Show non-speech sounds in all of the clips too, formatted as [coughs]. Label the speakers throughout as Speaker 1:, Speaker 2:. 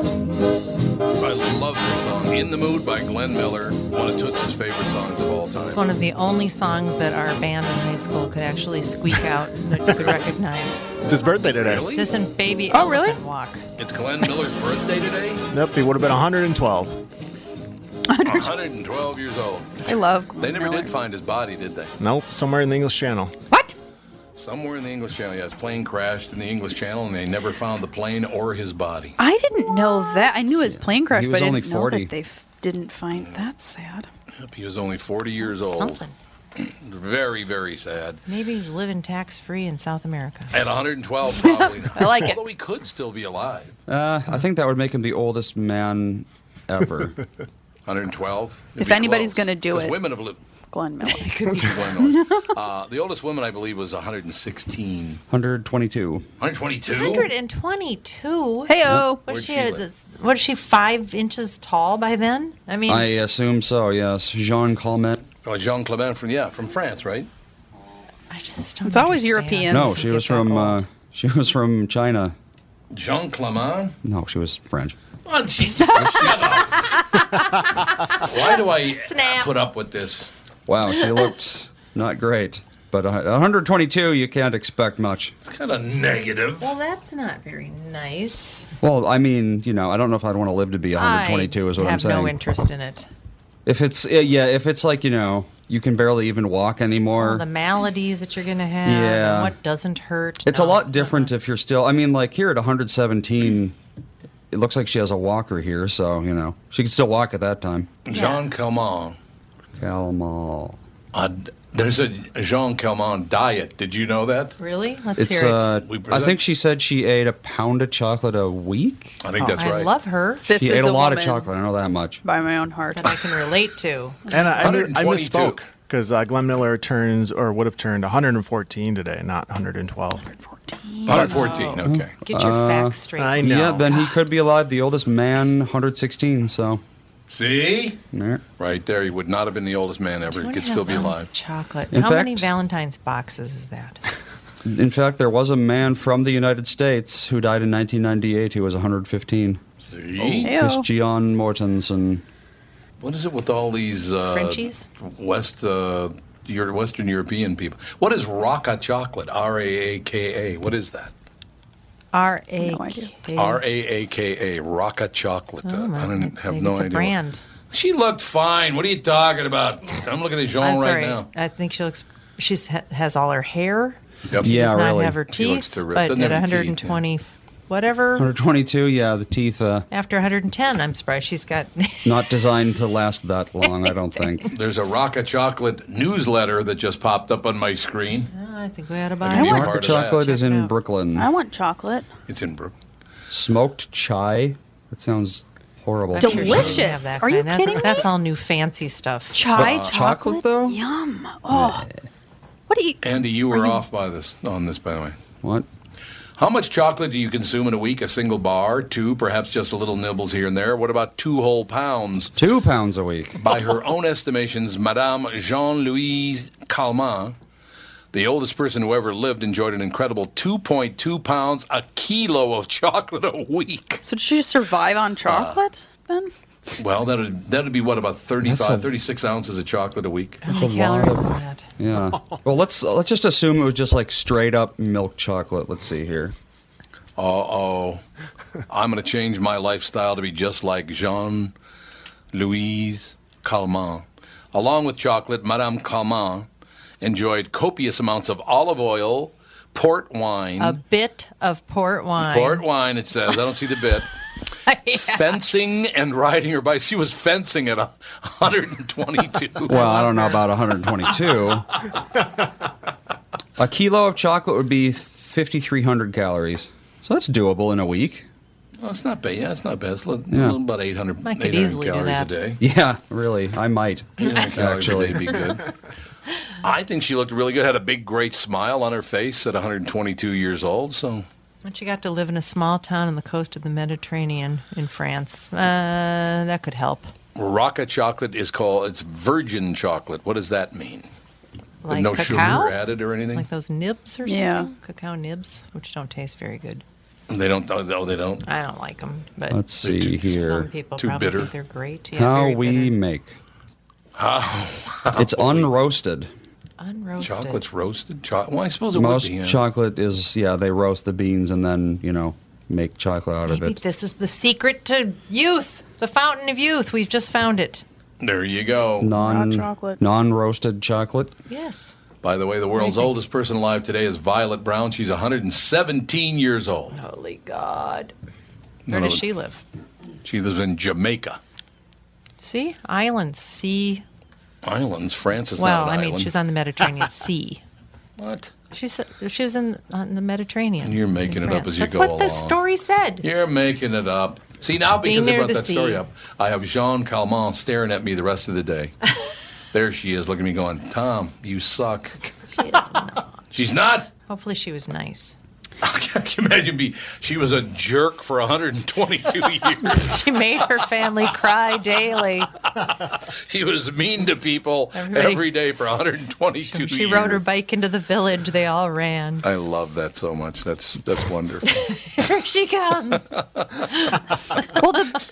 Speaker 1: I love this song. In the Mood by Glenn Miller, one of Tootsie's favorite songs of all
Speaker 2: It's
Speaker 1: time.
Speaker 2: one of the only songs that our band in high school could actually squeak out that you could recognize.
Speaker 3: It's his birthday today.
Speaker 1: Really?
Speaker 2: This and Baby
Speaker 4: Oh, really?
Speaker 2: Elephant Walk.
Speaker 1: It's Glenn Miller's birthday today?
Speaker 2: [laughs]
Speaker 3: Nope, he would have been 112.
Speaker 1: 112 years old.
Speaker 4: I love.
Speaker 1: They
Speaker 4: Glenn
Speaker 1: never
Speaker 4: Miller.
Speaker 1: did find his body, did they?
Speaker 3: Nope, somewhere in the English Channel.
Speaker 4: What?
Speaker 1: Somewhere in the English Channel, yes. Plane crashed in the English Channel, and they never found the plane or his body.
Speaker 4: I didn't know that. I knew his plane crash,
Speaker 5: He was
Speaker 4: but I didn't
Speaker 5: only 40.
Speaker 4: know that they f- didn't find. That's sad.
Speaker 1: Yep, he was only 40 years old.
Speaker 2: Something.
Speaker 1: [clears throat] Very, very sad.
Speaker 2: Maybe he's living tax free in South America.
Speaker 1: At 112, probably.
Speaker 4: [laughs] I like it.
Speaker 1: Although he could still be alive.
Speaker 5: Uh, I think that would make him the oldest man
Speaker 2: [laughs]
Speaker 5: ever.
Speaker 1: 112. It'd
Speaker 4: If
Speaker 1: be close.
Speaker 4: anybody's gonna do
Speaker 1: 'Cause
Speaker 4: it.
Speaker 1: women have lived. [laughs]
Speaker 4: Glenn Miller.
Speaker 1: Glenn Miller.
Speaker 4: [laughs]
Speaker 1: uh, the oldest woman, I believe, was 116.
Speaker 5: 122.
Speaker 1: 122?
Speaker 2: 122.
Speaker 4: Heyo.
Speaker 1: Where'd
Speaker 2: Was she,
Speaker 1: she
Speaker 2: a-
Speaker 1: live?
Speaker 2: this- was she five inches tall by then? I mean,
Speaker 5: I assume so, yes. Jean Calment.
Speaker 1: Oh, Jean Clement from, yeah, from France, right?
Speaker 2: I just don't.
Speaker 4: It's always
Speaker 2: understand.
Speaker 4: Europeans.
Speaker 5: No, she was from uh, she was from China.
Speaker 1: Jean
Speaker 4: [laughs]
Speaker 1: Clement?
Speaker 5: No, she was French.
Speaker 1: Oh, gee, shut up. Why do
Speaker 4: [laughs]
Speaker 1: I
Speaker 2: Snap.
Speaker 1: put up with this?
Speaker 5: Wow,
Speaker 2: [laughs]
Speaker 5: she looked not great. But uh, 122, you can't expect much.
Speaker 1: It's kind of negative.
Speaker 2: Well, that's not very nice.
Speaker 5: Well, I mean, you know, I don't know if I'd want to live to be 122.
Speaker 2: I
Speaker 5: is what
Speaker 2: have
Speaker 5: I'm saying.
Speaker 2: no interest in it.
Speaker 5: If it's uh, yeah, if it's like you know, you can barely even walk anymore.
Speaker 2: All the maladies that you're going to have,
Speaker 5: Yeah.
Speaker 2: and what doesn't hurt.
Speaker 5: It's a
Speaker 2: No.
Speaker 5: lot different if you're still. I mean, like here at 117, it looks like she has a walker here, so you know she can still walk at that time.
Speaker 1: Jean Calment.
Speaker 5: Calmal.
Speaker 1: Uh, there's a Jean Calment diet. Did you know that?
Speaker 2: Really? Let's
Speaker 5: It's
Speaker 2: hear it.
Speaker 5: uh,
Speaker 1: We
Speaker 5: I
Speaker 1: present-
Speaker 5: think she said she ate a pound of chocolate a week.
Speaker 4: Oh,
Speaker 1: I think that's
Speaker 2: Oh, I
Speaker 1: right.
Speaker 2: love her.
Speaker 4: This
Speaker 5: She
Speaker 4: is
Speaker 5: ate a, lot of
Speaker 4: woman
Speaker 5: chocolate. I know that much.
Speaker 4: By my own heart.
Speaker 2: that I can relate to.
Speaker 3: [laughs] And I, I, knew- I
Speaker 1: 122.
Speaker 3: misspoke because uh, Glenn Miller turns or would have turned 114 today, not 112.
Speaker 1: 114. Okay.
Speaker 2: Get your facts straight.
Speaker 3: I know.
Speaker 5: Uh, Yeah, then he could be alive. The oldest man, 116. So,
Speaker 1: See,
Speaker 5: yeah.
Speaker 1: right there, he would not have been the oldest man ever. He
Speaker 2: Two and
Speaker 1: could
Speaker 2: a
Speaker 1: still
Speaker 2: half
Speaker 1: be
Speaker 2: pounds
Speaker 1: alive.
Speaker 2: of Chocolate.
Speaker 5: In
Speaker 2: How many
Speaker 5: fact-
Speaker 2: Valentine's boxes is that?
Speaker 5: in fact, there was a man from the United States who died in 1998 who was 115.
Speaker 1: See,
Speaker 4: Heyo.
Speaker 5: It's Gian Mortensen.
Speaker 1: What is it with all these uh,
Speaker 2: Frenchies?
Speaker 1: West uh, your Western European people? What is Raka chocolate? R A A K A. What is that?
Speaker 2: R A
Speaker 4: No idea.
Speaker 2: K.
Speaker 1: R A A K A. Raka chocolate.
Speaker 2: Oh,
Speaker 1: Uh,
Speaker 2: my
Speaker 1: I don't
Speaker 2: goodness,
Speaker 1: have
Speaker 2: maybe
Speaker 1: no
Speaker 2: it's a
Speaker 1: idea. what-
Speaker 2: brand.
Speaker 1: She looked fine. What are you talking about? I'm looking at Jean
Speaker 2: I'm
Speaker 1: right
Speaker 2: sorry.
Speaker 1: now.
Speaker 2: I think she looks. She's ha- has all her hair.
Speaker 1: Yep.
Speaker 5: Yeah,
Speaker 2: Does not
Speaker 5: really.
Speaker 2: have her
Speaker 1: She looks
Speaker 2: teeth.
Speaker 1: terrific.
Speaker 2: But
Speaker 1: Doesn't
Speaker 2: at
Speaker 1: have any teeth,
Speaker 2: 120, whatever.
Speaker 5: 122. Yeah, the teeth uh,
Speaker 2: After 110, I'm surprised she's got. [laughs]
Speaker 5: not designed to last that long. I don't think.
Speaker 1: [laughs] There's a Raka chocolate newsletter that just popped up on my screen.
Speaker 2: I think we ought to buy
Speaker 1: I
Speaker 2: one.
Speaker 1: want-
Speaker 5: Mark
Speaker 1: part of that.
Speaker 5: chocolate is
Speaker 4: Check it
Speaker 5: in
Speaker 4: out.
Speaker 5: Brooklyn.
Speaker 2: Oh.
Speaker 4: I want chocolate.
Speaker 1: It's in Brooklyn.
Speaker 5: Smoked chai. That sounds horrible.
Speaker 2: I'm sure she doesn't
Speaker 4: Delicious.
Speaker 2: have that
Speaker 4: Are you
Speaker 2: kind. That's-
Speaker 4: kidding me?
Speaker 2: That's all new fancy stuff.
Speaker 1: Uh,
Speaker 4: Chai
Speaker 5: chocolate,
Speaker 4: chocolate?
Speaker 5: though?
Speaker 4: Yum. Oh. What do you?
Speaker 1: Andy, you were off by this on this, by the way.
Speaker 5: What?
Speaker 1: How much chocolate do you consume in a week? A single bar, two, perhaps just a little nibbles here and there. What about two whole pounds?
Speaker 5: Two pounds a week.
Speaker 1: By her [laughs] own estimations, Madame Jean Louise Calment, the oldest person who ever lived, enjoyed an incredible 2.2 pounds, a kilo of chocolate a week.
Speaker 4: So did she survive
Speaker 1: Uh. [laughs]
Speaker 4: on chocolate then?
Speaker 1: Well, that'd, that'd be what, about 35,
Speaker 5: That's a-
Speaker 1: 36 ounces of chocolate a week?
Speaker 2: How
Speaker 5: a
Speaker 2: many
Speaker 5: lot
Speaker 2: calories
Speaker 5: of-
Speaker 2: is that?
Speaker 5: Yeah. Well, let's let's just assume it was just like straight up milk chocolate. Let's see here.
Speaker 1: Uh oh. I'm going to change my lifestyle to be just like Jean Louise Calment. Along with chocolate, Madame Calment enjoyed copious amounts of olive oil, port wine.
Speaker 2: A bit of port wine.
Speaker 1: Mm. Port wine, it says. I don't see the
Speaker 2: [laughs]
Speaker 1: bit. [laughs] Fencing and riding her bike. She was fencing at a 122. [laughs]
Speaker 5: Well, I don't know about 122. a kilo of chocolate would be 5,300 calories. So that's doable in a week.
Speaker 1: Well, it's not bad. Yeah, it's not bad. It's a little,
Speaker 5: Yeah.
Speaker 1: little about 800,
Speaker 2: I could
Speaker 1: 800
Speaker 2: easily do
Speaker 1: calories
Speaker 2: that.
Speaker 1: a day.
Speaker 5: Yeah, really, I might.
Speaker 1: actually
Speaker 5: Actually.
Speaker 1: be good. I think she looked really good. Had a big, great smile on her face at 122 years old. So
Speaker 2: Once you got to live in a small town on the coast of the Mediterranean in France, uh, that could help.
Speaker 1: Rocca chocolate is called it's virgin chocolate. What does that mean?
Speaker 2: Like
Speaker 1: no
Speaker 2: cacao,
Speaker 1: sugar added or anything.
Speaker 2: like those nibs or something.
Speaker 4: Yeah.
Speaker 2: Cacao nibs, which don't taste very good.
Speaker 1: they don't. Oh, they don't.
Speaker 2: I don't like them, but
Speaker 5: Let's see
Speaker 1: Too-
Speaker 2: some
Speaker 5: here.
Speaker 2: people
Speaker 1: Too
Speaker 2: probably
Speaker 1: bitter.
Speaker 2: think they're great. Yeah,
Speaker 5: How
Speaker 2: very
Speaker 5: we
Speaker 2: bitter.
Speaker 5: make. [laughs] It's unroasted.
Speaker 2: unroasted
Speaker 1: Chocolate's roasted. Cho- well, I suppose it
Speaker 5: Most
Speaker 1: would be. yeah.
Speaker 5: chocolate is yeah, they roast the beans and then, you know, make chocolate out of
Speaker 2: Maybe
Speaker 5: it.
Speaker 2: this is the secret to youth, the fountain of youth. We've just found it.
Speaker 1: there you go.
Speaker 5: Non
Speaker 4: chocolate.
Speaker 5: non-roasted chocolate.
Speaker 2: Yes.
Speaker 1: By the way, the world's oldest person alive today is Violet Brown. She's 117 years old.
Speaker 2: Holy God. Where
Speaker 1: No, no,
Speaker 2: does she live?
Speaker 1: She lives in Jamaica
Speaker 2: See? Islands. Sea.
Speaker 1: Islands. France is
Speaker 2: Well,
Speaker 1: not
Speaker 2: I
Speaker 1: an
Speaker 2: mean,
Speaker 1: island.
Speaker 2: she was on
Speaker 1: [laughs]
Speaker 2: the Mediterranean Sea.
Speaker 1: what?
Speaker 2: She said she was in on the Mediterranean.
Speaker 1: You're making
Speaker 2: in
Speaker 1: it up
Speaker 2: France.
Speaker 1: as you
Speaker 2: That's
Speaker 1: go
Speaker 2: what the
Speaker 1: along.
Speaker 2: story said.
Speaker 1: You're making it up. See, now
Speaker 2: Being
Speaker 1: because they
Speaker 2: near
Speaker 1: brought
Speaker 2: the
Speaker 1: that story
Speaker 2: sea.
Speaker 1: up, I have Jean Calment staring at me the rest of the
Speaker 2: [laughs]
Speaker 1: day. there she is looking at me going, Tom, you suck.
Speaker 2: She is not.
Speaker 1: She's not. [laughs]
Speaker 2: Hopefully, she was nice.
Speaker 1: I can imagine be she was a jerk for
Speaker 2: [laughs]
Speaker 1: 122 years.
Speaker 2: She made her family
Speaker 1: [laughs]
Speaker 2: cry daily.
Speaker 1: She was mean to people
Speaker 2: Everybody-
Speaker 1: every day for 122
Speaker 2: She
Speaker 1: years.
Speaker 2: rode her bike into the village. They
Speaker 1: [laughs]
Speaker 2: all ran.
Speaker 1: I love that so much. That's that's
Speaker 2: [laughs]
Speaker 1: wonderful.
Speaker 2: Here she comes.
Speaker 4: Well,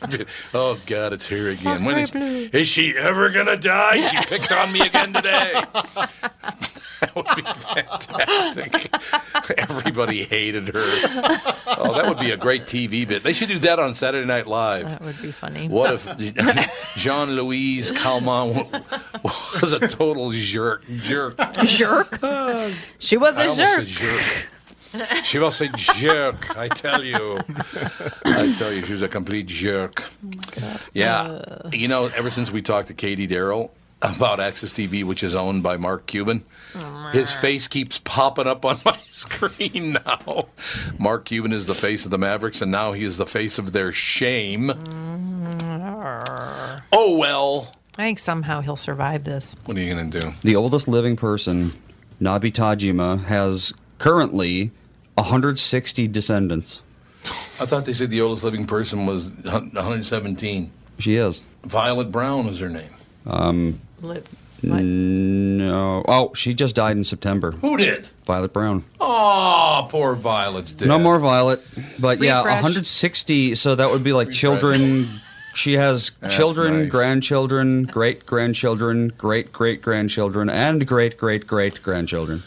Speaker 4: the,
Speaker 1: oh God, it's here again.
Speaker 2: Sacre
Speaker 1: When is,
Speaker 2: bleu.
Speaker 1: is she ever gonna die? She picked on me again today. that would be fantastic. Everybody hated her. Oh, that would be a great TV bit. They should do that on Saturday Night Live.
Speaker 2: That would be funny.
Speaker 1: What if [laughs] Jean Louise Calment [laughs] w- was a total jerk? Jerk. [laughs]
Speaker 4: jerk. she was
Speaker 1: I
Speaker 4: a
Speaker 1: almost
Speaker 4: jerk.
Speaker 1: said jerk. She was a jerk, I tell you. I tell you, she was a complete jerk.
Speaker 4: Oh
Speaker 1: yeah. you know, ever since we talked to Katie Darrell about Access TV, which is owned by Mark Cuban,
Speaker 4: Oh,
Speaker 1: his face keeps popping up on [laughs] my screen now. Mark Cuban is the face of the Mavericks, and now he is the face of their shame. Oh, well.
Speaker 2: I think somehow he'll survive this.
Speaker 1: What are you going to do?
Speaker 5: The oldest living person, Nabi Tajima, has currently 160 descendants.
Speaker 1: I thought they said the oldest living person was 117.
Speaker 5: She is. Um,
Speaker 1: Violet Brown is her name.
Speaker 2: Li-
Speaker 5: No. Oh, she just died in September.
Speaker 1: Who did?
Speaker 5: Violet Brown.
Speaker 1: Oh, poor Violet's dead.
Speaker 5: No more Violet. But yeah,
Speaker 2: Refresh.
Speaker 5: 160. So that would be like
Speaker 1: Refresh.
Speaker 5: children, She has
Speaker 1: That's
Speaker 5: children,
Speaker 1: nice.
Speaker 5: grandchildren, great grandchildren, great great grandchildren, and great great great grandchildren.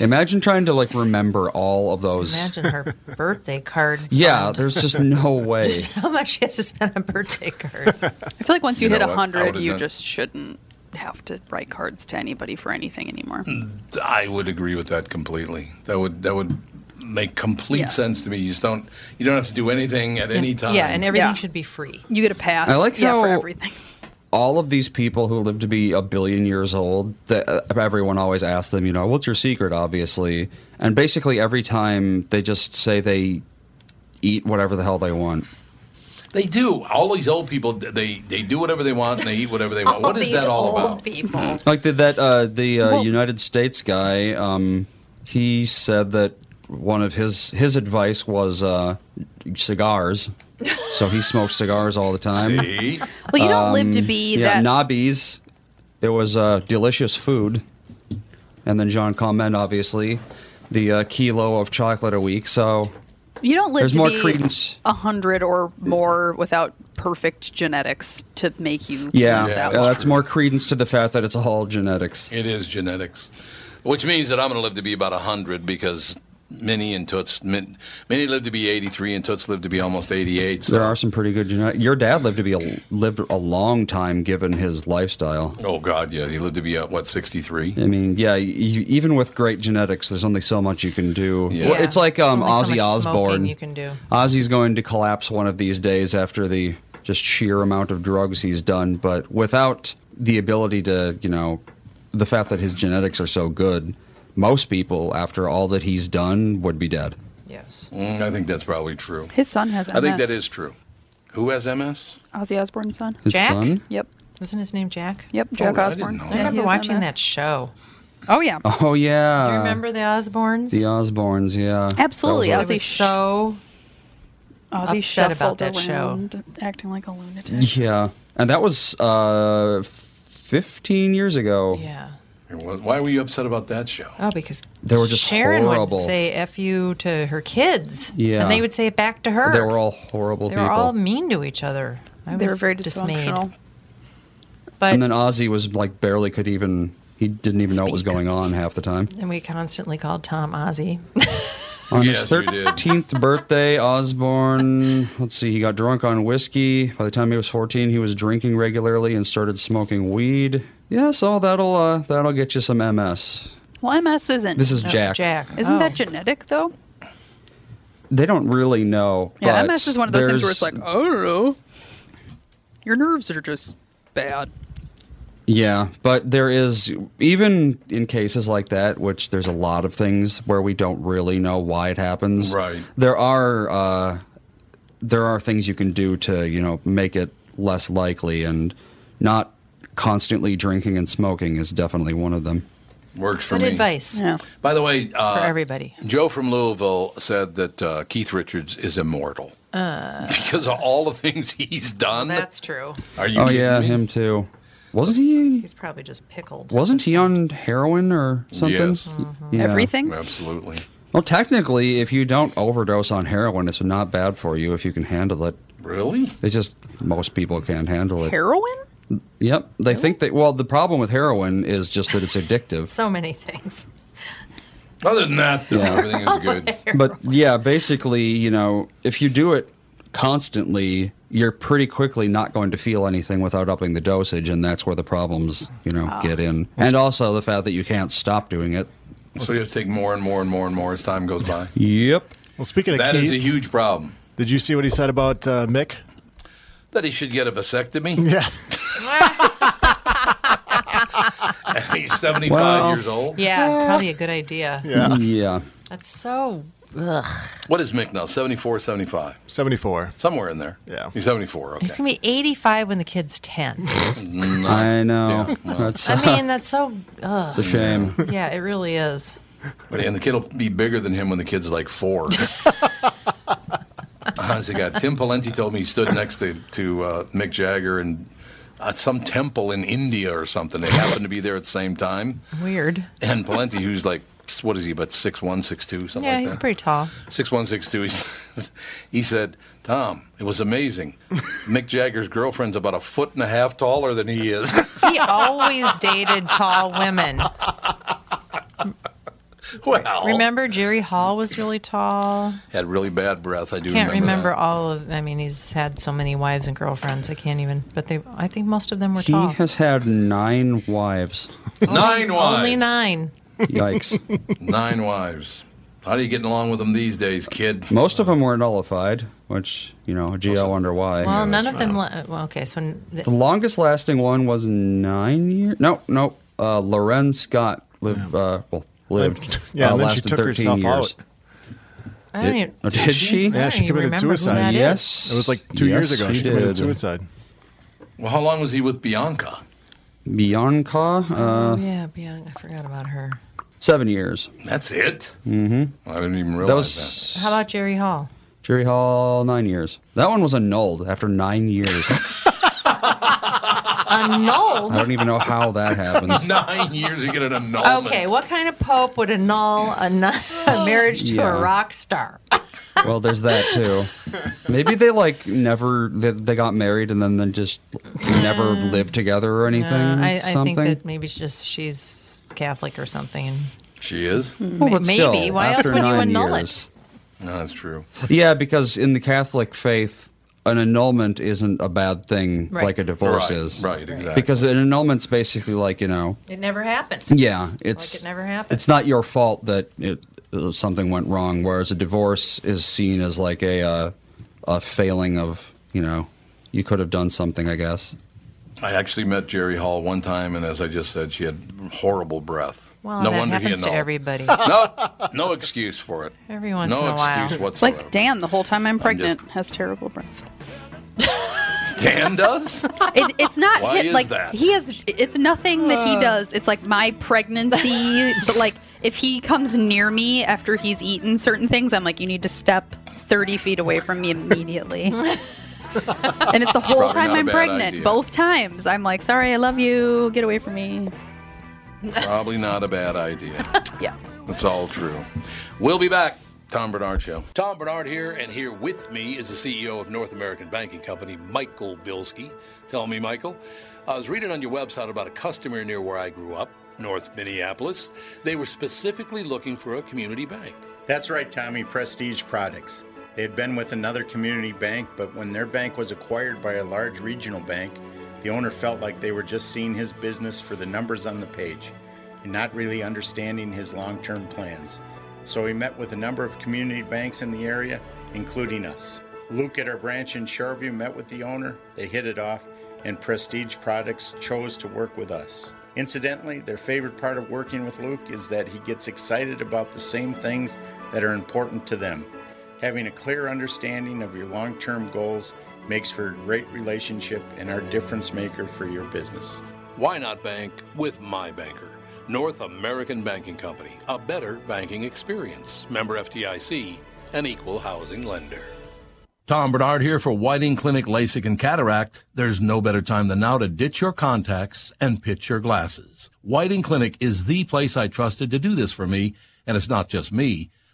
Speaker 5: Imagine trying to like remember all of those. [laughs]
Speaker 2: Imagine her birthday card.
Speaker 5: Yeah,
Speaker 2: fund.
Speaker 5: there's just no way.
Speaker 2: [laughs] Just how much she has [laughs] to spend on birthday cards.
Speaker 4: I feel like once you,
Speaker 1: You
Speaker 4: hit
Speaker 1: know
Speaker 4: a
Speaker 1: what? I
Speaker 4: 100,
Speaker 1: would've
Speaker 4: you
Speaker 1: done-
Speaker 4: just shouldn't have to write cards to anybody for anything anymore.
Speaker 1: Mm, I would agree with that completely. That would that would make complete
Speaker 4: Yeah.
Speaker 1: sense to me. You just don't you don't have to do anything at any time.
Speaker 2: Yeah, and everything
Speaker 4: Yeah.
Speaker 2: should be free.
Speaker 4: You get a pass
Speaker 5: I like
Speaker 4: yeah, for
Speaker 5: how-
Speaker 4: everything. [laughs]
Speaker 5: all of these people who live to be a billion years old, that uh, everyone always asks them, you know, what's your secret? Obviously, and basically every time they just say they eat whatever the hell they want.
Speaker 1: they do. All these old people they they do whatever they want and they eat whatever they want. what is
Speaker 2: these
Speaker 1: that all
Speaker 2: old
Speaker 1: about?
Speaker 2: people.
Speaker 5: Like the, that, uh, the uh,
Speaker 4: Well-
Speaker 5: United States guy, um, he said that one of his his advice was uh, cigars. So
Speaker 4: [laughs]
Speaker 5: he smoked cigars all the time. Um,
Speaker 1: See?
Speaker 4: Well, you don't live to be
Speaker 5: Yeah,
Speaker 4: that.
Speaker 5: Nobbies. It was uh, delicious food. And then John Comment, obviously, the uh, kilo of chocolate a week. So
Speaker 4: you don't live
Speaker 5: there's
Speaker 4: to
Speaker 5: more
Speaker 4: be
Speaker 5: credence.
Speaker 4: a hundred or more without perfect genetics to make you.
Speaker 5: Yeah,
Speaker 1: Yeah,
Speaker 5: yeah,
Speaker 1: that's
Speaker 5: that's,
Speaker 1: true.
Speaker 5: more credence to the fact that it's all genetics.
Speaker 1: It is genetics, which means that I'm going to live to be about 100 because Minnie and Toots, Min, Minnie lived to be 83 and Toots lived to be almost 88. So.
Speaker 5: There are some pretty good genetics. Your dad lived to be a, lived a long time given his lifestyle.
Speaker 1: Oh, God, yeah. He lived to be, uh, what, 63?
Speaker 5: I mean, yeah, you, even with great genetics, there's only so much you can do.
Speaker 1: Yeah.
Speaker 5: Well, it's like
Speaker 2: There's
Speaker 5: um,
Speaker 2: only so
Speaker 5: Ozzy
Speaker 2: much smoking
Speaker 5: Osbourne.
Speaker 2: You can do.
Speaker 5: Ozzy's going to collapse one of these days after the just sheer amount of drugs he's done, but without the ability to, you know, the fact that his genetics are so good, most people, after all that he's done, would be dead.
Speaker 2: Yes.
Speaker 1: Mm, I think that's probably true.
Speaker 4: His son has MS.
Speaker 1: I think that is true. Who has MS?
Speaker 4: Ozzy Osbourne's son.
Speaker 5: His
Speaker 2: Jack?
Speaker 5: son?
Speaker 4: Yep.
Speaker 2: Isn't his name Jack?
Speaker 4: Yep. Jack
Speaker 1: Oh, I didn't
Speaker 4: Osborne.
Speaker 1: know
Speaker 2: I
Speaker 1: Yeah,
Speaker 2: remember
Speaker 4: he has
Speaker 2: watching
Speaker 4: MS.
Speaker 2: that show.
Speaker 4: Oh yeah.
Speaker 5: Oh, yeah.
Speaker 2: Do you remember the Osbournes?
Speaker 5: The Osbournes, yeah.
Speaker 4: Absolutely,
Speaker 5: That
Speaker 2: I
Speaker 5: was
Speaker 4: Ozzy
Speaker 2: was
Speaker 4: sh-
Speaker 2: so
Speaker 4: Ozzy
Speaker 2: upset about
Speaker 4: shuffled
Speaker 2: that show.
Speaker 4: around, acting like a
Speaker 5: a-
Speaker 4: lunatic.
Speaker 5: Yeah. And that was uh, f- 15 years ago.
Speaker 2: yeah.
Speaker 1: Why were you upset about that show?
Speaker 2: Oh, because
Speaker 5: They were just
Speaker 2: Sharon
Speaker 5: horrible.
Speaker 2: would say "f you" to her kids,
Speaker 5: Yeah.
Speaker 2: and they would say it back to her.
Speaker 5: They were all horrible
Speaker 2: They
Speaker 5: people.
Speaker 2: were all mean to each other. I
Speaker 4: They
Speaker 2: was
Speaker 4: were very
Speaker 2: dismayed.
Speaker 4: dysfunctional.
Speaker 2: But
Speaker 5: and
Speaker 2: and,
Speaker 5: then Ozzy was like barely could even, he didn't even know what was
Speaker 4: Speak.
Speaker 5: going on half the time.
Speaker 2: we constantly called Tom Ozzy.
Speaker 5: On
Speaker 1: Yes,
Speaker 5: his
Speaker 1: you did.
Speaker 5: 13th birthday, Osborne, let's see, he got drunk on whiskey. By the time he was 14, he was drinking regularly and started smoking weed. Yeah, so that'll uh, that'll get you some MS.
Speaker 4: Well, MS isn't.
Speaker 5: This is
Speaker 2: No,
Speaker 5: Jack.
Speaker 2: Jack.
Speaker 4: Isn't
Speaker 2: Oh.
Speaker 4: that genetic though?
Speaker 5: They don't really know.
Speaker 4: Yeah,
Speaker 5: but
Speaker 4: MS is one of those things where it's
Speaker 5: there's-
Speaker 4: like, I don't know. Your nerves are just bad.
Speaker 5: Yeah, but there is even in cases like that, which there's a lot of things where we don't really know why it happens.
Speaker 1: Right.
Speaker 5: There are uh, there are things you can do to you know make it less likely, and not constantly drinking and smoking is definitely one of them.
Speaker 1: Works for
Speaker 2: [laughs] Good
Speaker 1: me.
Speaker 2: advice
Speaker 4: Yeah.
Speaker 1: By the way,
Speaker 2: for
Speaker 1: uh,
Speaker 2: everybody.
Speaker 1: Joe from Louisville said that uh, Keith Richards is immortal because of all the things he's done.
Speaker 2: Uh, That's true.
Speaker 1: Are you
Speaker 5: Oh
Speaker 1: kidding
Speaker 5: yeah,
Speaker 1: me?
Speaker 5: him too. Wasn't he?
Speaker 2: He's probably just pickled.
Speaker 5: Wasn't he on heroin or something?
Speaker 1: Yes.
Speaker 5: Yeah.
Speaker 4: Everything.
Speaker 1: Absolutely.
Speaker 5: Well, technically, if you don't overdose on heroin, it's not bad for you if you can handle it.
Speaker 1: Really?
Speaker 5: It's just most people can't handle it.
Speaker 4: Heroin.
Speaker 5: Yep. They think that, well, the problem with heroin is just that it's
Speaker 2: [laughs]
Speaker 5: addictive.
Speaker 2: So many things.
Speaker 1: Other than that, though,
Speaker 5: Yeah.
Speaker 1: everything is good.
Speaker 5: but yeah, basically, you know, if you do it constantly, you're pretty quickly not going to feel anything without upping the dosage. And that's where the problems, you know, get in. And also the fact that you can't stop doing it.
Speaker 1: So you have to take more and more and more and more as time goes by.
Speaker 5: Yep.
Speaker 3: Well, speaking of
Speaker 1: That is
Speaker 3: Keith,
Speaker 1: a huge problem.
Speaker 3: did you see what he said about uh, Mick?
Speaker 1: That he should get a vasectomy.
Speaker 3: [laughs] Yeah.
Speaker 1: [laughs] He's 75
Speaker 5: Well-
Speaker 1: years old.
Speaker 2: Yeah, probably a good idea.
Speaker 3: Yeah.
Speaker 5: Yeah.
Speaker 2: That's so. Ugh.
Speaker 1: What is Mick now? 74, 75?
Speaker 3: 74.
Speaker 1: Somewhere in there.
Speaker 3: Yeah.
Speaker 1: He's 74. Okay.
Speaker 2: He's gonna be 85 when the kid's 10.
Speaker 5: I know.
Speaker 1: Yeah,
Speaker 2: [laughs]
Speaker 1: well.
Speaker 5: Oh, That's
Speaker 2: I mean, that's so. Ugh.
Speaker 5: it's a shame.
Speaker 2: Yeah, it really is.
Speaker 1: But, and the kid will be bigger than him when the kid's like four. Honestly, God, Tim Pawlenty told me he stood next to, to uh, Mick Jagger and at some temple in India or something. They happened to be there at the same time.
Speaker 2: Weird.
Speaker 1: And Pawlenty, who's like what is he about six one six two something
Speaker 2: Yeah,
Speaker 1: like
Speaker 2: he's
Speaker 1: that.
Speaker 2: pretty tall.
Speaker 1: Six one six two. He said, he said, Tom, it was amazing. Mick Jagger's girlfriend's about a foot and a half taller than he is. [laughs]
Speaker 2: He always dated tall women.
Speaker 1: well,
Speaker 2: Remember, Jerry Hall was really tall.
Speaker 1: had really bad breath. I do
Speaker 2: Can't remember
Speaker 1: that.
Speaker 2: all of. I mean, he's had so many wives and girlfriends. I can't even. But they, I think most of them were
Speaker 5: He
Speaker 2: tall.
Speaker 5: has had nine wives.
Speaker 1: [laughs] nine wives.
Speaker 2: Only nine. [laughs]
Speaker 5: Yikes.
Speaker 1: Nine wives. How are you getting along with them these days, kid?
Speaker 5: Most of them were nullified, which, you know, gee, I wonder why.
Speaker 2: Well, none of them. Le- well, okay, so n- th-
Speaker 5: The longest lasting one was nine years. No, no. Uh, Loren Scott lived, uh, well, lived.
Speaker 3: [laughs] Yeah,
Speaker 5: uh,
Speaker 3: and then she
Speaker 5: lasted
Speaker 3: took
Speaker 5: 13
Speaker 3: herself
Speaker 5: years.
Speaker 3: out.
Speaker 2: I
Speaker 5: Did,
Speaker 2: don't even.
Speaker 5: oh, did she?
Speaker 2: I
Speaker 3: Yeah,
Speaker 2: don't
Speaker 3: she
Speaker 2: even
Speaker 3: committed
Speaker 2: remember who
Speaker 3: suicide.
Speaker 2: that is.
Speaker 5: Yes.
Speaker 3: It was like two years
Speaker 5: Yes,
Speaker 3: ago. She
Speaker 5: did.
Speaker 3: committed suicide.
Speaker 1: Well, how long was he with Bianca?
Speaker 5: Bianca, uh,
Speaker 2: Oh, yeah, Bianca. I forgot about her.
Speaker 5: seven years.
Speaker 1: That's it. Mm-hmm. I didn't even realize
Speaker 5: That
Speaker 1: that.
Speaker 5: was
Speaker 2: How about Jerry Hall?
Speaker 5: Jerry Hall, nine years. That one was annulled after nine years. I
Speaker 2: Annulled.
Speaker 5: don't even know how that happens.
Speaker 1: [laughs] Nine years you get an annulment.
Speaker 2: Okay, what kind of pope would annul a, nun- [laughs] a marriage to
Speaker 5: Yeah.
Speaker 2: a rock star?
Speaker 5: Well, there's that too. Maybe they like never they, they got married and then then just never lived together or anything.
Speaker 2: Uh, Mm. I, I
Speaker 5: something.
Speaker 2: think that maybe it's just she's Catholic or something.
Speaker 1: She is.
Speaker 2: Hmm.
Speaker 5: Well, but
Speaker 2: maybe.
Speaker 5: still,
Speaker 2: Why else
Speaker 5: after
Speaker 2: would you
Speaker 5: nine
Speaker 2: annul
Speaker 5: years.
Speaker 1: No, that's true.
Speaker 5: Yeah, because in the Catholic faith, an annulment isn't a bad thing
Speaker 2: Right.
Speaker 5: like a divorce
Speaker 1: right,
Speaker 5: is.
Speaker 1: right, exactly.
Speaker 5: Because an annulment's basically like you know,
Speaker 2: it? It never happened.
Speaker 5: yeah, it's
Speaker 2: it never happened.
Speaker 5: It's not your fault that it uh, something went wrong. Whereas a divorce is seen as like a uh, a failing of you know, you could have done something, I guess.
Speaker 1: I actually met Jerry Hall one time, and as I just said, she had horrible breath.
Speaker 2: Well,
Speaker 1: no
Speaker 2: that
Speaker 1: wonder
Speaker 2: happens
Speaker 1: he
Speaker 2: to
Speaker 1: annulled.
Speaker 2: everybody.
Speaker 1: [laughs] No, no excuse for it.
Speaker 2: Every once
Speaker 1: no
Speaker 2: in a while.
Speaker 1: excuse
Speaker 4: It's
Speaker 1: whatsoever.
Speaker 4: like Dan the whole time I'm pregnant
Speaker 1: just-
Speaker 4: has terrible breath.
Speaker 1: Dan does.
Speaker 4: It, it's not
Speaker 1: Why
Speaker 4: hi-
Speaker 1: is
Speaker 4: like
Speaker 1: that?
Speaker 4: he has. It's nothing that he does. It's like my
Speaker 2: [laughs]
Speaker 4: pregnancy. but like if he comes near me after he's eaten certain things, I'm like, you need to step thirty feet away from
Speaker 1: [laughs]
Speaker 4: me immediately. and it's the whole
Speaker 1: Probably
Speaker 4: time
Speaker 1: not a
Speaker 4: I'm
Speaker 1: bad
Speaker 4: pregnant.
Speaker 1: idea.
Speaker 4: Both times I'm like, sorry, I love you. Get away from me.
Speaker 1: Probably not a bad
Speaker 2: [laughs]
Speaker 1: idea.
Speaker 4: Yeah.
Speaker 1: That's all true. We'll be back. Tom Bernard Show. Tom Bernard here, and here with me is the CEO of North American Banking Company, Michael Bilski. Tell me, Michael, I was reading on your website about a customer near where I grew up, North Minneapolis. They were specifically looking for a community bank.
Speaker 6: That's right, Tommy, Prestige Products. They had been with another community bank, but when their bank was acquired by a large regional bank, the owner felt like they were just seeing his business for the numbers on the page and not really understanding his long term plans. So he met with a number of community banks in the area, including us. Luke at our branch in Shoreview met with the owner, they hit it off, and Prestige Products chose to work with us. Incidentally, their favorite part of working with Luke is that he gets excited about the same things that are important to them. Having a clear understanding of your long term goals makes for a great relationship and are a difference maker for your business.
Speaker 1: Why not bank with my banker? North American Banking Company, a better banking experience. Member FDIC, an equal housing lender. Tom Bernard here for [laughs] Whiting Clinic LASIK and Cataract. There's no better time than now to ditch your contacts and pitch your glasses. Whiting Clinic is the place I trusted to do this for me, and it's not just me.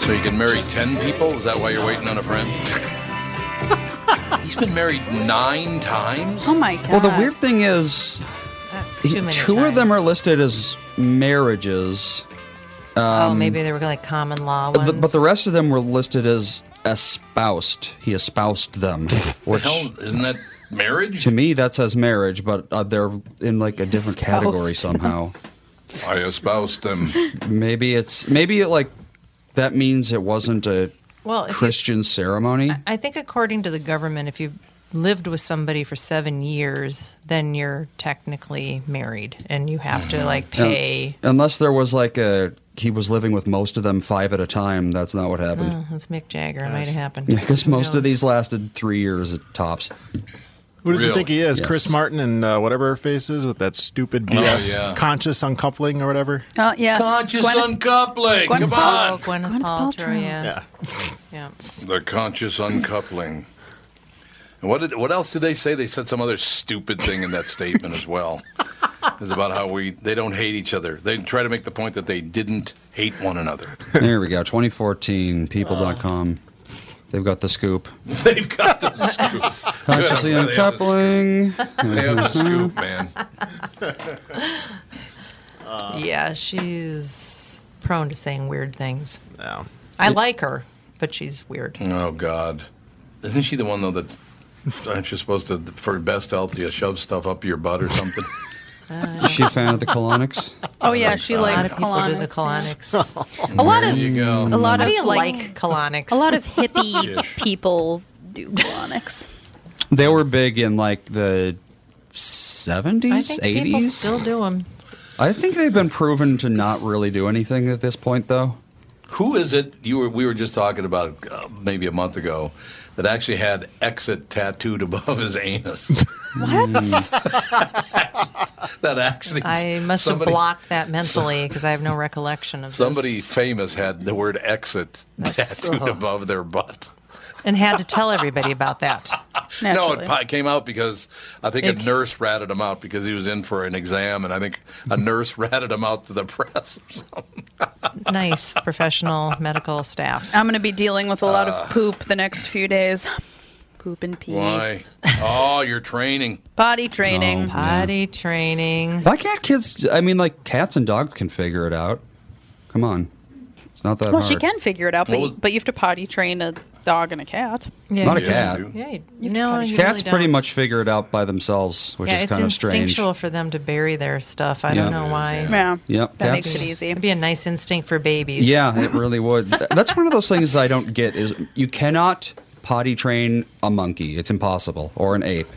Speaker 1: So you can marry 10 people? Is that why you're waiting on a friend? He's been married nine times?
Speaker 4: Oh my god.
Speaker 5: Well, the weird thing is,
Speaker 2: That's
Speaker 5: He-
Speaker 2: too many
Speaker 5: two of them
Speaker 2: times.
Speaker 5: are listed as marriages um,
Speaker 2: oh, maybe they were like common law
Speaker 5: But
Speaker 2: ones.
Speaker 5: the, but the rest of them were listed as espoused. He espoused them, which
Speaker 1: Hell, isn't that marriage?
Speaker 5: to me that says marriage, but uh, they're in like a different
Speaker 4: Espoused.
Speaker 5: category
Speaker 2: [laughs]
Speaker 5: somehow.
Speaker 7: I espoused them.
Speaker 5: Maybe it's maybe it like that means it wasn't a
Speaker 2: well, if you-
Speaker 5: Christian ceremony.
Speaker 2: I think according to the government, if you lived with somebody for seven years, then you're technically married, and you have to like pay.
Speaker 5: Unless there was like a he was living with most of them five at a time. That's not what happened.
Speaker 2: Oh, that's Mick Jagger. It might have happened.
Speaker 5: Because
Speaker 2: Who
Speaker 5: most of
Speaker 2: knows?
Speaker 5: these lasted three years at tops.
Speaker 3: Who does he
Speaker 1: Really?
Speaker 3: think he is?
Speaker 5: Yes.
Speaker 3: Chris Martin and uh, whatever [laughs] her face is with that stupid BS
Speaker 1: yeah.
Speaker 3: conscious uncoupling or whatever.
Speaker 4: Oh, yes.
Speaker 1: Conscious
Speaker 4: Gwen-
Speaker 1: uncoupling.
Speaker 4: Gwen
Speaker 1: Come
Speaker 2: Oh,
Speaker 1: on. [laughs]
Speaker 2: Gwyneth,
Speaker 4: Gwyneth
Speaker 2: Paltrow.
Speaker 4: Paltrow.
Speaker 2: Yeah.
Speaker 3: Yeah.
Speaker 2: yeah.
Speaker 7: The conscious uncoupling.
Speaker 1: And What did, what else did they say? They said some other stupid
Speaker 7: [laughs]
Speaker 1: thing in that statement as well. It was about how we they don't hate each other. They try to make the point that they didn't hate one another. [laughs]
Speaker 5: There we go. 2014 people.com. They've got the scoop.
Speaker 1: They've got the scoop. [laughs]
Speaker 5: Consciously
Speaker 1: They have the
Speaker 5: uncoupling.
Speaker 1: They have the scoop, man.
Speaker 2: [laughs]
Speaker 1: Uh,
Speaker 2: yeah, she's prone to saying weird things.
Speaker 3: No.
Speaker 2: I like her, but she's weird.
Speaker 1: Oh God, isn't she the one though that aren't you supposed to for best health you shove stuff up your butt or
Speaker 7: [laughs]
Speaker 1: something?
Speaker 5: Is she a fan of the colonics?
Speaker 4: Oh yeah, she
Speaker 2: A lot
Speaker 4: likes
Speaker 2: of people do the
Speaker 4: colonics.
Speaker 2: colonics.
Speaker 4: A lot of
Speaker 1: there you go.
Speaker 4: a lot
Speaker 2: How
Speaker 4: of
Speaker 2: do you
Speaker 4: like,
Speaker 2: like colonics?
Speaker 4: a lot
Speaker 2: [laughs]
Speaker 4: of hippie
Speaker 1: Ish.
Speaker 4: people do
Speaker 5: [laughs]
Speaker 4: colonics.
Speaker 5: They were big in like the 70s,
Speaker 2: I think people
Speaker 5: 80s.
Speaker 2: still do them.
Speaker 5: I think they've been proven to not really do anything at this point, though.
Speaker 1: Who is it? You were we were just talking about uh, maybe a month ago that actually had exit tattooed above his anus.
Speaker 4: What?
Speaker 2: Hmm.
Speaker 1: [laughs] that actually
Speaker 2: [laughs] I must
Speaker 1: somebody-
Speaker 2: have
Speaker 1: [laughs]
Speaker 2: blocked that mentally because I have no recollection of this.
Speaker 1: Somebody famous had the word exit tattooed above their butt.
Speaker 2: and had to tell everybody about that.
Speaker 1: [laughs] No,
Speaker 4: Naturally.
Speaker 1: it pi- came out because I think a
Speaker 2: It-
Speaker 1: nurse ratted him out because he was in for an exam, and I think a nurse [laughs] ratted him out to the press. [laughs] or something.
Speaker 2: Nice professional medical staff.
Speaker 4: I'm gonna be dealing with a lot
Speaker 5: Ah.
Speaker 4: of poop the next few days. Poop and pee.
Speaker 1: Why? Oh, you're training.
Speaker 4: Body training.
Speaker 2: Body training.
Speaker 5: Why can't kids? I mean, like cats and dogs can figure it out. Come on, it's not that
Speaker 4: Well,
Speaker 5: hard.
Speaker 4: she can figure it out, but,
Speaker 1: Well-
Speaker 4: you, but you have to potty train a dog and a cat.
Speaker 2: Yeah,
Speaker 5: Not a
Speaker 2: you-
Speaker 1: Yes,
Speaker 5: cat.
Speaker 1: you do.
Speaker 2: Yeah, you- no, you
Speaker 5: Cats
Speaker 2: really
Speaker 5: pretty
Speaker 2: don't.
Speaker 5: much figure it out by themselves, which
Speaker 2: Yeah,
Speaker 5: is
Speaker 2: it's
Speaker 5: kind of strange.
Speaker 2: instinctual for them to bury their stuff. I
Speaker 5: Yeah.
Speaker 2: don't know why.
Speaker 4: Yeah.
Speaker 5: Yep,
Speaker 4: That
Speaker 5: cats-
Speaker 4: makes it easy.
Speaker 2: It'd be a nice instinct for babies.
Speaker 5: Yeah, it really would. Th- [laughs] That's one of those things I don't get is you cannot potty train a monkey. It's impossible, or an ape.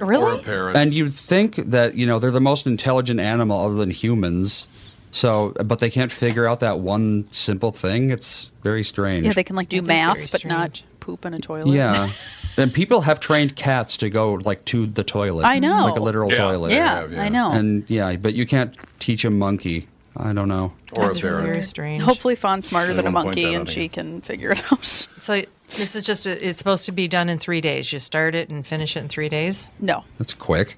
Speaker 1: Or a
Speaker 4: Really?
Speaker 1: parent.
Speaker 5: And you'd think that you know they're the most intelligent animal other than humans. So, but they can't figure out that one simple thing. It's very strange.
Speaker 4: Yeah, they can like do
Speaker 2: That is very
Speaker 4: math, but not
Speaker 2: strange.
Speaker 4: poop in a toilet. [laughs]
Speaker 5: Yeah. [laughs] and people have trained cats to go like to the toilet.
Speaker 4: I know.
Speaker 5: Like a literal
Speaker 1: Yeah.
Speaker 5: toilet.
Speaker 4: Yeah,
Speaker 1: have, yeah.
Speaker 4: I know.
Speaker 5: And yeah, but you can't teach a monkey. I don't know.
Speaker 1: or a
Speaker 2: It's very
Speaker 1: parent.
Speaker 2: strange.
Speaker 4: Hopefully, Fawn's smarter
Speaker 1: They
Speaker 4: than a
Speaker 1: won't point that
Speaker 4: monkey,
Speaker 1: out
Speaker 4: and
Speaker 1: again.
Speaker 4: she can figure it out.
Speaker 2: [laughs] So this is just a, it's supposed to be done in three days. You start it and finish it in three days.
Speaker 4: No.
Speaker 5: That's quick.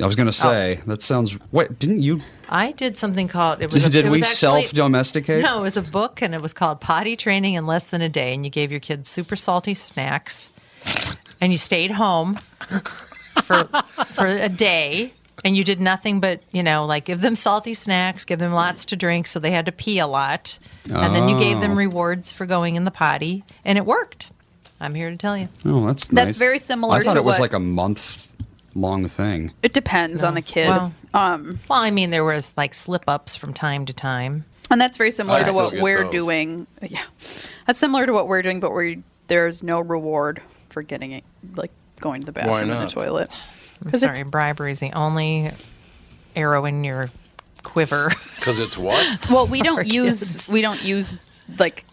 Speaker 5: I was gonna
Speaker 4: Oh.
Speaker 5: say that sounds. Wait, didn't you?
Speaker 2: I did something called it was. a,
Speaker 5: Did
Speaker 2: it
Speaker 5: we
Speaker 2: was actually-
Speaker 5: self domesticate?
Speaker 2: No, it was a book, and it was called Potty Training in Less Than a Day. And you gave your kids super salty snacks, and you stayed home for for a day, and you did nothing but you know like give them salty snacks, give them lots to drink, so they had to pee a lot, and then you
Speaker 5: Oh.
Speaker 2: gave them rewards for going in the potty, and it worked. I'm here to tell you.
Speaker 5: Oh, that's
Speaker 4: That's
Speaker 5: nice.
Speaker 4: very similar
Speaker 5: I thought
Speaker 4: to
Speaker 5: it was
Speaker 4: what-
Speaker 5: like a month long thing.
Speaker 4: It depends on the kid.
Speaker 2: Well,
Speaker 4: Um,
Speaker 2: well, I mean, there was like slip ups from time to time.
Speaker 4: and that's very similar
Speaker 1: I
Speaker 4: to
Speaker 1: still
Speaker 4: what
Speaker 1: get
Speaker 4: we're
Speaker 1: those.
Speaker 4: doing. Yeah. That's similar to what we're doing, but we there's no reward for getting it, like going to the bathroom in the
Speaker 1: not?
Speaker 4: toilet.
Speaker 2: I'm
Speaker 4: 'Cause it's-
Speaker 2: sorry, bribery is the only arrow in your quiver. [laughs]
Speaker 1: Because it's what?
Speaker 4: Well, we don't use
Speaker 2: kids.
Speaker 4: we don't use like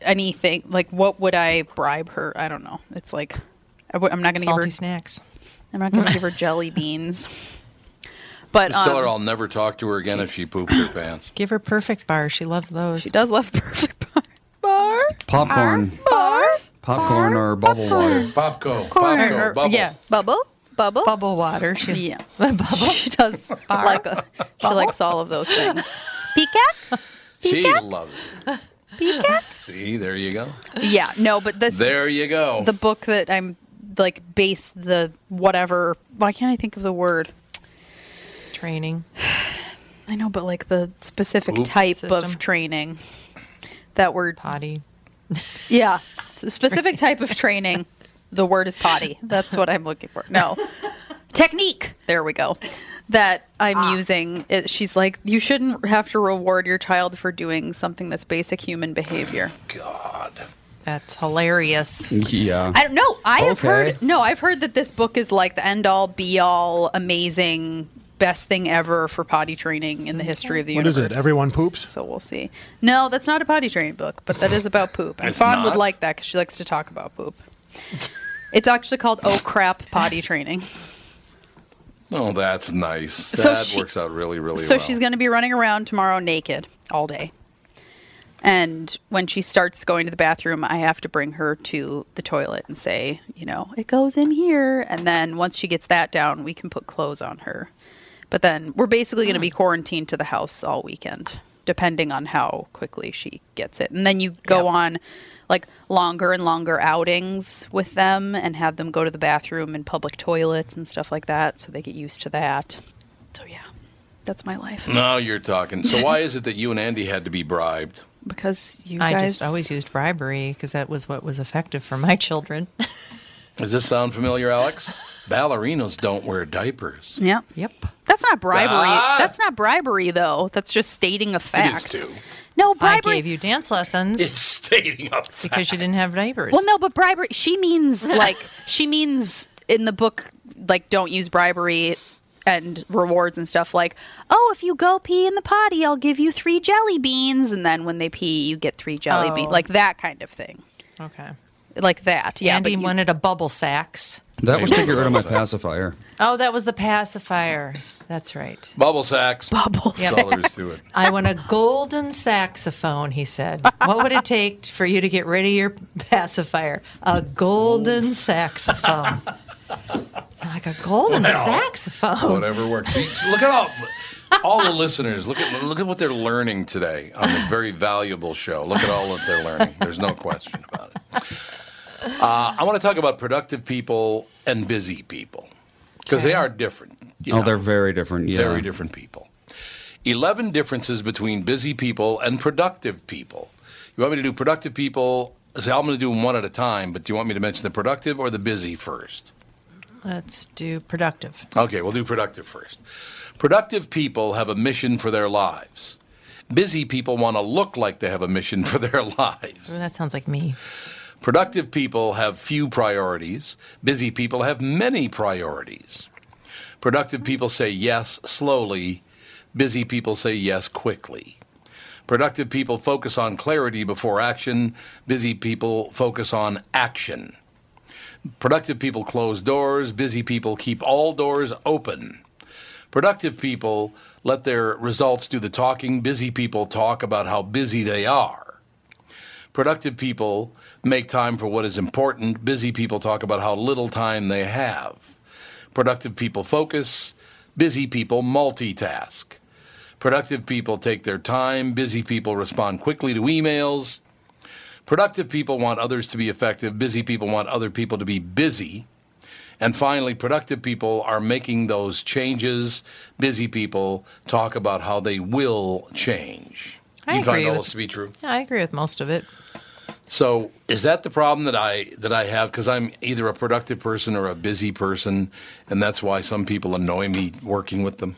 Speaker 4: anything. Like, what would I bribe her? I don't know. It's like I w- I'm not going to give
Speaker 2: Salty
Speaker 4: her.
Speaker 2: snacks.
Speaker 4: I'm not going to give
Speaker 2: [laughs]
Speaker 4: her jelly beans. But
Speaker 1: Just tell her
Speaker 4: um,
Speaker 1: I'll never talk to her again if she poops her pants.
Speaker 2: Give her perfect bar. She loves those.
Speaker 4: she does love perfect bar. Bar.
Speaker 5: Popcorn,
Speaker 4: Bar.
Speaker 5: popcorn, or bubble water.
Speaker 1: Popco,
Speaker 2: Or- or-
Speaker 1: popco, bubble.
Speaker 2: Yeah,
Speaker 4: Bubble. Bubble.
Speaker 2: bubble water. She,
Speaker 4: Yeah.
Speaker 2: [laughs] bubble.
Speaker 4: [laughs] She does like a, she likes all of those things.
Speaker 2: [laughs]
Speaker 4: Peacock.
Speaker 1: She loves it.
Speaker 4: Peacock.
Speaker 1: See, there you go.
Speaker 4: Yeah. No, but this
Speaker 1: There you go.
Speaker 4: the book that I'm like base the whatever. Why can't I think of the word?
Speaker 2: Training.
Speaker 4: [sighs] I know, but like the specific
Speaker 8: Oop.
Speaker 4: type
Speaker 2: System.
Speaker 4: of training that word.
Speaker 2: Potty.
Speaker 4: Yeah, the
Speaker 2: [laughs]
Speaker 4: specific type of training. The word is potty. That's what I'm looking for. No, technique. There we go. That I'm using. It, she's like, you shouldn't have to reward your child for doing something that's basic human behavior.
Speaker 8: God.
Speaker 2: That's hilarious.
Speaker 5: Yeah.
Speaker 4: I don't know. I have
Speaker 5: Okay.
Speaker 4: heard no, I've heard that this book is like the end all be all amazing best thing ever for potty training in the history of the
Speaker 3: What
Speaker 4: universe.
Speaker 3: is it? Everyone poops?
Speaker 4: So we'll see. No, that's not a potty training book, but that is about poop. And
Speaker 8: It's
Speaker 4: Fawn would
Speaker 8: not?
Speaker 4: like that because she likes to talk about poop. It's actually called Oh Crap Potty Training.
Speaker 1: Oh, that's nice.
Speaker 4: So
Speaker 1: that
Speaker 4: she-
Speaker 1: works out really, really
Speaker 4: So
Speaker 1: well.
Speaker 4: she's going to be running around tomorrow naked all day. And when she starts going to the bathroom, I have to bring her to the toilet and say, you know, it goes in here. And then once she gets that down, we can put clothes on her. But then we're basically going to be
Speaker 1: Hmm.
Speaker 4: quarantined to the house all weekend, depending on how quickly she gets it. And then you go on like longer and longer outings with them and have them go to the bathroom and public toilets and stuff like that. So they get used to that. So, yeah, that's my life.
Speaker 1: Now you're talking. So why is it that you and Andy had to be bribed?
Speaker 4: because you
Speaker 2: I
Speaker 4: guys
Speaker 2: just always used bribery because that was what was effective for
Speaker 4: [laughs]
Speaker 2: my children.
Speaker 1: Does this sound familiar, Alex? Ballerinas don't wear diapers.
Speaker 4: yeah
Speaker 2: yep.
Speaker 4: that's not bribery
Speaker 1: Ah!
Speaker 4: that's not bribery though that's just stating a
Speaker 1: It
Speaker 4: fact
Speaker 1: is too.
Speaker 4: no
Speaker 2: I
Speaker 4: bribery
Speaker 2: gave you dance lessons
Speaker 1: It's stating a fact.
Speaker 2: [laughs] because you didn't have diapers.
Speaker 4: well no but bribery she
Speaker 2: [laughs]
Speaker 4: means like she means in the book like don't use bribery and rewards and stuff like oh if you go pee in the potty i'll give you three jelly beans and then when they pee you get three jelly
Speaker 2: Oh.
Speaker 4: beans like that kind of thing
Speaker 2: Okay.
Speaker 4: like that yeah
Speaker 2: Andy
Speaker 4: but you-
Speaker 2: wanted a bubble sacks.
Speaker 5: That was to get rid of my pacifier.
Speaker 2: Oh, that was the pacifier. That's right.
Speaker 1: Bubble sacks.
Speaker 4: Bubble
Speaker 1: That's all there is to it.
Speaker 2: I want a golden saxophone, he said. What would it take for you to get rid of your pacifier? A
Speaker 4: Oh. [laughs]
Speaker 2: golden saxophone. Like a golden saxophone.
Speaker 1: Whatever works. See, Look at all, all the listeners. Look at look at what they're learning today on a very valuable show. Look at all that they're learning. There's no question about it. Uh, I want to talk about productive people and busy people because they are different. you
Speaker 5: Oh,
Speaker 1: know.
Speaker 5: they're very different. Yeah.
Speaker 1: Very different people. 11 differences between busy people and productive people. You want me to do productive people? Say, I'm going to do them one at a time, but do you want me to mention the productive or the busy first?
Speaker 2: Let's do productive.
Speaker 1: Okay, we'll do productive first. Productive people have a mission for their lives. Busy people want to look like they have a mission for their [laughs] lives.
Speaker 2: That sounds like me.
Speaker 1: Productive people have few priorities. Busy people have many priorities. Productive people say yes slowly. Busy people say yes quickly. Productive people focus on clarity before action. Busy people focus on action. Productive people close doors. Busy people keep all doors open. Productive people let their results do the talking. Busy people talk about how busy they are. Productive people make time for what is important. Busy people talk about how little time they have. Productive people focus. Busy people multitask. Productive people take their time. Busy people respond quickly to emails. Productive people want others to be effective. Busy people want other people to be busy. And finally, productive people are making those changes. Busy people talk about how they will change.
Speaker 2: I
Speaker 1: Do you find
Speaker 2: agree
Speaker 1: all
Speaker 2: with-
Speaker 1: this to be true?
Speaker 2: Yeah, I agree with most of it.
Speaker 1: So is that the problem that I that I have? Because I'm either a productive person or a busy person, and that's why some people annoy me working with them.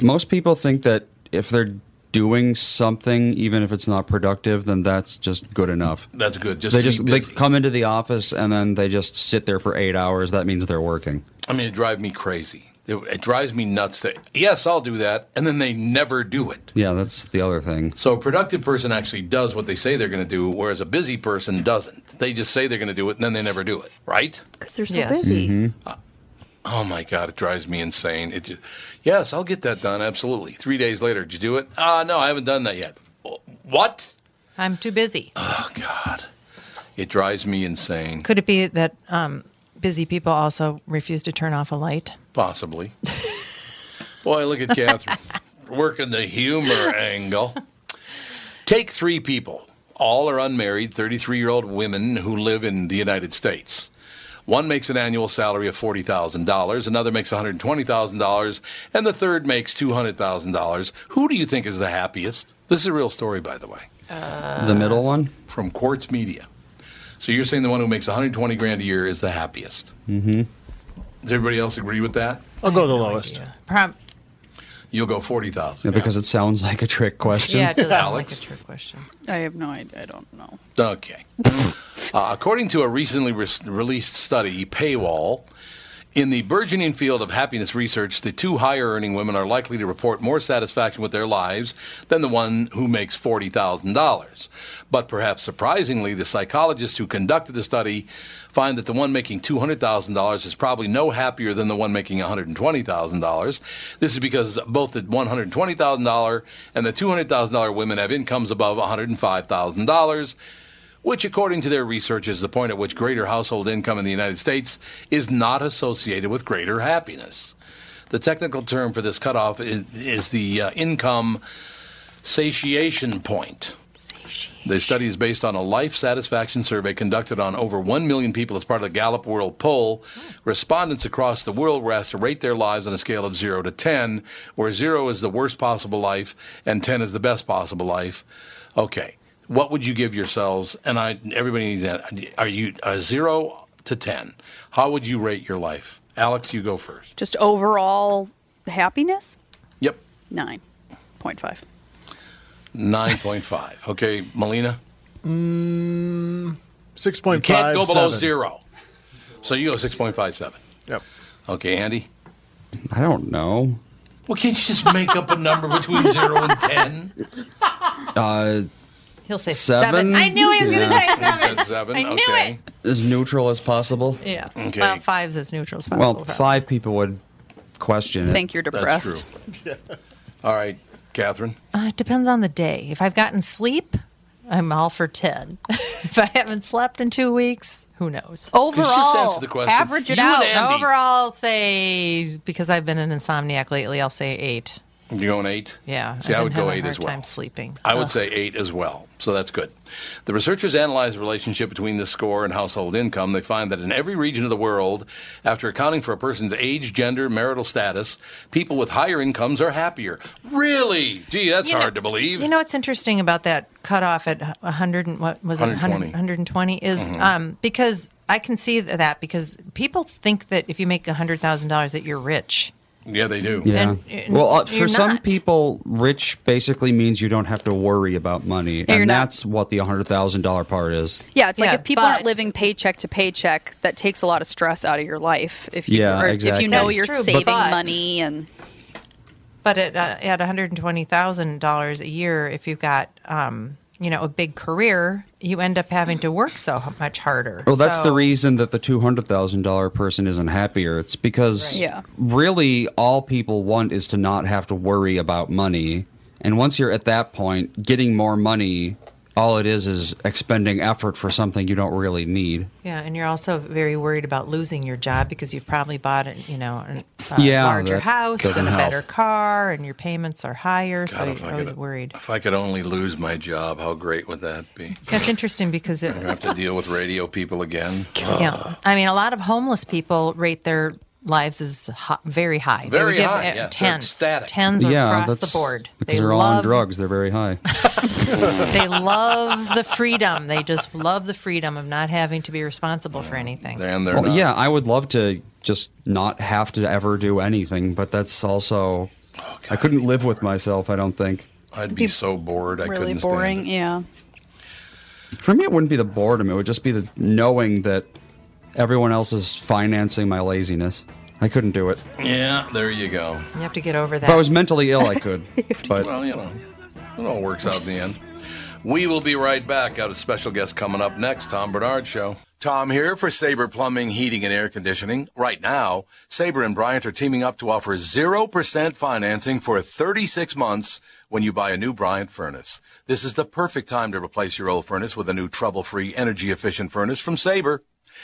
Speaker 5: Most people think that if they're doing something, even if it's not productive, then that's just good enough.
Speaker 1: That's good. Just
Speaker 5: They
Speaker 1: to be
Speaker 5: just they
Speaker 1: busy.
Speaker 5: come into the office and then they just sit there for eight hours. That means they're working.
Speaker 1: I mean, it drives me crazy. It, it drives me nuts. That yes, I'll do that, and then they never do it.
Speaker 5: Yeah, that's the other thing.
Speaker 1: So a productive person actually does what they say they're going to do, whereas a busy person doesn't. They just say they're going to do it, and then they never do it. Right?
Speaker 4: because they're so
Speaker 2: Yes.
Speaker 4: busy
Speaker 1: Oh my God, it drives me insane. It just, yes, I'll get that done. Absolutely. Three days later, did you do it? Ah, no, I haven't done that yet. What?
Speaker 2: I'm too busy.
Speaker 1: Oh God, it drives me insane.
Speaker 2: Could it be that um, busy people also refuse to turn off a light?
Speaker 1: Possibly. Boy, look at Catherine working the humor angle. Take three people. All are unmarried, 33 year old women who live in the United States. One makes an annual salary of $40,000, another makes $120,000, and the third makes $200,000. Who do you think is the happiest? This is a real story, by the way,
Speaker 5: the middle one?
Speaker 1: from Quartz Media. So you're saying the one who makes 120 grand a year is the happiest? Mm-hmm. Does everybody else agree with that?
Speaker 3: I'll go the lowest.
Speaker 2: Prob-
Speaker 1: You'll go
Speaker 5: Yeah,
Speaker 1: 40,000.
Speaker 5: because it sounds like a trick question.
Speaker 2: yeah, it does sound like
Speaker 1: Alex?
Speaker 2: a trick question.
Speaker 4: I have no idea. I don't know.
Speaker 1: Okay. [laughs] uh, according to a recently re- released study, Paywall, in the burgeoning field of happiness research, the two higher earning women are likely to report more satisfaction with their lives than the one who makes $40,000. But perhaps surprisingly, the psychologists who conducted the study find that the one making $200,000 is probably no happier than the one making $120,000. This is because both the $120,000 and the $200,000 women have incomes above $105,000 which, according to their research, is the point at which greater household income in the United States is not associated with greater happiness. The technical term for this cutoff is, is the uh, income satiation point. The study is based on a life satisfaction survey conducted on over 1 million people as part of the Gallup World Poll. Respondents across the world were asked to rate their lives on a scale of 0 to 10, where 0 is the worst possible life and 10 is the best possible life. Okay. What would you give yourselves? And I everybody needs that. Are you uh, 0 to 10? How would you rate your life? Alex, you go first.
Speaker 4: Just overall happiness?
Speaker 1: Yep.
Speaker 4: 9.5.
Speaker 1: 9.5. Okay, Melina?
Speaker 3: Mm, Six point
Speaker 1: Can't
Speaker 3: five.
Speaker 1: go below 0. So you go 6.57.
Speaker 3: Yep.
Speaker 1: Okay, Andy?
Speaker 5: I don't know.
Speaker 1: Well, can't you just make up a number [laughs] between zero and ten?
Speaker 5: Uh,
Speaker 2: He'll say
Speaker 5: Seven?
Speaker 2: seven. I knew he was going to
Speaker 5: Yeah.
Speaker 2: say seven.
Speaker 1: seven.
Speaker 2: I knew
Speaker 1: okay.
Speaker 5: As neutral as possible.
Speaker 2: Yeah.
Speaker 1: Okay.
Speaker 2: Well, five's as neutral as possible.
Speaker 5: Well,
Speaker 2: probably.
Speaker 5: five people would question it.
Speaker 4: Think you're
Speaker 1: That's
Speaker 4: depressed.
Speaker 1: true. All right, Catherine.
Speaker 2: Uh, it depends on the day. If I've gotten sleep, I'm all for 10. [laughs] if I haven't slept in two weeks, who knows?
Speaker 1: [laughs] just
Speaker 4: Overall,
Speaker 1: answer the question.
Speaker 4: average it
Speaker 1: You and
Speaker 4: out.
Speaker 1: Andy.
Speaker 2: Overall, say, because I've been an insomniac lately, I'll say eight.
Speaker 1: You going eight?
Speaker 2: Yeah.
Speaker 1: See, I,
Speaker 2: didn't
Speaker 1: would
Speaker 2: have
Speaker 1: go
Speaker 2: a
Speaker 1: eight
Speaker 2: hard
Speaker 1: as well.
Speaker 2: Time sleeping.
Speaker 1: I would
Speaker 2: Ugh.
Speaker 1: say eight as well. So that's good. The researchers analyzed the relationship between the score and household income. They find that in every region of the world, after accounting for a person's age, gender, marital status, people with higher incomes are happier. Really? Gee, that's
Speaker 2: You know-
Speaker 1: hard to believe.
Speaker 2: You know what's interesting about that cutoff at 100 and what was it
Speaker 1: 120.
Speaker 2: 100 120 is
Speaker 4: Mm-hmm.
Speaker 2: um, because I can see th- that because people think that if you make $100,000 that you're rich.
Speaker 1: yeah, they do.
Speaker 5: Yeah.
Speaker 2: And- and
Speaker 5: well, uh, for
Speaker 2: you're
Speaker 5: some
Speaker 2: not.
Speaker 5: people, rich basically means you don't have to worry about money,
Speaker 4: you're
Speaker 5: and
Speaker 4: not.
Speaker 5: that's what the hundred thousand dollar part is.
Speaker 4: Yeah, it's like
Speaker 2: Yeah,
Speaker 4: if people aren't
Speaker 2: but-
Speaker 4: living paycheck to paycheck, that takes a lot of stress out of your life. If you,
Speaker 5: Yeah,
Speaker 4: or If
Speaker 5: exactly.
Speaker 4: you know
Speaker 2: That's
Speaker 4: you're
Speaker 2: true,
Speaker 4: saving
Speaker 2: but-
Speaker 4: money and
Speaker 2: But at, uh, at $120,000 a year, if you've got, um, you know, a big career, you end up having to work so h- much harder.
Speaker 5: Well, that's the
Speaker 2: So-
Speaker 5: reason that the two hundred thousand dollar person isn't happier. It's because
Speaker 4: Right. Yeah.
Speaker 5: really all people want is to not have to worry about money, and once you're at that point, getting more money, all it is is expending effort for something you don't really need.
Speaker 2: Yeah, and you're also very worried about losing your job because you've probably bought, an, you know, an- a
Speaker 5: Yeah,
Speaker 2: larger
Speaker 5: that
Speaker 2: house
Speaker 5: doesn't
Speaker 2: and a
Speaker 5: help.
Speaker 2: better car, and your payments are higher,
Speaker 1: God,
Speaker 2: so
Speaker 1: if I
Speaker 2: you're always
Speaker 1: could-
Speaker 2: worried.
Speaker 1: If I could only lose my job, how great would that be?
Speaker 2: That's interesting because it,
Speaker 1: I have to deal with radio people again. [sighs]
Speaker 2: yeah, I mean, a lot of homeless people rate their lives as hi- very high. They
Speaker 1: Very
Speaker 2: would give
Speaker 1: high,
Speaker 2: it
Speaker 1: yeah, they're
Speaker 2: tens,
Speaker 1: ecstatic.
Speaker 2: tens are
Speaker 5: yeah,
Speaker 2: across
Speaker 5: that's
Speaker 2: the board.
Speaker 5: because
Speaker 2: They
Speaker 5: are all on
Speaker 2: love,
Speaker 5: drugs. They're very
Speaker 2: [laughs]
Speaker 5: high.
Speaker 2: they love the freedom. They just love the freedom of not having to be responsible for anything.
Speaker 1: And they're
Speaker 5: Well,
Speaker 1: not.
Speaker 5: yeah, I would love to just not have to ever do anything, but that's also I couldn't live with myself. I don't think.
Speaker 1: Oh, I'd be so bored. I
Speaker 4: really
Speaker 1: couldn't
Speaker 4: boring.
Speaker 1: stand it.
Speaker 4: Yeah.
Speaker 5: For me, it wouldn't be the boredom; it would just be the knowing that everyone else is financing my laziness. I couldn't do it.
Speaker 1: Yeah, there you go.
Speaker 2: You have to get over that.
Speaker 5: If I was mentally ill, I could. But
Speaker 1: [laughs] Well, you know, it all works out in the end. We will be right back. Got a special guest coming up next, Tom Bernard Show. Tom here for Sabre Plumbing, Heating, and Air Conditioning. Right now, Sabre and Bryant are teaming up to offer 0% financing for 36 months when you buy a new Bryant furnace. This is the perfect time to replace your old furnace with a new trouble-free, energy-efficient furnace from Sabre.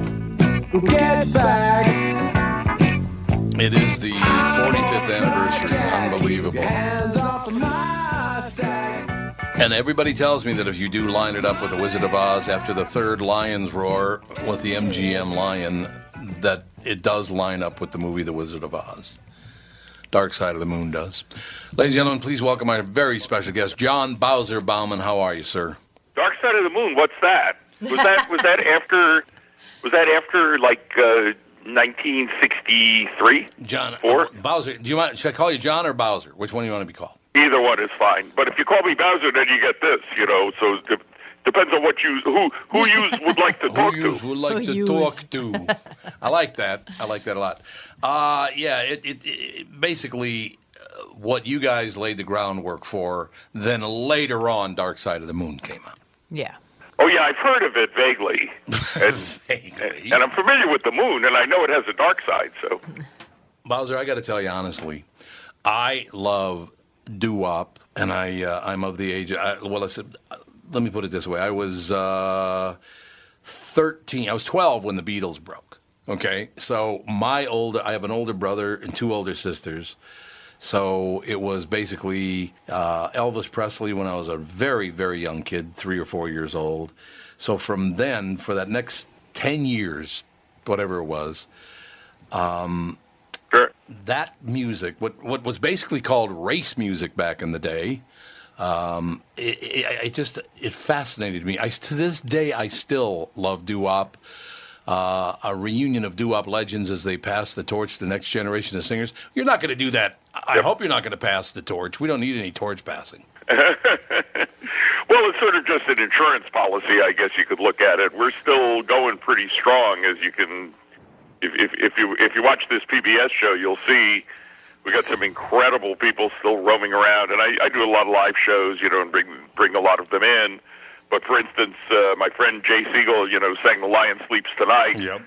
Speaker 9: Get back.
Speaker 1: It is the 45th anniversary. Unbelievable.
Speaker 9: Hands off of my stack.
Speaker 1: And everybody tells me that if you do line it up with the Wizard of Oz after the third lion's roar with the MGM lion, that it does line up with the movie The Wizard of Oz. Dark Side of the Moon does. Ladies and gentlemen, please welcome our very special guest, John Bowser Bauman. How are you, sir?
Speaker 10: Dark Side of the Moon. What's that? Was
Speaker 1: [laughs]
Speaker 10: that was that after? Was that after like uh, 1963?
Speaker 1: John uh, Bowser. Do you mind? Should I call you John or Bowser? Which one do you want to be called?
Speaker 10: Either one is fine. But if you call me Bowser, then you get this. You know, so it de- depends on what you who
Speaker 1: [laughs]
Speaker 10: who you would like to talk
Speaker 1: who yous
Speaker 10: to.
Speaker 1: would like to talk to. I like that. I like that a lot. Uh, yeah, it, it, it basically uh, what you guys laid the groundwork for. Then later on, Dark Side of the Moon came out.
Speaker 2: Yeah.
Speaker 10: Oh yeah, I've heard of it
Speaker 1: [laughs]
Speaker 10: vaguely, and, and I'm familiar with the moon, and I know it has a dark side. So
Speaker 1: Bowser, I got to tell you honestly, I love doo wop, and I uh, I'm of the age. I, well, I said, let me put it this way: I was uh, 13. I was 12 when the Beatles broke. Okay, so my older, I have an older brother and two older sisters. So it was basically uh, Elvis Presley when I was a very, very young kid, three or four years old. So from then, for that next 10 years, whatever it was, um, that music, what, what was basically called race music back in the day, um, it, it, it just it fascinated me. I, to this day, I still love doo wop. Uh, a reunion of doo wop legends as they pass the torch to the next generation of singers. You're not going to do that. I I hope you're not going to pass the torch. We don't need any torch passing.
Speaker 10: [laughs] well, it's sort of just an insurance policy, I guess you could look at it. We're still going pretty strong, as you can. If, if, if you if you watch this PBS show, you'll see we got some incredible people still roaming around, and I, I do a lot of live shows, you know, and bring bring a lot of them in. But for instance, uh, my friend Jay Siegel, you know, sang "The Lion Sleeps Tonight."
Speaker 1: Yep.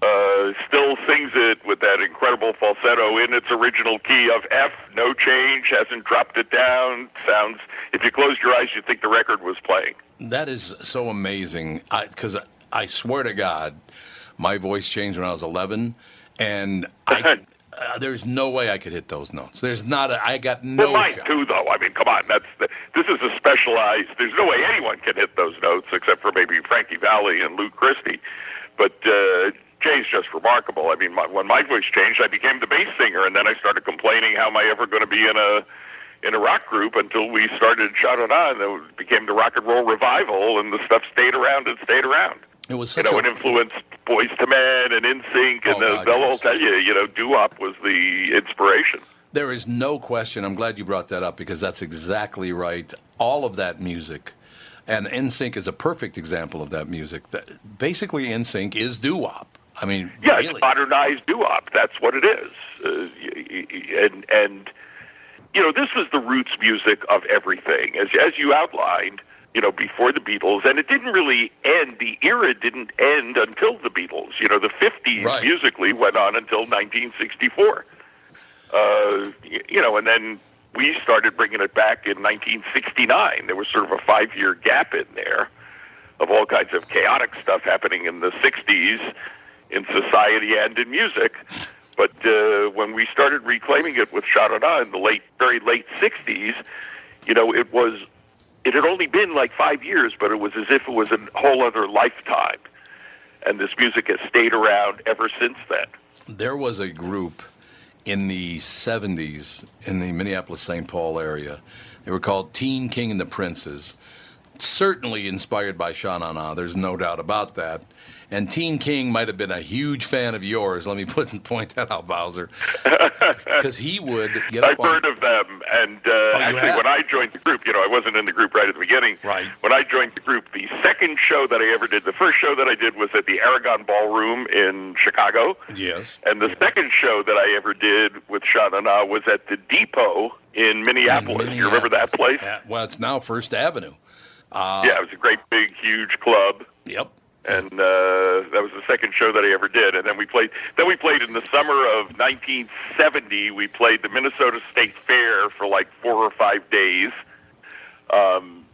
Speaker 10: Uh, still sings it with that incredible falsetto in its original key of F. No change, hasn't dropped it down. Sounds. If you closed your eyes, you'd think the record was playing.
Speaker 1: That is so amazing. Because I, I, swear to God, my voice changed when I was 11, and I, uh, there's no way I could hit those notes. There's not. A, I got no
Speaker 10: well, mine
Speaker 1: shot.
Speaker 10: too, though. I mean, come on. That's the, this is a specialized. There's no way anyone can hit those notes except for maybe Frankie Valley and Lou Christie. But uh, Jay's just remarkable. I mean, my, when my voice changed, I became the bass singer, and then I started complaining, "How am I ever going to be in a in a rock group?" Until we started Sha Da Da, and it became the rock and roll revival, and the stuff stayed around and stayed around.
Speaker 1: It was
Speaker 10: you
Speaker 1: such
Speaker 10: know,
Speaker 1: a
Speaker 10: it influenced Boys to Men and InSync, and
Speaker 1: Oh,
Speaker 10: uh,
Speaker 1: God,
Speaker 10: they'll all
Speaker 1: yes.
Speaker 10: tell you, you know, doo wop was the inspiration.
Speaker 1: There is no question. I'm glad you brought that up because that's exactly right. All of that music, and NSYNC is a perfect example of that music. That basically, NSYNC is doo wop. I mean,
Speaker 10: Yeah, it's modernized doo wop. That's what it is. Uh, y- y- y- and and you know, this was the roots music of everything, as as you outlined. You know, before the Beatles, and it didn't really end. The era didn't end until the Beatles. You know, the '50s musically went on until 1964. Uh, y- you know, and then we started bringing it back in 1969. There was sort of a five-year gap in there of all kinds of chaotic stuff happening in the '60s in society and in music. But uh, when we started reclaiming it with Sha Da Da in the late, very late '60s, you know, it was it had only been like five years, but it was as if it was a whole other lifetime. And this music has stayed around ever since then.
Speaker 1: There was a group in the 70s in the Minneapolis St. Paul area. They were called Teen King and the Princes. certainly inspired by Sha Na Na. There's no doubt about that. And Teen King might have been a huge fan of yours. Let me put [laughs] point that out,
Speaker 10: [laughs]
Speaker 1: Bowser, because he would get
Speaker 10: I've
Speaker 1: up on.
Speaker 10: heard of them, and uh, actually,
Speaker 1: have?
Speaker 10: when I joined the group, you know, I wasn't in the group right at the beginning. Right. When I joined the group, the second show that I ever did, the first show that I did was at the Aragon Ballroom in Chicago,
Speaker 1: Yes.
Speaker 10: and the second show that I ever did with Sha Na Na was at the Depot in Minneapolis. You remember that place?
Speaker 1: At- well, it's now First Avenue. Uh,
Speaker 10: yeah, it was a great big huge club.
Speaker 1: Yep.
Speaker 10: And uh, that was the second show that I ever did, and then we played. Then we played in the summer of 1970. We played the Minnesota State Fair for like four or five days, um,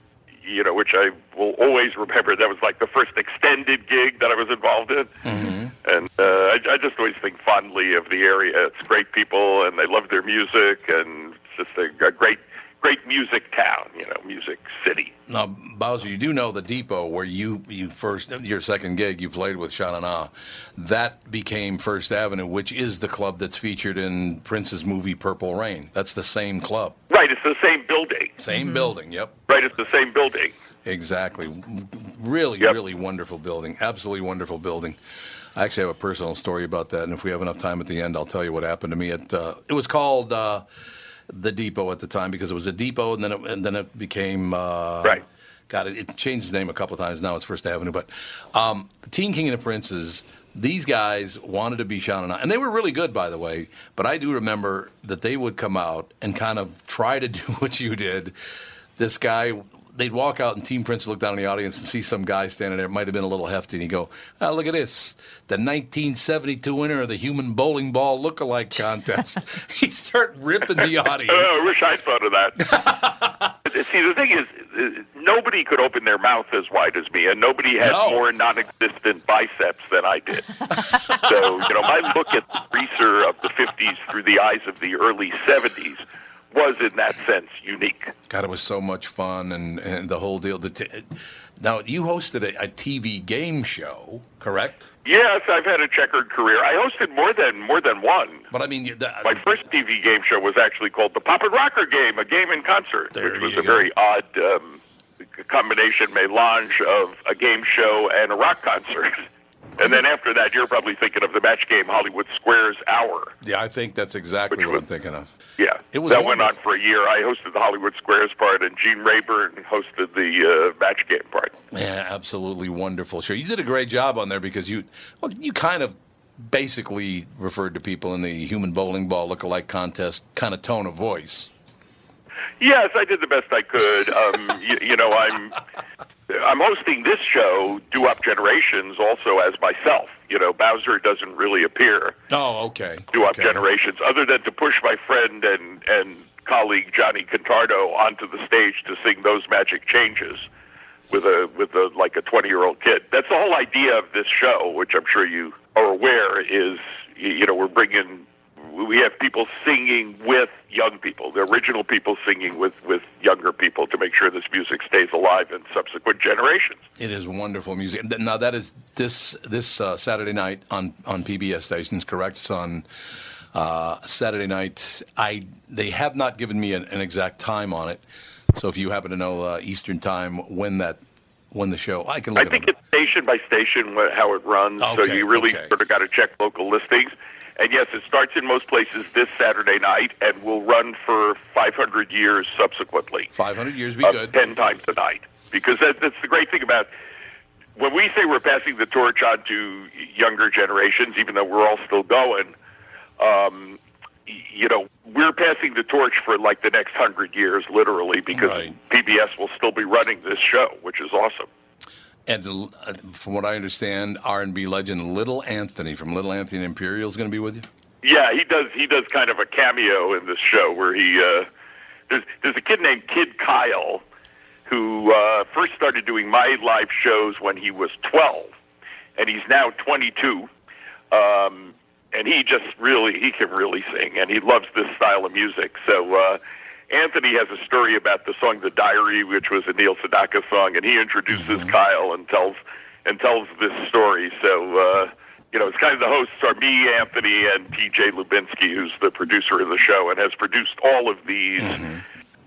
Speaker 10: you know, which I will always remember. That was like the first extended gig that I was involved in,
Speaker 1: Mm-hmm.
Speaker 10: and uh, I, I just always think fondly of the area. It's great people, and they love their music, and it's just a, a great, great music town. You know, music city.
Speaker 1: Now, Bowser, you do know the depot where you, you first your second gig you played with Sha Na Na. That became First Avenue, which is the club that's featured in Prince's movie Purple Rain. That's the same club,
Speaker 10: Right, it's the same building.
Speaker 1: same building. Yep,
Speaker 10: Right, it's the same building.
Speaker 1: exactly. Really, really wonderful building. Absolutely wonderful building. I actually have a personal story about that, and if we have enough time at the end, I'll tell you what happened to me. At uh, it was called uh, the Depot at the time because it was a depot, and then it, and then it became uh, right. God, it, it changed its name a couple of times. Now it's First Avenue, but um, Teen King and the Princes. These guys wanted to be Sean and I, and they were really good, by the way. But I do remember that they would come out and kind of try to [laughs] do what you did. This guy, they'd walk out, and Team Prince would look down in the audience and see some guy standing there. It might have been a little hefty, and he'd go, ah, "Look at this, the 1972 winner of the Human Bowling Ball Lookalike Contest." [laughs] he'd start ripping [laughs] the audience.
Speaker 10: I wish I thought of that. See, the thing is, uh, nobody could open their mouth as wide as me, and nobody had
Speaker 1: No.
Speaker 10: more non-existent biceps than I did. so, you know, my look at the greaser of the '50s through the eyes of the early '70s was, in that sense, unique.
Speaker 1: God, it was so much fun, and, and the whole deal. The t- now you hosted a, a TV game show, correct?
Speaker 10: Yes, I've had a checkered career. I hosted more than more than one.
Speaker 1: But I mean, uh,
Speaker 10: my first TV game show was actually called the Pop and Rocker Game, a game in concert, which was a very odd um, combination melange of a game show and a rock concert. [laughs] and then after that, you're probably thinking of the match game Hollywood Squares Hour.
Speaker 1: Yeah, I think that's exactly what I'm thinking of.
Speaker 10: Yeah,
Speaker 1: It was
Speaker 10: that went on
Speaker 1: wonderful.
Speaker 10: for a year. I hosted the Hollywood Squares part, and Gene Rayburn hosted the uh, match game part.
Speaker 1: Yeah, absolutely wonderful show. You did a great job on there because you, well, you kind of basically referred to people in the human bowling ball look-alike contest kind of tone of voice.
Speaker 10: Yes, I did the best I could.
Speaker 1: [laughs]
Speaker 10: Um, you, you know, I'm I'm hosting this show, Do Up Generations, also as myself. You know, Bowser doesn't really appear
Speaker 1: Oh, okay.
Speaker 10: Do Up
Speaker 1: okay.
Speaker 10: Generations, other than to push my friend and and colleague Johnny Contardo onto the stage to sing those magic changes with a with a like a twenty year old kid. That's the whole idea of this show, which I'm sure you are aware is y- you know we're bringing we have people singing with young people, the original people singing with with younger people to make sure this music stays alive in subsequent generations.
Speaker 1: It is wonderful music. And th- Now that is this this uh, Saturday night on on PBS stations, correct? It's on uh, Saturday night. I they have not given me an, an exact time on it. So if you happen to know uh, Eastern time when that when the show, I can look
Speaker 10: I
Speaker 1: it
Speaker 10: think
Speaker 1: up.
Speaker 10: it's station by station wh- how it runs. so
Speaker 1: Okay,
Speaker 10: you really
Speaker 1: okay.
Speaker 10: sort of got to check local listings. And yes, it starts in most places this Saturday night and will run for 500 years subsequently.
Speaker 1: 500 years, be good.
Speaker 10: 10 times a night. Because that, that's the great thing about when we say we're passing the torch on to younger generations, even though we're all still going, um, y- you know, we're passing the torch for like the next 100 years, literally, because PBS will still be running this show, which is awesome.
Speaker 1: And uh, from what I understand, R and B legend Little Anthony from Little Anthony and Imperial is going to be with you.
Speaker 10: Yeah, he does. He does kind of a cameo in this show where he uh, there's there's a kid named Kid Kyle who uh, first started doing my live shows when he was 12, and he's now 22. Um, and he just really he can really sing, and he loves this style of music. So uh, Anthony has a story about the song "The Diary," which was a Neil Sedaka song, and he introduces Kyle and tells and tells this story. So. Uh, you know, it's kind of the hosts are me, Anthony, and T.J. Lubinsky, who's the producer of the show and has produced all of these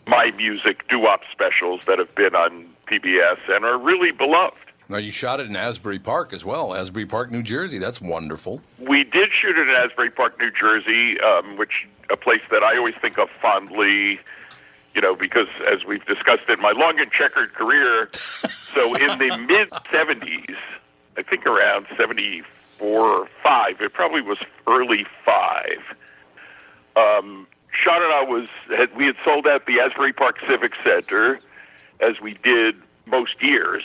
Speaker 10: my music doo-wop specials that have been on PBS and are really beloved.
Speaker 1: Now you shot it in Asbury Park as well, Asbury Park, New Jersey. That's wonderful.
Speaker 10: We did shoot it in Asbury Park, New Jersey, um, which a place that I always think of fondly, you know, because as we've discussed in my long and checkered career, so in the mid '70s, I think around '74 or five, it probably was early five. Um, Sean and I was had, we had sold out the Asbury Park Civic Center, as we did most years,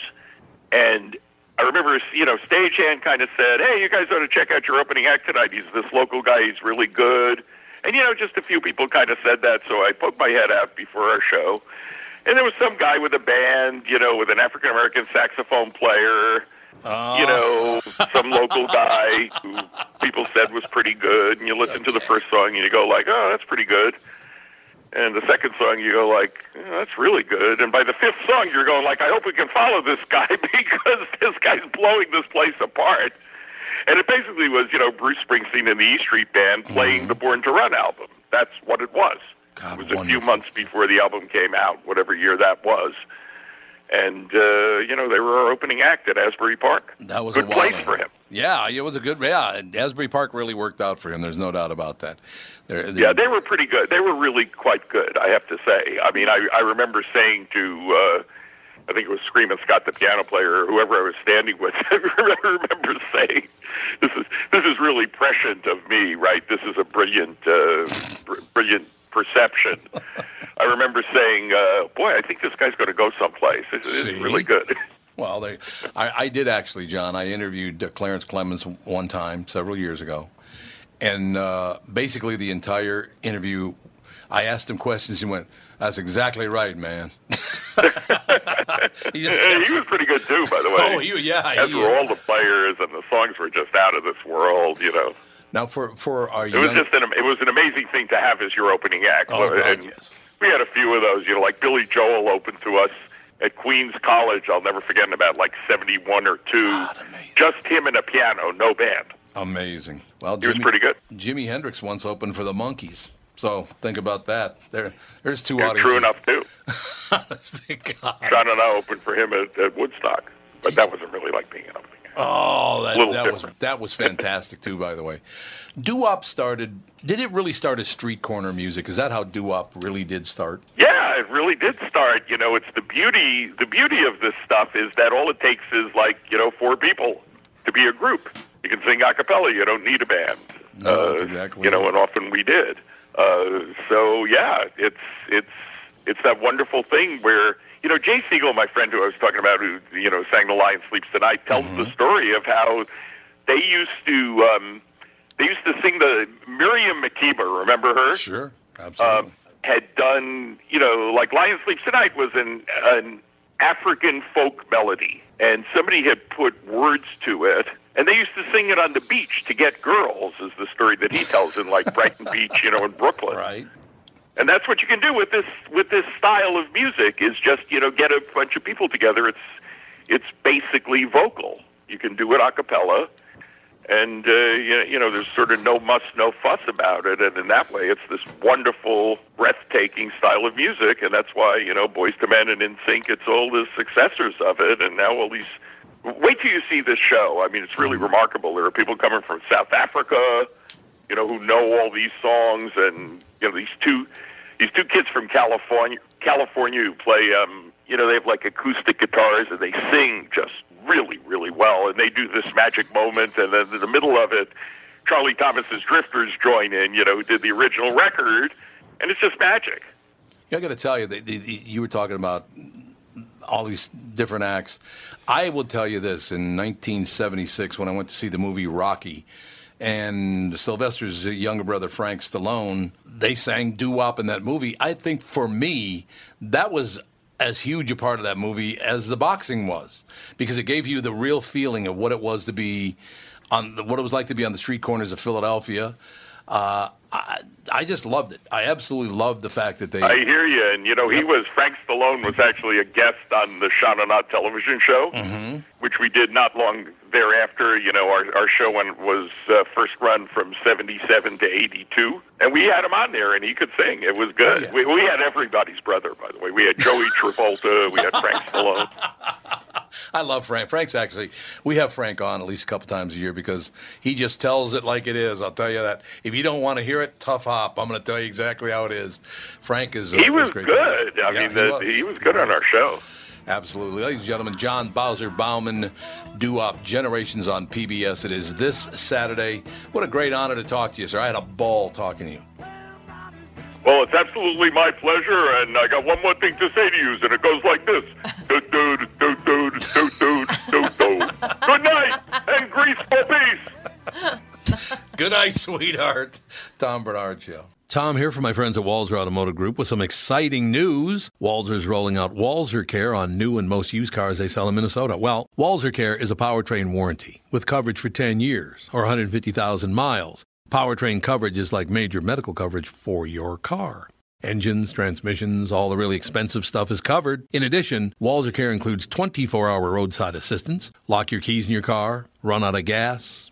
Speaker 10: and I remember, you know, stagehand kind of said, "Hey, you guys ought to check out your opening act tonight. He's this local guy. He's really good." And you know, just a few people kind of said that, so I poked my head out before our show. And there was some guy with a band, you know, with an African American saxophone player, you know, some local guy who people said was pretty good. And you listen to the first song and you go like, "Oh, that's pretty good." And the second song, you go like, "Yeah, "That's really good." And by the fifth song, you're going like, "I hope we can follow this guy [laughs] because this guy's blowing this place apart." And it basically was, you know, Bruce Springsteen and the E Street Band
Speaker 1: Mm-hmm.
Speaker 10: playing the Born to Run album. That's what it was. it was a few months before the album came out, whatever year that was. And uh, you know, they were our opening act at Asbury Park.
Speaker 1: That was
Speaker 10: good
Speaker 1: a while
Speaker 10: place
Speaker 1: ago.
Speaker 10: for him.
Speaker 1: Yeah, it was a good. Yeah, Asbury Park really worked out for him. There's no doubt about that. There- there-
Speaker 10: Yeah, they were pretty good. They were really quite good, I have to say. I mean, I, I remember saying to, uh, I think it was Screaming Scott, the piano player, or whoever I was standing with, [laughs] I remember saying, this is, this is really prescient of me, right? This is a brilliant, uh, br- brilliant perception. I remember saying, uh, boy, I think this guy's going to go someplace. This is really good.
Speaker 1: Well, they, I, I did actually, John. I interviewed uh, Clarence Clemens one time several years ago, and uh, basically the entire interview, I asked him questions. He went, "That's exactly right, man." [laughs] he,
Speaker 10: was pretty good too, by the way.
Speaker 1: Oh, you, [laughs] yeah,
Speaker 10: As
Speaker 1: he-
Speaker 10: were all the players, and the songs were just out of this world, you know.
Speaker 1: Now for for our
Speaker 10: It was
Speaker 1: young,
Speaker 10: just an it was an amazing thing to have as your opening act.
Speaker 1: Oh, God,
Speaker 10: and We had a few of those, you know, like Billy Joel opened to us at Queens College. I'll never forget in about like seventy one or two. just him and a piano, no band.
Speaker 1: amazing. Well,
Speaker 10: He was
Speaker 1: Jimmy,
Speaker 10: pretty good.
Speaker 1: Jimi Hendrix once opened for the Monkees. So think about that. There, there's 2
Speaker 10: And
Speaker 1: audiences.
Speaker 10: true
Speaker 1: [laughs]
Speaker 10: enough too. Sean and I opened for him at, at Woodstock, but that wasn't really like being an opening.
Speaker 1: Oh, that,
Speaker 10: Little
Speaker 1: that was
Speaker 10: different.
Speaker 1: that was fantastic too. By the way, doo wop started. Did it really start as street corner music? Is that how doo wop really did start?
Speaker 10: Yeah, it really did start. You know, it's the beauty. The beauty of this stuff is that all it takes is like you know four people to be a group. You can sing a cappella. You don't need a band.
Speaker 1: No, that's
Speaker 10: Uh,
Speaker 1: exactly
Speaker 10: You know,
Speaker 1: right.
Speaker 10: and often we did. Uh, so yeah, it's it's it's that wonderful thing where you know Jay Siegel, my friend who I was talking about, who you know sang "The Lion Sleeps Tonight," tells
Speaker 1: Mm-hmm.
Speaker 10: the story of how they used to um, they used to sing the Miriam Makeba. Remember her? Um,
Speaker 1: Sure,
Speaker 10: absolutely. had done you know like "Lion Sleeps Tonight" was an an African folk melody, and somebody had put words to it. And they used to sing it on the beach to get girls, is the story that he tells in like Brighton Beach, you know, in Brooklyn.
Speaker 1: Right.
Speaker 10: And that's what you can do with this with this style of music is just you know get a bunch of people together. It's it's basically vocal. You can do it a cappella, and uh, you, you know there's sort of no muss, no fuss about it. And in that way, it's this wonderful, breathtaking style of music. And that's why you know Boys to Men and In Sync. It's all the successors of it, and now all these. Wait till you see this show. I mean, it's really remarkable. There are people coming from South Africa you know, who know all these songs, and you know these two these two kids from California, California who play, um, you know, they have like acoustic guitars and they sing just really, really well, and they do this magic moment, and then in the middle of it, Charlie Thomas's Drifters join in, you know, who did the original record, and it's just magic.
Speaker 1: Yeah, I got to tell you, the, the, the, you were talking about all these different acts. I will tell you this: in 1976, when I went to see the movie Rocky, and Sylvester's younger brother Frank Stallone, they sang doo wop in that movie. I think for me, that was as huge a part of that movie as the boxing was, because it gave you the real feeling of what it was to be on the, what it was like to be on the street corners of Philadelphia. Uh, I, I just loved it. I absolutely loved the fact that they.
Speaker 10: I hear you, and you know he was Frank Stallone was actually a guest on the Shot or Not television show,
Speaker 1: Mhm.
Speaker 10: which we did not long thereafter. You know, our our show went, was uh, first run from '77 to '82, and we had him on there, and he could sing. It was good. we, we had everybody's brother, by the way. We had Joey Travolta, we had Frank Stallone.
Speaker 1: I love Frank. Frank's actually, we have Frank on at least a couple times a year because he just tells it like it is. I'll tell you that. If you don't want to hear it, tough hop. I'm going to tell you exactly how it is. Frank is. uh,
Speaker 10: He was
Speaker 1: great.
Speaker 10: good. I mean, the- he was good on our show.
Speaker 1: Absolutely. Ladies and gentlemen, John Bowser Bauman, doo Generations on PBS. It is this Saturday. What a great honor to talk to you, sir. I had a ball talking to you.
Speaker 10: Well, it's absolutely my pleasure, and I got one more thing to say to you, and it goes like this: [laughs] Do, do, do, do, do, do, do, do, do. Good night, and grease for peace.
Speaker 1: Good night, sweetheart. Tom Bernard Show.
Speaker 8: Tom here from my friends at Walzer Automotive Group with some exciting news. Walzer's rolling out Walzer Care on new and most used cars they sell in Minnesota. Well, Walzer Care is a powertrain warranty with coverage for 10 years or 150,000 miles. Powertrain coverage is like major medical coverage for your car. Engines, transmissions, all the really expensive stuff is covered. In addition, Walzer Care includes 24 hour roadside assistance. Lock your keys in your car, run out of gas,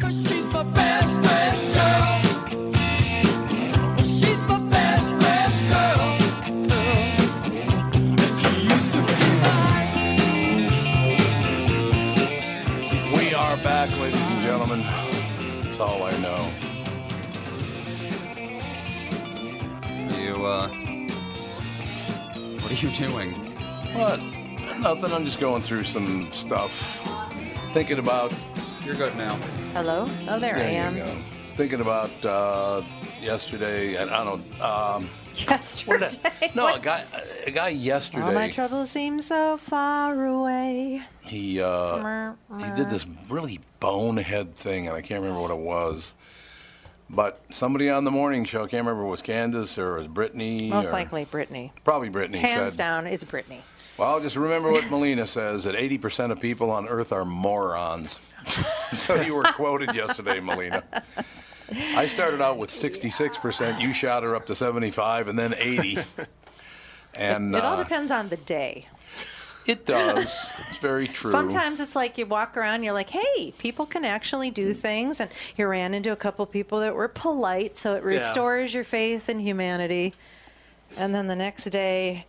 Speaker 9: Cause she's my best friend's girl. She's my best friend's girl. And she used to be mine. She said,
Speaker 1: We are back, ladies and gentlemen. That's all I know.
Speaker 5: You, uh, what are you doing?
Speaker 1: What? Nothing. I'm just going through some stuff. Thinking about. You're good now.
Speaker 2: Hello? Oh, there, I am.
Speaker 1: You go. Thinking about uh, yesterday, and I don't. Um,
Speaker 2: [laughs] Yesterday.
Speaker 1: no, a guy, a guy
Speaker 2: [laughs] All my
Speaker 1: yesterday.
Speaker 2: troubles seem so far away.
Speaker 1: He uh,
Speaker 2: Mer,
Speaker 1: he
Speaker 2: mer.
Speaker 1: did this really bonehead thing, and I can't remember what it was. But somebody on the morning show, I can't remember if it was Candace or it was Brittany.
Speaker 2: Most
Speaker 1: or-
Speaker 2: likely Brittany.
Speaker 1: Probably Brittany
Speaker 2: Hands
Speaker 1: said.
Speaker 2: down, it's Brittany.
Speaker 1: Well, just remember what Melina says that 80% of people on Earth are morons. [laughs] so you were quoted yesterday, Melina. I started out with 66%. You shot her up to 75 and then 80. And
Speaker 2: it all
Speaker 1: uh,
Speaker 2: depends on the day.
Speaker 1: it does. It's very true.
Speaker 2: Sometimes it's like you walk around, and you're like, hey, people can actually
Speaker 3: Mm.
Speaker 2: do things. And you ran into a couple people that were polite, so it
Speaker 1: Yeah.
Speaker 2: restores your faith in humanity. And then the next day,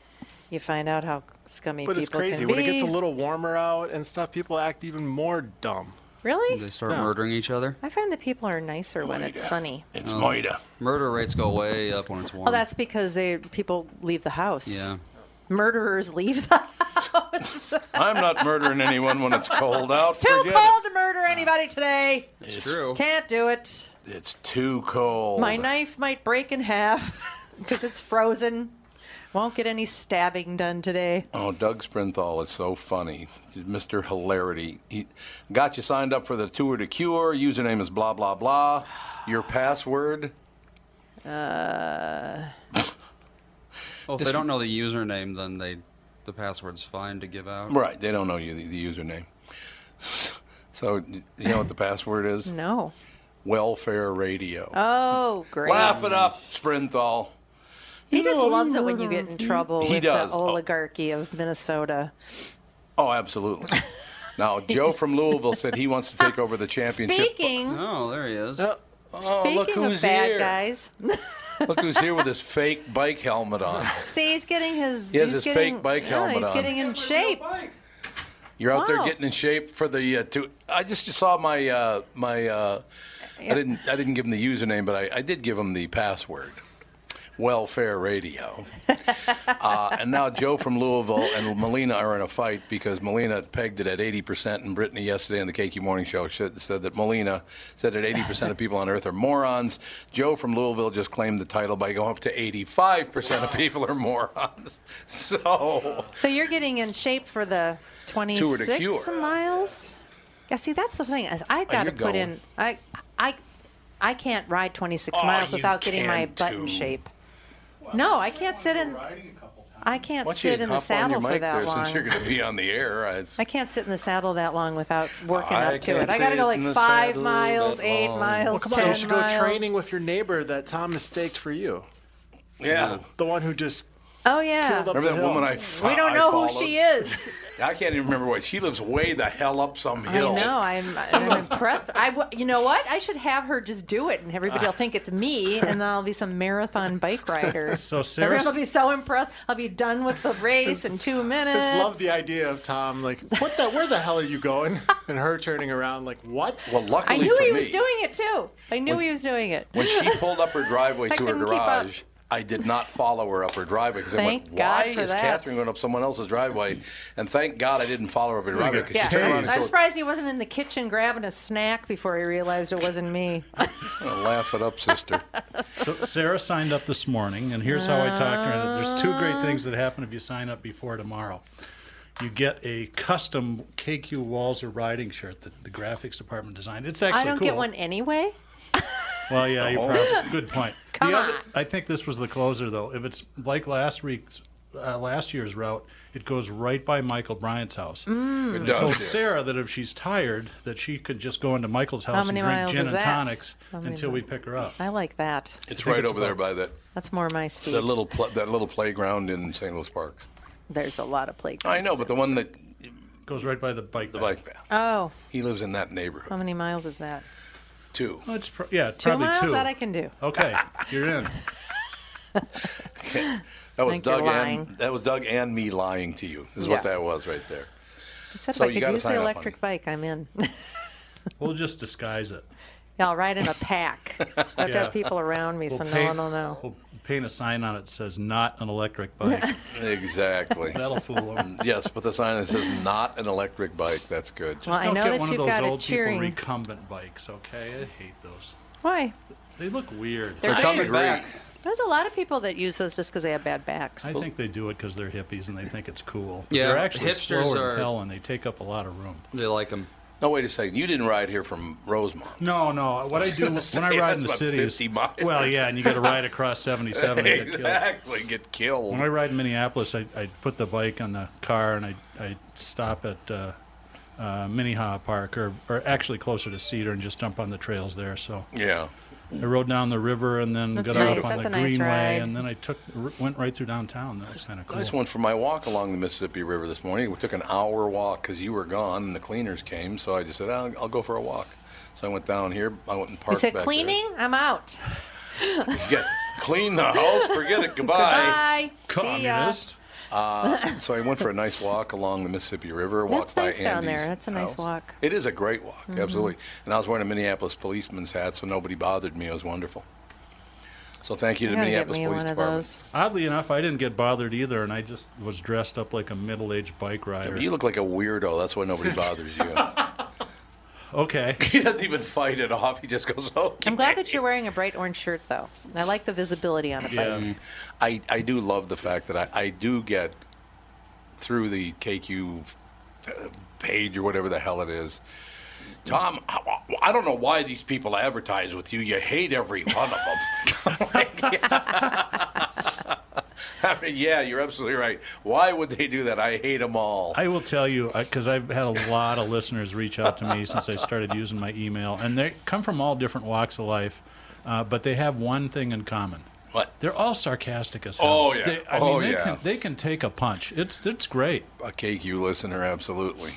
Speaker 2: you find out how scummy
Speaker 3: But
Speaker 2: people
Speaker 3: it's crazy.
Speaker 2: can
Speaker 3: When
Speaker 2: be.
Speaker 3: it gets a little warmer out and stuff, people act even more dumb.
Speaker 2: really?
Speaker 5: They start
Speaker 3: Yeah. Oh
Speaker 5: murdering each other?
Speaker 2: I find that people are nicer when it's sunny.
Speaker 1: It's
Speaker 5: Moida. Murder rates go way up when it's warm.
Speaker 2: Oh, that's because they people leave the house.
Speaker 5: yeah.
Speaker 2: Murderers leave the
Speaker 1: I'm not murdering anyone when it's cold
Speaker 2: [laughs]
Speaker 1: out.
Speaker 2: Too
Speaker 1: Forget
Speaker 2: cold to murder anybody today.
Speaker 1: It's true.
Speaker 2: Can't do it.
Speaker 1: it. It's too cold.
Speaker 2: My knife might break in half [laughs] because it's frozen. Won't get any stabbing done today.
Speaker 1: Oh, Doug Sprinthal is so funny. Mr. Hilarity. He got you signed up for the tour to cure. Username is blah, blah, blah. Your password?
Speaker 2: Uh,
Speaker 5: Well, Oh, if
Speaker 1: Just-
Speaker 5: they don't know the username, then they the password's fine to give out.
Speaker 1: Right. They don't know you, the, the username. [laughs] So you know what the password is?
Speaker 2: No.
Speaker 1: Welfare radio.
Speaker 2: Oh, great.
Speaker 1: Laugh it up, Sprinthal.
Speaker 2: He just loves it when you get in trouble
Speaker 1: He
Speaker 2: with
Speaker 1: does.
Speaker 2: the
Speaker 1: Oh.
Speaker 2: oligarchy of Minnesota.
Speaker 1: Oh,
Speaker 2: [laughs]
Speaker 1: absolutely. Now, Joe from Louisville said he wants to take over the championship.
Speaker 2: Speaking-
Speaker 1: Oh, there he is.
Speaker 2: Oh,
Speaker 1: look
Speaker 2: Speaking
Speaker 1: who's
Speaker 2: of bad
Speaker 1: here.
Speaker 2: guys,
Speaker 1: Look who's here
Speaker 2: [laughs]
Speaker 1: with his fake bike helmet on.
Speaker 2: see he's getting his.
Speaker 1: He has his
Speaker 2: he's getting,
Speaker 1: fake bike
Speaker 2: no,
Speaker 1: helmet
Speaker 2: He's
Speaker 1: on.
Speaker 2: getting in shape.
Speaker 1: You're out there
Speaker 2: Wow.
Speaker 1: getting in shape for the. Uh, two, I just saw my uh, my. Uh, I didn't I didn't give him the username, but I, I did give him the password. Welfare Radio. uh, and now Joe from Louisville and Melina are in a fight because Melina pegged it at 80%. And Brittany yesterday on the Cakey Morning Show said, said that Melina said that 80% of people on Earth are morons. Joe from Louisville just claimed the title by going up to 85% of people are morons. [laughs] So.
Speaker 2: So you're getting in shape for the
Speaker 1: Tour de Cure. Oh,
Speaker 2: 26 miles. Yeah, see that's the thing. is I got
Speaker 1: you're
Speaker 2: to put
Speaker 1: going.
Speaker 2: in. I I I can't ride 26
Speaker 1: Oh,
Speaker 2: miles
Speaker 1: you
Speaker 2: without getting my
Speaker 1: can
Speaker 2: butt in
Speaker 1: too.
Speaker 2: shape. no, I can't sit in. I can't
Speaker 1: Why don't you
Speaker 2: sit in the
Speaker 1: hop on your
Speaker 2: saddle for
Speaker 1: mic
Speaker 2: that
Speaker 1: there,
Speaker 2: long.
Speaker 1: Since you're going to be on the air, I-
Speaker 2: I can't sit in the saddle that long without working
Speaker 1: I
Speaker 2: up to
Speaker 1: can't
Speaker 2: it. I got to
Speaker 1: sit
Speaker 2: go like
Speaker 1: in the
Speaker 2: five
Speaker 1: saddle
Speaker 2: miles,
Speaker 1: that
Speaker 2: eight
Speaker 1: long.
Speaker 2: miles,
Speaker 1: Well,
Speaker 3: come on,
Speaker 2: ten
Speaker 3: you should go
Speaker 2: miles.
Speaker 3: training with your neighbor that Tom mistaked for you.
Speaker 1: yeah.
Speaker 3: The one who just
Speaker 2: Oh yeah.
Speaker 3: Killed up
Speaker 1: Remember
Speaker 3: the
Speaker 1: that woman
Speaker 3: hill.
Speaker 1: I fo-
Speaker 2: we don't
Speaker 1: I
Speaker 2: know who
Speaker 1: followed?
Speaker 2: she is.
Speaker 1: I can't even remember what. She lives way the hell up some
Speaker 2: I
Speaker 1: hill.
Speaker 2: know. I'm, I'm impressed. I, w- you know what? I should have her just do it, and everybody
Speaker 1: Ah.
Speaker 2: will think it's me, and then I'll be some marathon
Speaker 1: [laughs]
Speaker 2: bike rider. [laughs]
Speaker 3: So
Speaker 2: Everyone
Speaker 3: Sarah's-
Speaker 2: will be so impressed. I'll be done with the race in two minutes.
Speaker 3: just love the idea of Tom like, what the where the hell are you going? [laughs] And her turning around like, what?
Speaker 1: Well,
Speaker 2: I
Speaker 1: luckily
Speaker 2: knew
Speaker 1: for
Speaker 2: he
Speaker 1: me,
Speaker 2: was doing it too. I knew
Speaker 1: When-
Speaker 2: he was doing it. [laughs]
Speaker 1: when she pulled up her driveway
Speaker 2: I
Speaker 1: to her
Speaker 2: couldn't keep up.
Speaker 1: garage, I did not follow her up her driveway because I went,
Speaker 2: Thank God
Speaker 1: "Why
Speaker 2: for
Speaker 1: is
Speaker 2: that."
Speaker 1: Catherine going up someone else's driveway?" And thank God I didn't follow her up her driveway because
Speaker 2: Yeah,
Speaker 1: she turned around
Speaker 2: I'm
Speaker 1: and said,
Speaker 2: surprised he wasn't in the kitchen grabbing a snack before he realized it wasn't me.
Speaker 1: "I'm gonna laugh it up,
Speaker 2: [laughs]
Speaker 1: sister."
Speaker 11: So Sarah signed up this morning, and here's how I talked to her. There's two great things that happen if you sign up before tomorrow. You get a custom KQ Walzer riding shirt that the graphics department designed. It's actually
Speaker 2: I don't
Speaker 11: cool.
Speaker 2: get one anyway.
Speaker 11: Well, yeah, you're
Speaker 12: Oh.
Speaker 11: probably
Speaker 2: [laughs]
Speaker 11: good point.
Speaker 2: Come
Speaker 11: the other, I think this was the closer though. If it's like last week's, uh, last year's route, it goes right by Michael Bryant's house.
Speaker 12: Mm. It
Speaker 11: And I
Speaker 12: does,
Speaker 11: told
Speaker 12: yeah.
Speaker 11: Sarah that if she's tired, that she could just go into Michael's
Speaker 2: How
Speaker 11: house and
Speaker 2: many
Speaker 11: drink
Speaker 2: miles
Speaker 11: gin
Speaker 2: is
Speaker 11: and
Speaker 2: that?
Speaker 11: tonics
Speaker 2: How many
Speaker 11: until we
Speaker 2: miles?
Speaker 11: pick her up.
Speaker 2: I like that.
Speaker 1: It's
Speaker 11: think
Speaker 1: right
Speaker 11: it's
Speaker 1: over there
Speaker 11: about-
Speaker 1: by that
Speaker 2: That's more my speed.
Speaker 1: that little pl- that little playground in St. Louis Park.
Speaker 2: There's a lot of playgrounds.
Speaker 1: I know, but the one that
Speaker 11: goes right by the bike
Speaker 1: the bike path.
Speaker 2: Oh,
Speaker 1: He lives in that neighborhood
Speaker 2: how many miles is that?
Speaker 1: too.
Speaker 11: Well, it's pro- yeah,
Speaker 2: Two
Speaker 11: probably
Speaker 2: miles
Speaker 11: two.
Speaker 2: that I can do.
Speaker 11: Okay, you're in.
Speaker 1: That was
Speaker 2: Think you're
Speaker 1: Doug
Speaker 2: lying.
Speaker 1: and that was Doug and me lying to you. Is what
Speaker 2: Yeah.
Speaker 1: that was right there.
Speaker 2: I said
Speaker 1: So
Speaker 2: if
Speaker 1: you
Speaker 2: I could
Speaker 1: gotta
Speaker 2: use
Speaker 1: sign
Speaker 2: the
Speaker 1: up on
Speaker 2: electric bike, I'm in. [laughs]
Speaker 11: We'll just disguise it.
Speaker 2: I'll ride in
Speaker 1: [laughs]
Speaker 2: a pack. [laughs] I've got
Speaker 11: Yeah.
Speaker 2: people around me,
Speaker 11: We'll
Speaker 2: so no
Speaker 11: paint-
Speaker 2: one will know.
Speaker 11: We'll paint a sign on it that says "Not
Speaker 2: [laughs]
Speaker 11: an electric bike."
Speaker 1: Exactly. Mm,
Speaker 11: That'll fool them.
Speaker 1: Yes, but the sign that says not an electric bike. That's good.
Speaker 11: Just
Speaker 2: Well, I
Speaker 11: don't
Speaker 2: know
Speaker 11: get
Speaker 2: that
Speaker 11: one
Speaker 2: you've
Speaker 11: of those
Speaker 2: got a
Speaker 11: old
Speaker 2: cheering-
Speaker 11: people recumbent bikes. Okay, I hate those.
Speaker 2: Why?
Speaker 11: They look weird.
Speaker 2: They're They're coming back. There's a lot of people that use those just because they have bad backs.
Speaker 11: I think they do it because they're hippies and they think it's cool.
Speaker 13: Yeah,
Speaker 11: they're actually
Speaker 13: hipsters
Speaker 11: slower
Speaker 13: are-
Speaker 11: than hell and they take up a lot of room.
Speaker 1: They like them. No, wait a second. You didn't ride here from Rosemont.
Speaker 11: No, no. What I do
Speaker 1: gonna
Speaker 11: when I
Speaker 1: say,
Speaker 11: ride in
Speaker 1: [laughs]
Speaker 11: the
Speaker 1: that's about
Speaker 11: city is
Speaker 1: 50 miles.
Speaker 11: well, yeah, and you got to
Speaker 1: [laughs]
Speaker 11: ride across 77 and get killed.
Speaker 1: exactly. Get killed.
Speaker 11: When I ride in Minneapolis, I, I put the bike on the car and I, I stop at uh, uh, Minnehaha Park or, or actually closer to Cedar and just jump on the trails there. So
Speaker 1: Yeah.
Speaker 11: I rode down the river and then
Speaker 1: That's
Speaker 11: got
Speaker 1: nice.
Speaker 11: off on
Speaker 1: That's
Speaker 11: the
Speaker 1: a nice
Speaker 11: Greenway
Speaker 1: ride.
Speaker 11: and then I took r- went right through downtown. That was kind of
Speaker 1: I
Speaker 11: cool.
Speaker 1: just went for my walk along the Mississippi River this morning. We took an hour walk because you were gone and the cleaners came. So I just said, I'll, I'll go for a walk. So I went down here. I went and
Speaker 2: You
Speaker 1: parked
Speaker 2: said
Speaker 1: back [laughs]
Speaker 2: cleaning? I'm out.
Speaker 1: There. Get, clean
Speaker 2: [laughs]
Speaker 1: the house. Forget it. Goodbye.
Speaker 2: Bye. See ya.
Speaker 1: Uh, so I went for a nice walk along the Mississippi River. Walked
Speaker 2: That's
Speaker 1: by
Speaker 2: nice down there.
Speaker 1: Andy's
Speaker 2: That's a nice
Speaker 1: house.
Speaker 2: walk.
Speaker 1: It is a great walk,
Speaker 2: Mhm.
Speaker 1: absolutely. And I was wearing a Minneapolis policeman's hat, so nobody bothered me. It was wonderful. So thank you to
Speaker 11: I
Speaker 1: the
Speaker 11: gotta get
Speaker 1: Minneapolis
Speaker 11: me
Speaker 1: Police
Speaker 11: one of
Speaker 1: Department.
Speaker 11: Oddly enough, I didn't get bothered either, and I just was dressed up like a middle-aged bike rider.
Speaker 1: You look like a weirdo. That's why nobody bothers you.
Speaker 2: [laughs]
Speaker 11: okay.
Speaker 1: [laughs] he doesn't even fight it off. He just goes, "Oh." okay.
Speaker 2: I'm glad that you're wearing a bright orange shirt, though. I like the visibility on a bike.
Speaker 1: Yeah. I, I do love the fact that I, I do get through the KQ uh, page or whatever the hell it is. Tom, I, I don't know why these people advertise [laughs] with you. You hate every one of them. yeah, you're absolutely right. Why would they do that? I hate them all.
Speaker 11: I will tell you because I've had a lot of listeners reach out to me since I started using my email, and they come from all different walks of life, uh, but they have one thing in common.
Speaker 1: What?
Speaker 11: They're all sarcastic as hell.
Speaker 1: Oh, yeah.
Speaker 11: They, I
Speaker 1: Oh,
Speaker 11: mean, they
Speaker 1: yeah.
Speaker 11: Can, they can take a punch. It's it's great.
Speaker 1: A KQ listener, absolutely.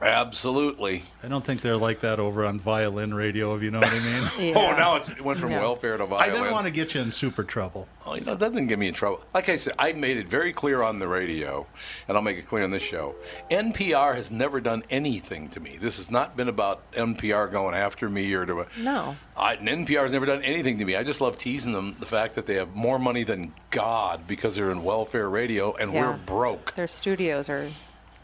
Speaker 1: Absolutely.
Speaker 11: I don't think they're like that over on violin radio, if you know what I [laughs] mean.
Speaker 1: Oh, now it's, it went from
Speaker 11: No.
Speaker 1: welfare to
Speaker 11: I
Speaker 1: violin.
Speaker 11: didn't want to get you in super trouble.
Speaker 1: Oh, you know, it doesn't get me in trouble. Like I said, I made it very clear on the radio, and I'll make it clear on this show. NPR has never done anything to me. This has not been about NPR going after me or to.
Speaker 2: No.
Speaker 1: I, and NPR has never done anything to me. I just love teasing them the fact that they have more money than God because they're in welfare radio and
Speaker 2: Yeah.
Speaker 1: we're broke.
Speaker 2: Their studios are.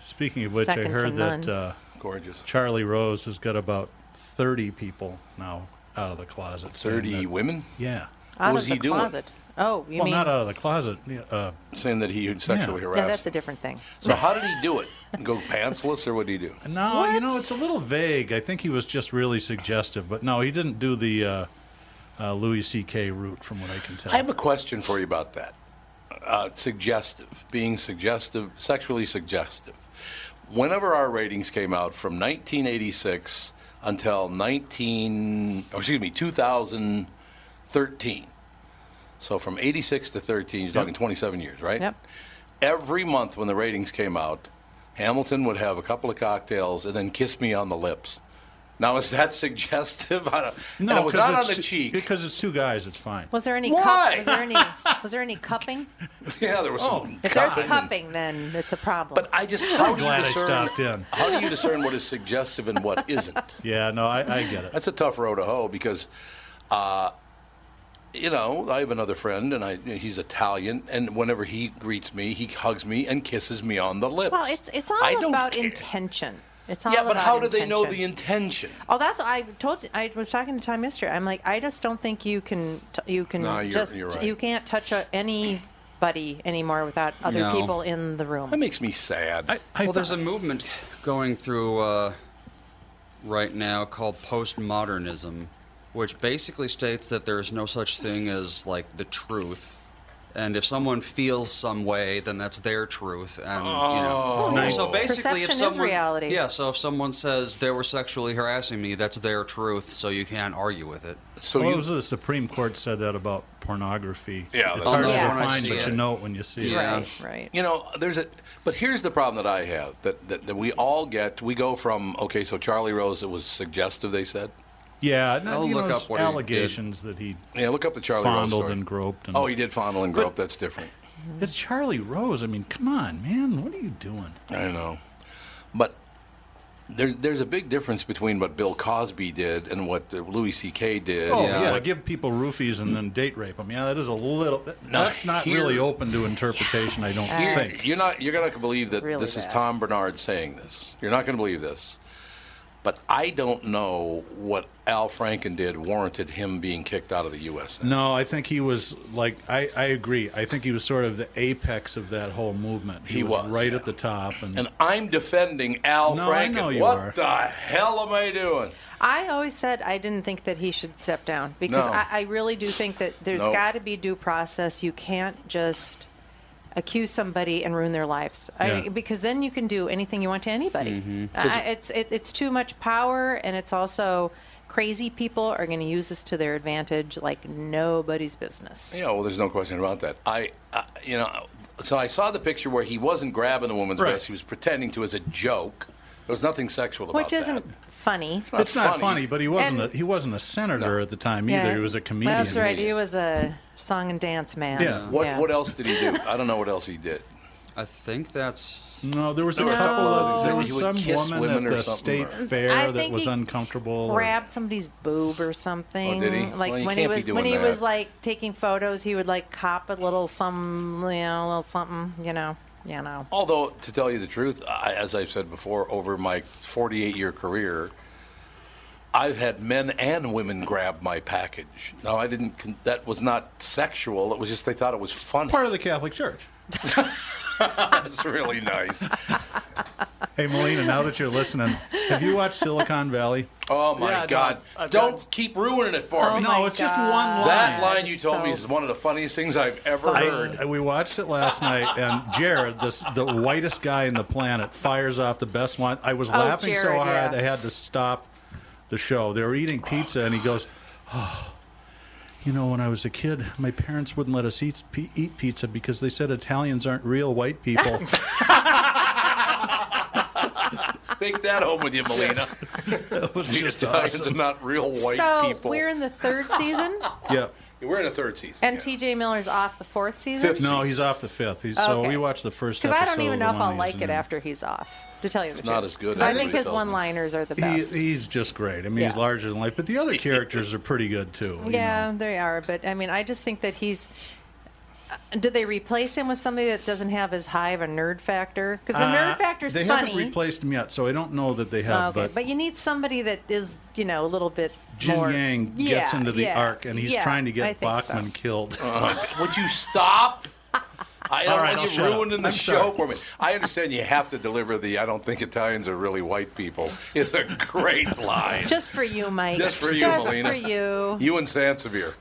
Speaker 11: Speaking of which,
Speaker 2: Second
Speaker 11: I
Speaker 2: to
Speaker 11: heard that
Speaker 2: none.
Speaker 11: uh,
Speaker 1: gorgeous
Speaker 11: Charlie Rose has got about thirty people now out of the closet. saying
Speaker 1: 30
Speaker 11: that-
Speaker 1: women?
Speaker 11: Yeah.
Speaker 1: What
Speaker 2: Out
Speaker 1: was
Speaker 2: of the
Speaker 1: he doing?
Speaker 2: closet. Oh, Ah, you
Speaker 11: well,
Speaker 2: mean?
Speaker 11: not out of the closet. yeah, Uh,
Speaker 1: Saying that he sexually
Speaker 11: Yeah.
Speaker 1: harassed.
Speaker 2: no, that's a different thing.
Speaker 1: so how did he do it? Go pantsless or what did he do?
Speaker 11: No, you know it's a little vague. I think he was just really suggestive, but no, he didn't do the uh, uh, Louis C.K. route, from what I can tell.
Speaker 1: I have a question for you about that. Uh, suggestive, being suggestive, sexually suggestive. Whenever our ratings came out from 1986 until 19, or excuse me, 2013. So from 86 to 13, you're talking 27 years, right?
Speaker 2: Yep.
Speaker 1: Every month when the ratings came out, Hamilton would have a couple of cocktails and then kiss me on the lips. Now is that [laughs] suggestive? I don't- and it was
Speaker 11: 'cause
Speaker 1: not on
Speaker 11: it's
Speaker 1: the
Speaker 11: ju-
Speaker 1: cheek.
Speaker 11: because it's two guys. It's fine.
Speaker 2: Was there any
Speaker 1: Why?
Speaker 2: cup? Was there any? Was
Speaker 1: [laughs]
Speaker 2: there any cupping?
Speaker 1: [laughs] Yeah, [laughs] there was
Speaker 11: Oh,
Speaker 1: some.
Speaker 2: If there's
Speaker 1: cupping.
Speaker 2: cupping, then it's a problem. But
Speaker 1: I
Speaker 2: [laughs]
Speaker 1: just how do
Speaker 11: glad
Speaker 1: you
Speaker 11: I
Speaker 1: discern,
Speaker 11: stopped in.
Speaker 1: How do you discern what is suggestive and what isn't?
Speaker 11: [laughs] Yeah, no, I, I get it.
Speaker 1: That's a tough row to hoe because, uh, you know, I have another friend and I he's Italian and whenever he greets me, he hugs me and kisses me on the lips.
Speaker 2: well, it's it's all
Speaker 1: I don't
Speaker 2: about
Speaker 1: care.
Speaker 2: intention. It's all
Speaker 1: yeah, but
Speaker 2: about
Speaker 1: how do they know
Speaker 2: intention.
Speaker 1: the intention?
Speaker 2: Oh, that's I told. I was talking to Tom yesterday. I'm like, I just don't think you can. T- you can
Speaker 1: No, you're-
Speaker 2: just.
Speaker 1: you're right.
Speaker 2: You can't touch a, anybody anymore without other
Speaker 5: No.
Speaker 2: people in the room.
Speaker 1: That makes me sad.
Speaker 5: well, there's a movement going through uh, right now called postmodernism, which basically states that there is no such thing as like the truth, and if someone feels some way, then that's their truth. And you know,
Speaker 2: Oh.
Speaker 5: so basically, if
Speaker 2: Perception is
Speaker 5: someone
Speaker 2: reality.
Speaker 5: yeah, so if someone says they were sexually harassing me, that's their truth, so you can't argue with it.
Speaker 1: So
Speaker 11: well, it was the Supreme Court said that about pornography.
Speaker 1: Yeah,
Speaker 11: it's
Speaker 1: that's
Speaker 11: hard
Speaker 1: right. Yeah.
Speaker 11: to
Speaker 1: When I
Speaker 11: find,
Speaker 1: see
Speaker 11: but
Speaker 1: it.
Speaker 11: you know it when you see it.
Speaker 2: right.
Speaker 1: You know, there's a, but here's the problem that I have that, that, that we all get. We go from, okay, so Charlie Rose, it was suggestive, they said.
Speaker 11: Yeah, no,
Speaker 5: I'll
Speaker 11: you
Speaker 5: look
Speaker 11: know,
Speaker 5: up what he did.
Speaker 11: allegations that he
Speaker 1: Yeah, look up the Charlie Rose
Speaker 11: fondled
Speaker 1: story.
Speaker 11: and groped. And
Speaker 1: Oh, he did fondle and
Speaker 11: But-
Speaker 1: grope. That's different.
Speaker 11: It's Charlie Rose. I mean, come on, man, what are you doing?
Speaker 1: I know, but there's there's a big difference between what Bill Cosby did and what uh, Louis C.K. did.
Speaker 11: Oh yeah,
Speaker 1: Like,
Speaker 11: give people roofies and then date rape them. Yeah, that is a little. that-
Speaker 1: No,
Speaker 11: that's not
Speaker 1: here-
Speaker 11: really open to interpretation. I don't
Speaker 1: you're,
Speaker 11: think.
Speaker 1: you're not you're gonna believe that
Speaker 11: Really
Speaker 1: this is
Speaker 11: bad.
Speaker 1: Tom Bernard saying this. You're not gonna believe this, but I don't know what Al Franken did warranted him being kicked out of the U.S.
Speaker 11: No, I think he was like I, I agree. I think he was sort of the apex of that whole movement. He,
Speaker 1: He
Speaker 11: was,
Speaker 1: was,
Speaker 11: right at the top, and,
Speaker 1: And I'm defending Al
Speaker 11: No, I
Speaker 1: Franken.
Speaker 11: know you
Speaker 1: what
Speaker 11: are.
Speaker 1: the hell am I doing?
Speaker 2: I always said I didn't think that he should step down because
Speaker 1: No.
Speaker 2: I, I really do think that there's
Speaker 1: No.
Speaker 2: got to be due process. You can't just accuse somebody and ruin their lives I,
Speaker 1: Yeah.
Speaker 2: because then you can do anything you want to anybody.
Speaker 1: Mhm. 'Cause-
Speaker 2: I, it's it, it's too much power, and it's also crazy people are going to use this to their advantage like nobody's business.
Speaker 1: Yeah, well, there's no question about that. I, I you know, so I saw the picture where he wasn't grabbing the woman's
Speaker 11: Right.
Speaker 1: breast; he was pretending to as a joke. There was nothing sexual about
Speaker 2: Which isn't funny.
Speaker 1: not
Speaker 11: it's not
Speaker 1: funny.
Speaker 11: funny. but he wasn't a, he wasn't a senator at the time either. He was a comedian.
Speaker 2: That's right. He was a song and dance man.
Speaker 1: that. What What else did he do? I don't know what else he did.
Speaker 5: I think that's
Speaker 11: No, there was
Speaker 1: There
Speaker 11: a
Speaker 1: were a
Speaker 11: couple
Speaker 1: couple
Speaker 11: of
Speaker 1: others.
Speaker 11: there
Speaker 1: He
Speaker 11: was
Speaker 1: would
Speaker 11: some
Speaker 1: kiss
Speaker 11: woman
Speaker 1: women
Speaker 11: at
Speaker 1: or
Speaker 11: the
Speaker 1: something,
Speaker 11: state
Speaker 1: or-
Speaker 2: I
Speaker 11: fair that
Speaker 2: think
Speaker 11: was
Speaker 2: he
Speaker 11: uncomfortable. or-
Speaker 2: grabbed somebody's boob or something.
Speaker 11: Oh, did he?
Speaker 2: Like
Speaker 11: Well, you
Speaker 2: when he
Speaker 11: can't be
Speaker 2: was
Speaker 11: doing
Speaker 2: when he
Speaker 11: that.
Speaker 2: was like taking photos, he would like cop a little some, you know, a little something, you know, you know.
Speaker 1: Although, to tell you the truth, I, as I've said before, over my 48 year career, I've had men and women grab my package. Now, I didn't. Con- that was not sexual. It was just they thought it was funny. [laughs]
Speaker 11: part of the Catholic Church.
Speaker 1: That's really nice.
Speaker 11: Hey, Melina, now that you're listening, have you watched Silicon Valley?
Speaker 1: Oh my
Speaker 11: Yeah,
Speaker 1: God!
Speaker 11: no, I've
Speaker 1: Don't keep ruining it for
Speaker 11: Oh,
Speaker 1: me.
Speaker 11: No, my it's just God. one
Speaker 1: That
Speaker 11: line.
Speaker 1: line you told me is one of the funniest things I've ever heard.
Speaker 11: I, uh, we watched it last night, and Jared, this, the whitest guy in the planet, fires off the best one. I was
Speaker 9: Oh,
Speaker 11: laughing so
Speaker 9: Jared,
Speaker 11: hard
Speaker 9: yeah.
Speaker 11: I had to stop the show. They were eating pizza, and he goes, oh, "You know, when I was a kid, my parents wouldn't let us eat p- eat pizza because they said Italians aren't real white people."
Speaker 1: Take that home with you,
Speaker 11: [laughs]
Speaker 1: Melina. the Italians are not real white
Speaker 14: so
Speaker 1: people.
Speaker 14: we're in the third
Speaker 11: [laughs]
Speaker 14: season,
Speaker 11: yeah.
Speaker 1: We're in a third season.
Speaker 14: and TJ Miller's off the fourth season.
Speaker 11: No, he's off the fifth. He's, So
Speaker 14: Okay.
Speaker 11: we watched the first.
Speaker 14: Because I don't
Speaker 11: episode
Speaker 14: even
Speaker 11: of
Speaker 14: know
Speaker 11: the
Speaker 14: if
Speaker 11: one
Speaker 14: I'll
Speaker 11: he
Speaker 14: like
Speaker 11: was
Speaker 14: it
Speaker 11: in.
Speaker 14: after he's off. To tell you the
Speaker 11: It's
Speaker 14: truth,
Speaker 11: not as good
Speaker 14: 'Cause I
Speaker 11: as
Speaker 14: think
Speaker 11: they
Speaker 14: his
Speaker 11: told me.
Speaker 14: one-liners are the
Speaker 11: He,
Speaker 14: best.
Speaker 11: he's just great. I mean, he's
Speaker 14: Yeah.
Speaker 11: larger than life, but the other characters are pretty good too.
Speaker 14: [laughs]
Speaker 11: you
Speaker 14: yeah, they are. But I mean, I just think that he's. Did they replace him with somebody that doesn't have as high of a nerd factor? Because the
Speaker 11: Uh,
Speaker 14: nerd factor's
Speaker 11: they
Speaker 14: funny.
Speaker 11: haven't replaced him yet, so I don't know that they
Speaker 14: Oh,
Speaker 11: have.
Speaker 14: okay, but,
Speaker 11: but
Speaker 14: you need somebody that is, you know, a little bit
Speaker 11: Jin
Speaker 14: more.
Speaker 11: Yang gets
Speaker 14: Yeah,
Speaker 11: into the
Speaker 14: yeah,
Speaker 11: arc, and he's
Speaker 14: yeah,
Speaker 11: trying to
Speaker 14: I
Speaker 11: get
Speaker 14: think so.
Speaker 11: Bachman
Speaker 1: [laughs]
Speaker 11: killed.
Speaker 1: Uh-huh. Would you stop? I don't
Speaker 11: All right, I'll
Speaker 1: want you
Speaker 11: shut up.
Speaker 1: ruining the
Speaker 11: I'm
Speaker 1: show
Speaker 11: sorry.
Speaker 1: for me. I understand you have to deliver the "I don't think Italians are really white people" [laughs] is a
Speaker 11: [laughs]
Speaker 1: great line.
Speaker 14: Just for you, Mike.
Speaker 1: Just for you,
Speaker 14: Just
Speaker 1: Melina.
Speaker 14: for you.
Speaker 1: You and Sansevier.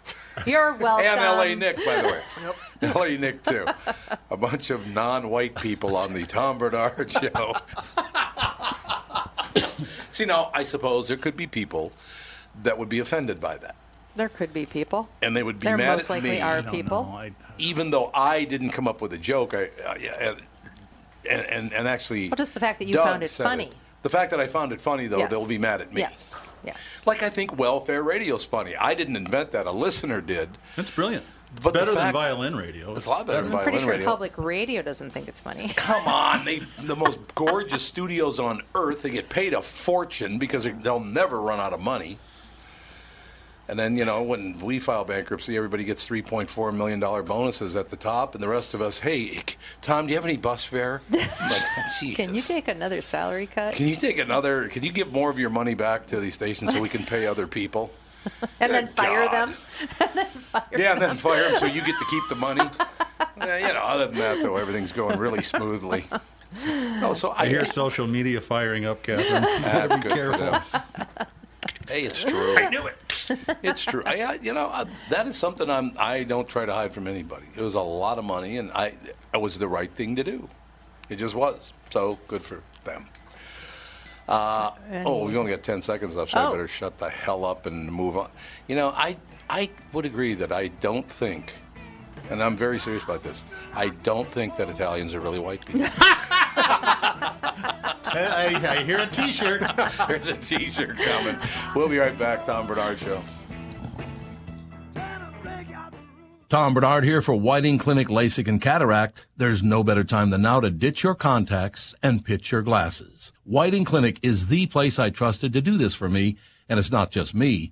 Speaker 14: You're welcome.
Speaker 1: [laughs] And L.A. Nick, by the
Speaker 14: [laughs]
Speaker 1: way. [laughs] L.A. Nick, too. A bunch of non-white people on the Tom Bernard [laughs] show. [coughs] See, now, I suppose there could be people that would be offended by that.
Speaker 14: There could be people.
Speaker 1: And they would be
Speaker 14: there
Speaker 1: mad
Speaker 14: most
Speaker 1: at
Speaker 14: likely
Speaker 1: me.
Speaker 14: are people.
Speaker 1: Even though I didn't come up with a joke, I, I and, and, and, and actually...
Speaker 14: Well, just the fact that you
Speaker 1: Doug
Speaker 14: found it
Speaker 1: said
Speaker 14: funny.
Speaker 1: The fact that I found it funny, though, they'll be mad at me.
Speaker 14: Yes. Yes.
Speaker 1: Like I think welfare radio's funny. I didn't invent that; a listener did.
Speaker 11: That's brilliant.
Speaker 1: It's
Speaker 11: better than violin radio.
Speaker 1: It's a lot better than
Speaker 14: I'm pretty
Speaker 1: violin
Speaker 14: sure
Speaker 1: radio.
Speaker 14: public radio doesn't think it's funny.
Speaker 1: Come on, they the most gorgeous studios on earth. They get paid a fortune because they'll never run out of money. And then you know when we file bankruptcy, everybody gets three point four million dollar bonuses at the top, and the rest of us. Hey, Tom, do you have any bus fare? I'm like, Jesus.
Speaker 14: Can you take another salary cut?
Speaker 1: Can you take another? Can you give more of your money back to these stations so we can pay other people?
Speaker 14: [laughs] and then fire them? [laughs]
Speaker 1: Yeah, and then fire them so you get to keep the money. [laughs] Yeah, you know, other than that, though, everything's going really smoothly. No, so I,
Speaker 11: I hear social media firing up,
Speaker 1: [laughs]
Speaker 11: Catherine. You
Speaker 1: That's
Speaker 11: gotta be
Speaker 1: good for
Speaker 11: careful.
Speaker 1: them. Hey, it's true. I knew it. [laughs] It's true. I, I, you know, I, that is something I'm. I don't try to hide from anybody. It was a lot of money, and I, it was the right thing to do. It just was. So good for them. Uh, oh, we've only got ten seconds left, so I
Speaker 9: Oh.
Speaker 1: better shut the hell up and move on. You know, I, I would agree that I don't think, and I'm very serious about this. I don't think that Italians are really white [laughs] people.
Speaker 11: I, I I hear a T-shirt.
Speaker 1: [laughs] There's a T-shirt coming. We'll be right back. Tom Bernard Show. Tom Bernard here for Whiting Clinic LASIK and Cataract. There's no better time than now to ditch your contacts and pitch your glasses. Whiting Clinic is the place I trusted to do this for me, and it's not just me.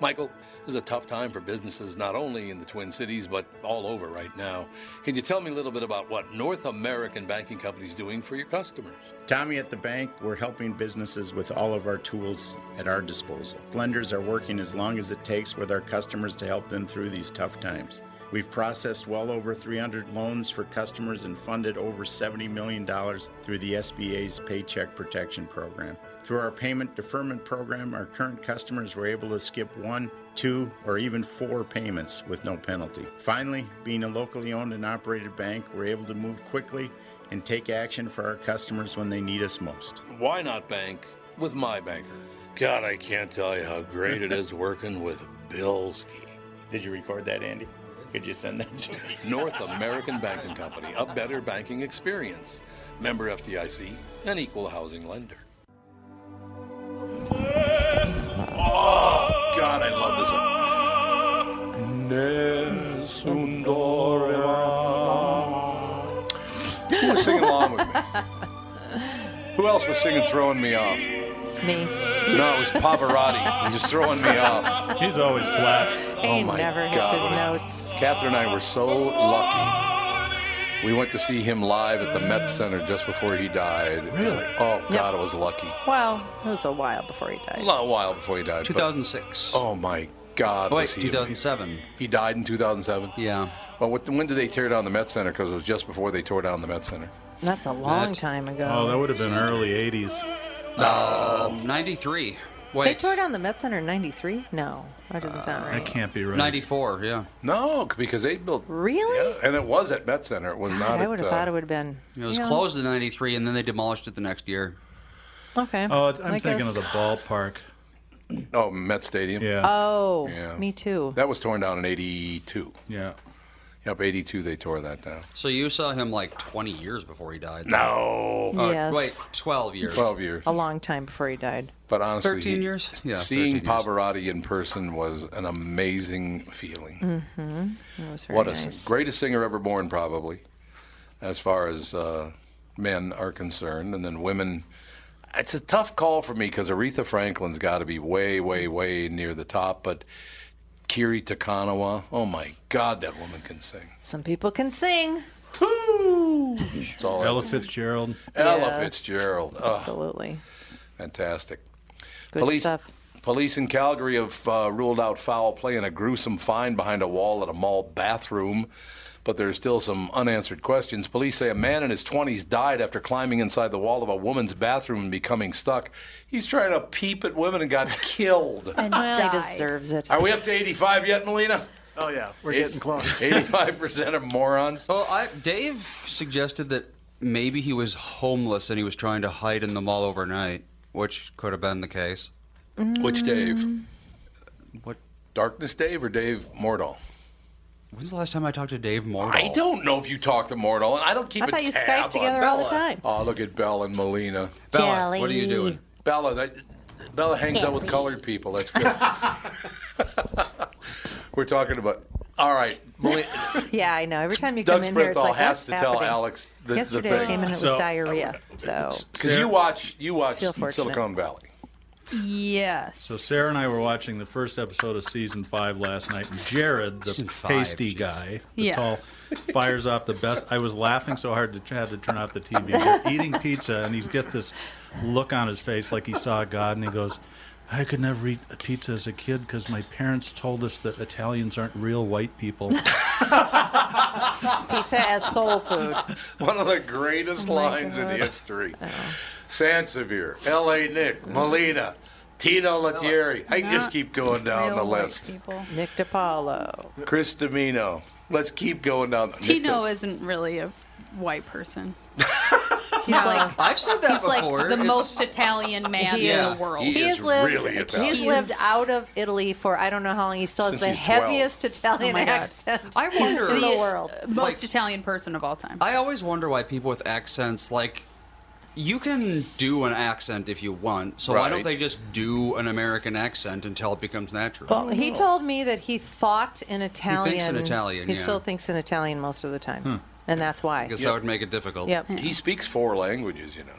Speaker 1: Michael, this is a tough time for businesses not only in the Twin Cities but all over right now. Can you tell me a little bit about what North American Banking Company is doing for your customers?
Speaker 6: Tommy at the bank, we're helping businesses with all of our tools at our disposal. Lenders are working as long as it takes with our customers to help them through these tough times. We've processed well over 300 loans for customers and funded over $70 million through the SBA's Paycheck Protection Program. Through our payment deferment program, our current customers were able to skip one, two, or even four payments with no penalty. Finally, being a locally owned and operated bank, we're able to move quickly and take action for our customers when they need us most.
Speaker 1: Why not bank with my banker? God, I can't tell you how great it [laughs] is working with Bilski.
Speaker 15: Did you record that, Andy? Could you send that to me?
Speaker 1: North American Banking Company, a better banking experience. Member FDIC, an equal housing lender. Oh, God, I love this one. Nessun Dorema. Who was singing along with me? Who else was singing Throwing Me Off?
Speaker 2: Me.
Speaker 1: No, it was Pavarotti. He's just throwing me off.
Speaker 11: He's always flat.
Speaker 1: oh
Speaker 2: He
Speaker 1: my
Speaker 2: never hits
Speaker 1: God.
Speaker 2: his notes.
Speaker 1: Catherine and I were so lucky. We went to see him live at the Met Center just before he died.
Speaker 2: Really?
Speaker 1: Oh
Speaker 2: Yep.
Speaker 1: God, it was lucky.
Speaker 2: Well, it was a while before he died.
Speaker 1: A little while before he died. but-
Speaker 5: 2006.
Speaker 1: Oh my God.
Speaker 5: Oh, wait,
Speaker 1: was he
Speaker 5: 2007.
Speaker 1: amazing. He died in 2007.
Speaker 5: Yeah.
Speaker 1: Well, what, when did they tear down the Met Center? Because it was just before they tore down the Met Center.
Speaker 2: That's a long time ago.
Speaker 11: Oh, that would have been early 80s.
Speaker 1: No.
Speaker 5: 93.
Speaker 2: They
Speaker 5: Um, Wait.
Speaker 2: tore down the Met Center in '93. No, that doesn't sound
Speaker 1: Uh,
Speaker 2: right.
Speaker 11: That can't be right.
Speaker 5: 94, yeah.
Speaker 1: No, Oh, because they built.
Speaker 2: Really?
Speaker 1: Yeah, and it was at Met Center. It was not.
Speaker 2: I
Speaker 1: at,
Speaker 2: would have
Speaker 1: uh,
Speaker 2: thought it would have been.
Speaker 5: It was
Speaker 2: Yeah.
Speaker 5: closed in 93, and then they demolished it the next year.
Speaker 2: Okay.
Speaker 11: Oh, it's- I'm
Speaker 2: I
Speaker 11: thinking
Speaker 2: guess-
Speaker 11: of the ballpark.
Speaker 1: Oh, Met Stadium.
Speaker 11: Yeah.
Speaker 2: Oh,
Speaker 1: Yeah.
Speaker 2: me too.
Speaker 1: That was torn down in '82.
Speaker 11: Yeah.
Speaker 1: Yep, '82 they tore that down.
Speaker 5: So you saw him like 20 years before he died.
Speaker 1: No.
Speaker 5: Uh,
Speaker 2: Yes.
Speaker 5: Wait, 12 years.
Speaker 1: 12 years.
Speaker 2: A long time before he died.
Speaker 1: But honestly,
Speaker 5: 13
Speaker 1: he-
Speaker 5: years? Yeah,
Speaker 1: seeing
Speaker 5: 13 years.
Speaker 1: Pavarotti in person was an amazing feeling.
Speaker 2: Mm-hmm. That was very
Speaker 1: what a
Speaker 2: nice.
Speaker 1: sing- greatest singer ever born, probably, as far as uh, men are concerned, and then women. It's a tough call for me because Aretha Franklin's got to be way, way, way near the top, but Kiri Takanawa, oh my God, that woman can sing.
Speaker 2: Some people can sing.
Speaker 1: It's all
Speaker 11: Ella Fitzgerald.
Speaker 1: Ella
Speaker 2: Yeah.
Speaker 1: Fitzgerald. Ugh.
Speaker 2: Absolutely.
Speaker 1: Fantastic.
Speaker 2: Good
Speaker 1: police,
Speaker 2: stuff.
Speaker 1: Police in Calgary have uh, ruled out foul play in a gruesome find behind a wall at a mall bathroom, but there's still some unanswered questions. Police say a man in his 20s died after climbing inside the wall of a woman's bathroom and becoming stuck. He's trying to peep at women and
Speaker 2: [laughs]
Speaker 1: got killed.
Speaker 2: Well, he deserves it.
Speaker 1: Are we up to 85 yet, Melina?
Speaker 16: Oh yeah, we're
Speaker 1: Eight-
Speaker 16: getting close.
Speaker 1: 85% of morons.
Speaker 5: Well, I, Dave suggested that maybe he was homeless and he was trying to hide in the mall overnight, which could have been the case.
Speaker 1: Which Dave?
Speaker 5: What?
Speaker 1: Darkness Dave or Dave Mordahl?
Speaker 5: When's the last time I talked to Dave Mortal?
Speaker 1: I don't know if you talk to Mortal, and I don't keep
Speaker 2: I
Speaker 1: a
Speaker 2: thought you
Speaker 1: tab
Speaker 2: Skyped
Speaker 1: on
Speaker 2: together all the
Speaker 1: Bella.
Speaker 2: time.
Speaker 1: Oh, look at Bella and Melina.
Speaker 5: Bella, what are you
Speaker 2: Kelly.
Speaker 5: doing?
Speaker 1: Bella, that, Bella hangs out with
Speaker 2: Kelly.
Speaker 1: colored people. That's good. [laughs] We're talking about. All right, [laughs] Meli-
Speaker 2: [laughs] Yeah, I know. Every time you
Speaker 1: Doug
Speaker 2: come in here, it's
Speaker 1: Sprinthal
Speaker 2: like
Speaker 1: has
Speaker 2: what's
Speaker 1: to
Speaker 2: happening?
Speaker 1: tell Alex the, the
Speaker 2: Yesterday I came in and
Speaker 1: thing
Speaker 2: it was
Speaker 11: So-
Speaker 2: diarrhea. So
Speaker 1: because you watch you watch
Speaker 2: Feel fortunate.
Speaker 1: Silicon Valley.
Speaker 4: Yes.
Speaker 11: So Sarah and I were watching the first episode of season five last night. and Jared, the
Speaker 5: Season five,
Speaker 11: pasty
Speaker 5: jeez.
Speaker 11: guy, the
Speaker 4: Yes.
Speaker 11: tall, fires off the best. I was laughing so hard to had to turn off the TV. They're eating pizza, and he's got this look on his face like he saw God, and he goes. I could never eat a pizza as a kid because my parents told us that Italians aren't real white people.
Speaker 2: pizza as soul food.
Speaker 1: One of the
Speaker 4: Oh
Speaker 1: greatest lines in history. Sansevier, L.A. Nick, Melina, Tino Lettieri. I can just keep going down the
Speaker 4: Real white
Speaker 1: list.
Speaker 4: people.
Speaker 2: Nick DiPaolo.
Speaker 1: Chris Domino. Let's keep going down. the-
Speaker 4: Tino isn't really a white person. He's
Speaker 2: Uh,
Speaker 4: like
Speaker 5: I've said that
Speaker 4: he's like
Speaker 5: before.
Speaker 4: the
Speaker 5: It's-
Speaker 4: most Italian man
Speaker 5: Yeah.
Speaker 4: in the world.
Speaker 1: He
Speaker 2: He
Speaker 1: is
Speaker 2: has lived.
Speaker 1: really Italian.
Speaker 2: he's
Speaker 4: He
Speaker 2: lived
Speaker 4: is-
Speaker 2: out of Italy for I don't know how long. He still has
Speaker 1: Since
Speaker 2: the
Speaker 1: he's 12.
Speaker 2: heaviest Italian
Speaker 4: Oh my God.
Speaker 2: accent.
Speaker 5: I wonder.
Speaker 2: in the world.
Speaker 4: Most
Speaker 5: Like-
Speaker 4: Italian person of all time.
Speaker 5: I always wonder why people with accents like you can do an accent if you want. So why
Speaker 1: Right.
Speaker 5: don't they just do an American accent until it becomes natural?
Speaker 2: Well, he told me that he thought in Italian.
Speaker 5: Italian,
Speaker 2: He
Speaker 5: yeah. Hmm.
Speaker 2: still thinks in Italian most of the time, and that's why.
Speaker 5: I guess that would make it difficult.
Speaker 2: Yep.
Speaker 1: He speaks four languages, you know.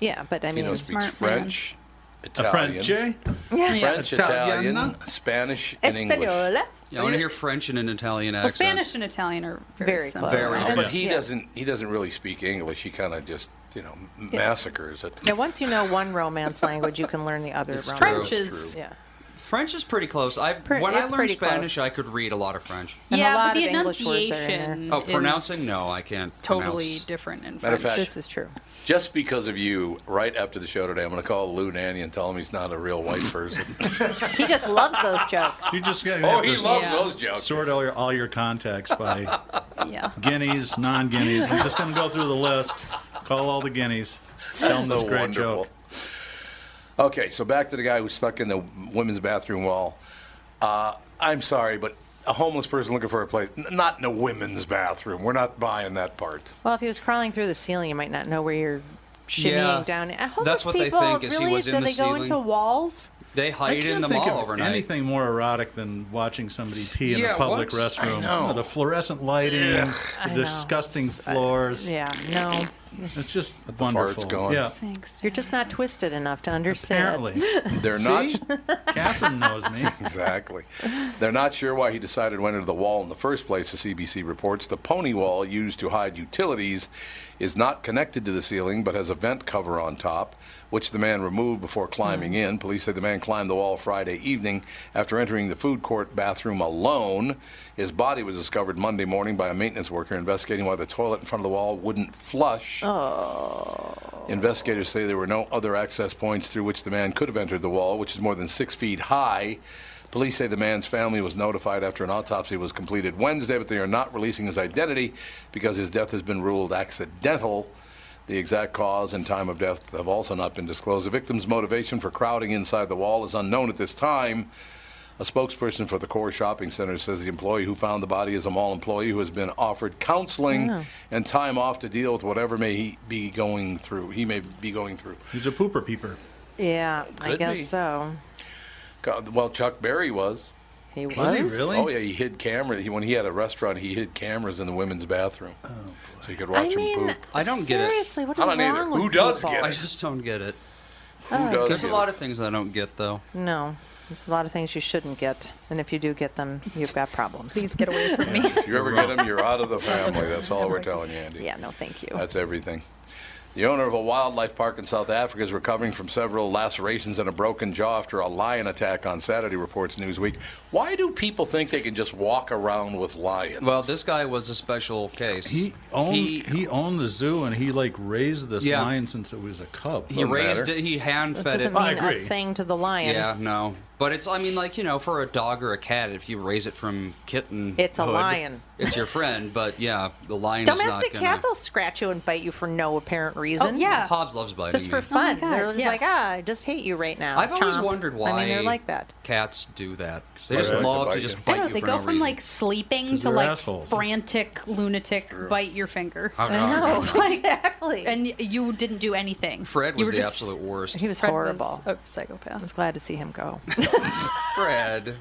Speaker 2: Yeah, but I mean,
Speaker 1: Tino
Speaker 4: He's a
Speaker 1: speaks
Speaker 4: smart man.
Speaker 1: French,
Speaker 11: a
Speaker 1: Italian,
Speaker 11: French Jay?
Speaker 1: French,
Speaker 11: Italian.
Speaker 1: Italian, Spanish, and English.
Speaker 2: Española.
Speaker 5: Yeah, I want to hear French in an Italian
Speaker 4: well,
Speaker 5: accent.
Speaker 4: Spanish and Italian are very,
Speaker 2: Very
Speaker 4: similar.
Speaker 2: close.
Speaker 5: Very.
Speaker 1: But he
Speaker 2: Yeah.
Speaker 1: doesn't. He doesn't really speak English. He kind of just, you know, massacres it.
Speaker 2: Yeah, once you know one romance language, you can learn the other romance.
Speaker 4: French is
Speaker 2: Yeah.
Speaker 5: French is pretty close. I've
Speaker 2: Pre-
Speaker 5: when I
Speaker 2: it's
Speaker 5: learned
Speaker 2: pretty
Speaker 5: Spanish,
Speaker 2: close.
Speaker 5: I could read a lot of French.
Speaker 2: And a
Speaker 4: yeah, but
Speaker 2: lot
Speaker 4: the
Speaker 2: of English words are in there.
Speaker 4: enunciation.
Speaker 5: Oh,
Speaker 4: is
Speaker 5: pronouncing? No, I can't.
Speaker 4: Totally
Speaker 5: pronounce.
Speaker 4: different in
Speaker 1: Matter
Speaker 4: French.
Speaker 1: of fact,
Speaker 2: This is true.
Speaker 1: Just because of you, right after the show today, I'm going to call Lou Nanny and tell him he's not a real white person.
Speaker 2: He just loves
Speaker 1: [laughs]
Speaker 2: those jokes.
Speaker 11: You just got
Speaker 1: oh, he loves
Speaker 4: Yeah.
Speaker 1: those jokes.
Speaker 11: sort all your, all your contacts
Speaker 14: [laughs]
Speaker 11: by
Speaker 4: yeah.
Speaker 11: guineas, non-guineas. I'm just going to go through the list, call all the guineas, tell them
Speaker 1: so
Speaker 11: this great
Speaker 1: wonderful.
Speaker 11: joke.
Speaker 1: Okay, so back to the guy who's stuck in the women's bathroom wall. Uh, I'm sorry, but a homeless person looking for a place, n- not in a women's bathroom. We're not buying that part.
Speaker 14: Well, if he was crawling through the ceiling, you might not know where you're shimmying
Speaker 5: Yeah.
Speaker 14: down. Uh, Homeless
Speaker 5: That's what they
Speaker 14: people,
Speaker 5: think, is he
Speaker 14: really,
Speaker 5: was in
Speaker 14: do
Speaker 5: the
Speaker 14: they go
Speaker 5: ceiling.
Speaker 14: into walls?
Speaker 5: They hide
Speaker 11: I
Speaker 5: it in
Speaker 11: can't
Speaker 5: the
Speaker 11: think
Speaker 5: mall
Speaker 11: of
Speaker 5: overnight.
Speaker 11: Anything more erotic than watching somebody pee in
Speaker 5: Yeah,
Speaker 11: a public
Speaker 5: what?
Speaker 11: restroom?
Speaker 5: I know.
Speaker 11: The fluorescent lighting,
Speaker 5: Ugh.
Speaker 14: I
Speaker 11: the
Speaker 14: know. uh,
Speaker 11: disgusting floors.
Speaker 14: Yeah, no.
Speaker 11: It's just
Speaker 1: the farts
Speaker 11: wonderful.
Speaker 1: going.
Speaker 11: Yeah.
Speaker 14: Thanks. You're just not twisted enough to understand.
Speaker 11: Apparently.
Speaker 1: They're
Speaker 11: See?
Speaker 14: [laughs]
Speaker 1: not.
Speaker 11: Catherine knows me.
Speaker 1: [laughs] exactly. They're not sure why he decided went into the wall in the first place. The CBC reports the pony wall used to hide utilities is not connected to the ceiling, but has a vent cover on top, which the man removed before climbing
Speaker 11: Hmm.
Speaker 1: in. Police say the man climbed the wall Friday evening after entering the food court bathroom alone. His body was discovered Monday morning by a maintenance worker investigating why the toilet in front of the wall wouldn't flush. Investigators say there were no other access points through which the man could have entered the wall, which is more than six feet high. Police say the man's family was notified after an autopsy was completed Wednesday, but they are not releasing his identity because his death has been ruled accidental. The exact cause and time of death have also not been disclosed. The victim's motivation for crowding inside the wall is unknown at this time. A spokesperson for the Core Shopping Center says the employee who found the body is a mall employee who has been offered counseling
Speaker 11: Yeah.
Speaker 1: and time off to deal with whatever may he be going through. He may be going through.
Speaker 11: He's a pooper peeper.
Speaker 14: Yeah, I
Speaker 1: Could
Speaker 14: guess
Speaker 1: be.
Speaker 14: so.
Speaker 1: God, Well, Chuck Berry was.
Speaker 14: He was.
Speaker 11: Was he really?
Speaker 1: Oh yeah, he hid cameras. He, when he had a restaurant, he hid cameras in the women's bathroom,
Speaker 11: Oh,
Speaker 1: so you could watch him poop.
Speaker 5: I don't get it.
Speaker 14: Seriously, what is
Speaker 1: I don't
Speaker 14: wrong
Speaker 1: either.
Speaker 14: with
Speaker 1: Who does
Speaker 14: people?
Speaker 1: get
Speaker 5: I
Speaker 1: it?
Speaker 5: just don't get it.
Speaker 14: Oh. does
Speaker 5: There's a
Speaker 1: get
Speaker 5: lot
Speaker 1: it?
Speaker 5: of things I don't get though.
Speaker 14: No, there's a lot of things you shouldn't get, and if you do get them, you've got problems. Please
Speaker 4: get away
Speaker 5: [laughs]
Speaker 4: from me.
Speaker 1: If you ever get them, you're out
Speaker 14: [laughs]
Speaker 1: of the family. That's all we're telling you, Andy.
Speaker 14: Yeah, no, thank you.
Speaker 1: That's everything. The owner of a wildlife park in South Africa is recovering from several lacerations and a broken jaw after a lion attack on Saturday, reports Newsweek. Why do people think they can just walk around with lions?
Speaker 5: Well, this guy was a special case.
Speaker 11: He owned he, owned the zoo and he like raised this
Speaker 5: Yeah.
Speaker 11: lion since it was a cub.
Speaker 5: He raised it. He hand
Speaker 14: That
Speaker 5: fed
Speaker 14: doesn't
Speaker 5: it.
Speaker 14: mean a thing to the lion.
Speaker 5: Yeah, no. But it's, I mean, like, you know, for a dog or a cat, if you raise it from kitten.
Speaker 14: It's a lion.
Speaker 5: It's
Speaker 14: [laughs]
Speaker 5: your friend, but yeah, the lion is not
Speaker 14: Domestic
Speaker 5: gonna-
Speaker 14: cats will scratch you and bite you for no
Speaker 4: Oh,
Speaker 14: apparent
Speaker 2: Oh,
Speaker 14: reason.
Speaker 5: Hobbs loves biting
Speaker 14: just for
Speaker 5: me.
Speaker 14: fun.
Speaker 4: God,
Speaker 14: they're just
Speaker 4: yeah.
Speaker 14: like, ah, I just hate you right now.
Speaker 5: I've always
Speaker 14: Chomp.
Speaker 5: wondered why
Speaker 14: I mean, they're like that.
Speaker 5: cats do that. They
Speaker 1: They
Speaker 5: just
Speaker 1: like to
Speaker 5: love
Speaker 1: bite
Speaker 5: to
Speaker 1: you.
Speaker 5: just
Speaker 4: I
Speaker 5: bite
Speaker 4: don't know.
Speaker 5: you
Speaker 4: They
Speaker 5: for
Speaker 4: go
Speaker 5: no
Speaker 4: from
Speaker 5: reason.
Speaker 4: like sleeping
Speaker 5: 'Cause
Speaker 4: to
Speaker 5: they're
Speaker 4: like
Speaker 5: assholes. Oh,
Speaker 4: frantic lunatic bite your finger.
Speaker 5: I
Speaker 14: [laughs]
Speaker 5: know.
Speaker 4: It's like- And you didn't do anything.
Speaker 5: Fred
Speaker 4: You
Speaker 5: was
Speaker 4: were
Speaker 5: the
Speaker 4: just-
Speaker 5: absolute worst.
Speaker 14: He was
Speaker 4: Fred
Speaker 14: horrible.
Speaker 4: a psychopath. I
Speaker 14: was glad to see him go.
Speaker 5: Fred.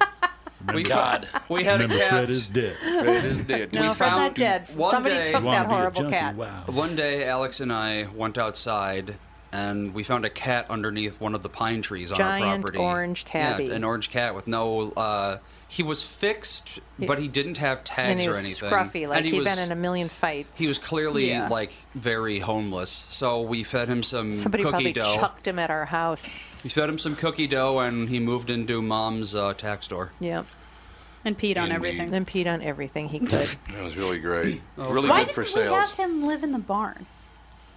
Speaker 5: we
Speaker 1: God.
Speaker 5: We had
Speaker 11: Remember
Speaker 5: a cat.
Speaker 11: Fred is dead.
Speaker 1: Fred is dead.
Speaker 14: No, Fred's not dead.
Speaker 5: one
Speaker 14: Somebody
Speaker 5: day-
Speaker 14: took
Speaker 5: You
Speaker 14: that horrible cat.
Speaker 5: One day, Alex and I went outside, and we found a cat underneath one of the pine trees on our
Speaker 14: Giant
Speaker 5: property.
Speaker 14: orange tabby.
Speaker 5: Yeah, an orange cat with no. Uh, he was fixed,
Speaker 14: He-
Speaker 5: but he didn't have tags
Speaker 14: and he
Speaker 5: or
Speaker 14: was
Speaker 5: anything.
Speaker 14: scruffy, like
Speaker 5: and he
Speaker 14: he'd
Speaker 5: was,
Speaker 14: been in a million fights.
Speaker 5: He was clearly
Speaker 14: Yeah.
Speaker 5: like very homeless, so we fed him some
Speaker 14: Somebody
Speaker 5: cookie
Speaker 14: probably
Speaker 5: dough.
Speaker 14: chucked him at our house.
Speaker 5: We fed him some cookie dough, and he moved into mom's uh, tack store.
Speaker 14: Yeah.
Speaker 4: And peed on everything.
Speaker 14: And peed on everything
Speaker 5: [laughs]
Speaker 14: he could.
Speaker 1: That was really
Speaker 5: [clears throat]
Speaker 1: great.
Speaker 5: Oh,
Speaker 1: really
Speaker 4: Why
Speaker 1: good for
Speaker 4: didn't we
Speaker 1: sales.
Speaker 4: have him live in the barn?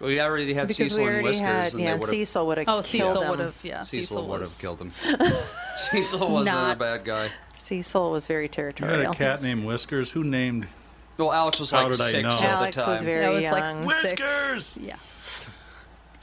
Speaker 5: We already had
Speaker 14: Because we
Speaker 5: Cecil
Speaker 14: already
Speaker 5: and Whiskers,
Speaker 14: had-
Speaker 5: and
Speaker 14: yeah,
Speaker 5: they
Speaker 14: and
Speaker 5: would've-
Speaker 14: Cecil would've Oh, Cecil killed him. would've- yeah,
Speaker 5: Cecil,
Speaker 14: Cecil
Speaker 5: would
Speaker 14: was-
Speaker 5: have killed him. [laughs] Cecil was another
Speaker 14: Not-
Speaker 5: bad guy.
Speaker 14: Cecil was very
Speaker 11: You had
Speaker 14: territorial.
Speaker 11: a cat named Whiskers. Who named?
Speaker 5: Well, Alex was
Speaker 11: How
Speaker 5: like
Speaker 11: did I
Speaker 5: six
Speaker 11: know?
Speaker 5: all
Speaker 14: Alex
Speaker 5: the time.
Speaker 14: was very
Speaker 4: I was uh,
Speaker 14: young.
Speaker 4: like Whiskers. Yeah.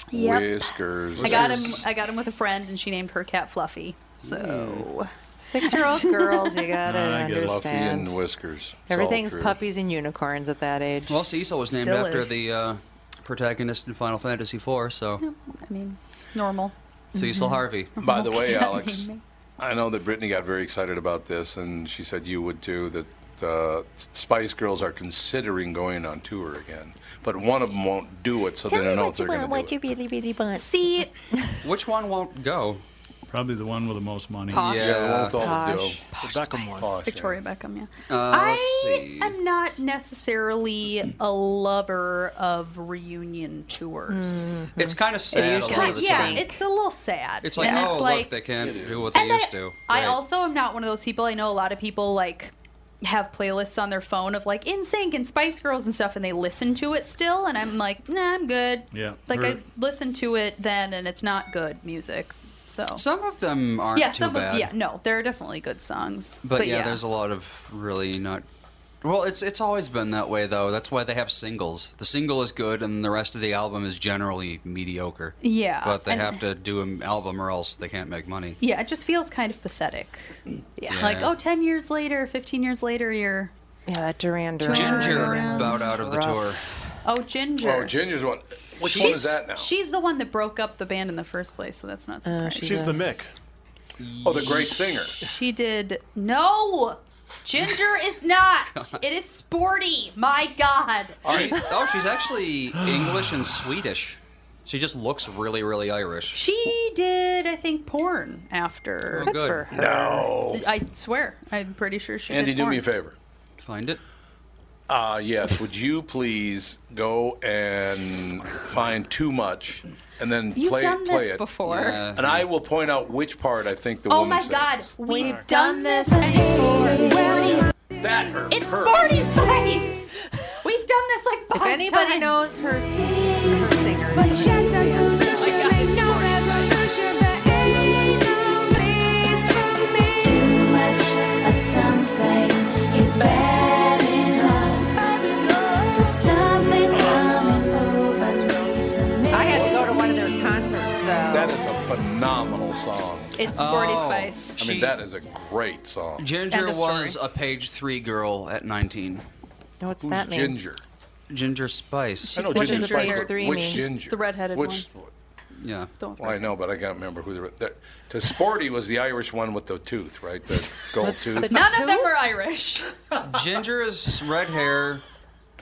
Speaker 4: Yep.
Speaker 1: Whiskers.
Speaker 4: I got him. I got him with a friend, and she named her cat Fluffy. So
Speaker 5: [laughs]
Speaker 4: [laughs]
Speaker 14: Six-year-old girls, you gotta
Speaker 1: I get Luffy
Speaker 14: understand.
Speaker 1: and Whiskers. It's all
Speaker 14: Everything's
Speaker 1: true.
Speaker 14: puppies and unicorns at that age.
Speaker 5: Well, Cecil was named
Speaker 14: Still
Speaker 5: after
Speaker 14: is.
Speaker 5: the uh, protagonist in Final Fantasy IV, so
Speaker 4: I mean, normal.
Speaker 5: Cecil
Speaker 1: Mm-hmm.
Speaker 14: [laughs]
Speaker 5: Harvey.
Speaker 1: By the way,
Speaker 4: Yeah,
Speaker 1: Alex,
Speaker 4: maybe.
Speaker 1: I know that Brittany got very excited about this, and she said you would too. That uh, Spice Girls are considering going on tour again, but one of them won't do it, so they don't know if they're going to do
Speaker 14: you really, really want?
Speaker 4: See,
Speaker 5: Which one won't go?
Speaker 11: Probably the one with the most money.
Speaker 5: Posh. Yeah, the one with all
Speaker 1: the dough.
Speaker 11: The Beckham
Speaker 4: [laughs]
Speaker 11: one.
Speaker 4: Victoria Beckham. Yeah.
Speaker 5: Uh, let's see.
Speaker 4: I'm not necessarily a lover of reunion tours.
Speaker 5: It's kind of sad. A lot of the
Speaker 4: yeah,
Speaker 5: time.
Speaker 4: it's a little sad.
Speaker 5: It's like,
Speaker 4: and
Speaker 5: oh,
Speaker 4: it's
Speaker 5: look,
Speaker 4: like,
Speaker 5: they can't do what they
Speaker 4: And I-
Speaker 5: used to.
Speaker 4: I
Speaker 5: Right.
Speaker 4: also am not one of those people. I know a lot of people like have playlists on their phone of like In Sync and Spice Girls and stuff, and they listen to it still. And I'm like, nah, I'm good.
Speaker 5: Yeah,
Speaker 4: Like
Speaker 5: or-
Speaker 4: I listened to it then, and it's not good music. So
Speaker 5: Some of them aren't
Speaker 4: yeah,
Speaker 5: too
Speaker 4: some
Speaker 5: bad.
Speaker 4: Of, yeah, no, there are definitely good songs.
Speaker 5: But, yeah, there's a lot of really not Well, it's it's always been that way though. That's why they have singles. The single is good, and the rest of the album is generally mediocre.
Speaker 4: Yeah,
Speaker 5: but they
Speaker 4: and-
Speaker 5: have to do an album, or else they can't make money.
Speaker 4: Yeah, it just feels kind of pathetic.
Speaker 5: Yeah.
Speaker 4: Like, oh, 10 years later, 15 years later, you're.
Speaker 2: Yeah, that Duran
Speaker 4: Duran.
Speaker 5: Ginger
Speaker 4: Duran's
Speaker 5: bowed out of the
Speaker 4: rough.
Speaker 5: tour.
Speaker 4: Oh, Ginger.
Speaker 1: Oh, Ginger's one. Which
Speaker 4: She's-
Speaker 1: one is that now?
Speaker 4: She's the one that broke up the band in the first place, so that's not surprising.
Speaker 1: Mick. Oh, the great singer.
Speaker 4: She did. No! Ginger is not! It is sporty! My God!
Speaker 5: All right. [laughs] oh, she's actually English and Swedish. She just looks really, really Irish.
Speaker 4: She did, I think, porn after.
Speaker 5: Oh, good.
Speaker 1: No.
Speaker 4: I swear. I'm pretty sure she
Speaker 1: Andy,
Speaker 4: did.
Speaker 1: do
Speaker 4: porn.
Speaker 1: me a favor.
Speaker 5: Find it.
Speaker 1: Uh, yes. Would you please go and find too much, and then
Speaker 4: You've
Speaker 1: play
Speaker 4: done
Speaker 1: it, play
Speaker 4: this
Speaker 1: it.
Speaker 4: before. Yeah.
Speaker 1: And I will point out which part I think the
Speaker 4: oh
Speaker 1: woman
Speaker 4: my
Speaker 1: said.
Speaker 4: God! We've done this before.
Speaker 1: That hurt.
Speaker 4: It's Sporty's place. We've done this like five
Speaker 2: If anybody
Speaker 4: times.
Speaker 2: knows her, her singer,
Speaker 9: But chance and solution ain't no resolution. There ain't no place for me. Too much of something is bad enough. But something's coming over me.
Speaker 14: I had to go to one of their concerts. So.
Speaker 1: That is a phenomenal song.
Speaker 4: It's
Speaker 5: Sporty Oh. Spice.
Speaker 1: I mean,
Speaker 5: She-
Speaker 1: that is a great song.
Speaker 5: Ginger
Speaker 4: End of story.
Speaker 5: was a page three girl at 19.
Speaker 2: no, it's
Speaker 1: Who's
Speaker 2: that name.
Speaker 1: Ginger?
Speaker 5: Ginger Spice.
Speaker 1: I know
Speaker 4: She's
Speaker 1: Ginger
Speaker 4: the
Speaker 1: Spice,
Speaker 4: ginger.
Speaker 1: but
Speaker 4: Three
Speaker 1: which
Speaker 4: means.
Speaker 1: Ginger?
Speaker 4: The redheaded
Speaker 1: which,
Speaker 5: Yeah.
Speaker 4: Don't
Speaker 1: Well, I know, but I can't remember who the because Sporty was the Irish one with the tooth, right? The gold tooth.
Speaker 4: None of them were Irish.
Speaker 5: Ginger is red hair.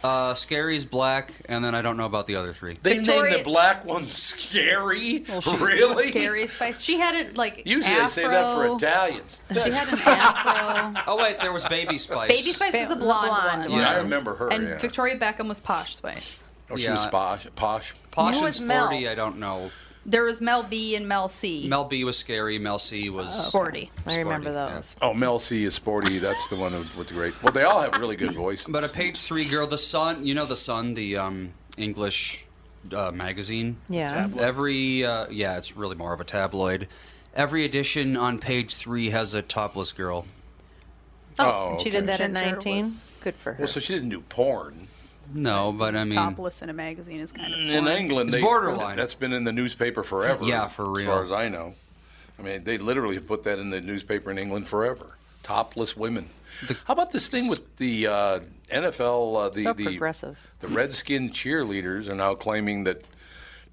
Speaker 5: Uh, Scary's black, and then I don't know about the other three.
Speaker 1: They named
Speaker 4: Victoria-
Speaker 1: the black one Scary.
Speaker 5: she-
Speaker 1: [laughs] really?
Speaker 4: Scary Spice. She had it like
Speaker 1: Usually
Speaker 4: afro.
Speaker 1: they save that for Italians.
Speaker 4: She had an afro.
Speaker 5: Oh wait, there was Baby Spice.
Speaker 4: Baby Spice is the blonde, one.
Speaker 1: Yeah, I remember her.
Speaker 4: And
Speaker 1: yeah.
Speaker 4: Victoria Beckham was Posh Spice.
Speaker 1: oh, she
Speaker 5: Yeah.
Speaker 1: was posh. Posh.
Speaker 5: Posh
Speaker 4: Who
Speaker 5: is
Speaker 4: was Mel?
Speaker 5: forty. I don't know.
Speaker 4: There was Mel B and Mel C. Uh,
Speaker 5: Mel B was scary. Mel C was
Speaker 4: Sporty.
Speaker 2: I remember
Speaker 5: Sporty,
Speaker 2: those.
Speaker 1: Oh, Mel C is Sporty. That's the one with the great. Well, they all have really good voices.
Speaker 5: But a page three girl, the Sun. You know the Sun, the um, English uh, magazine.
Speaker 2: Yeah. Tabloid.
Speaker 5: Every uh, yeah, it's really more of a tabloid. Every edition on page three has a topless girl.
Speaker 2: Oh,
Speaker 1: Oh,
Speaker 2: she did
Speaker 1: okay.
Speaker 2: that at
Speaker 4: Ginger
Speaker 2: 19.
Speaker 4: was
Speaker 2: Good for her.
Speaker 1: Well, so she didn't do porn.
Speaker 5: No, but I mean,
Speaker 4: Topless in a magazine is kind of.
Speaker 1: In
Speaker 4: boring.
Speaker 1: England,
Speaker 5: It's
Speaker 1: they,
Speaker 5: borderline.
Speaker 1: That's been in the newspaper forever.
Speaker 5: Yeah, for real.
Speaker 1: As far as I know, I mean, they literally have put that in the newspaper in England forever. Topless women. How about this thing with the uh, NFL? Uh, the
Speaker 2: so
Speaker 1: the
Speaker 2: progressive.
Speaker 1: The Redskin cheerleaders are now claiming that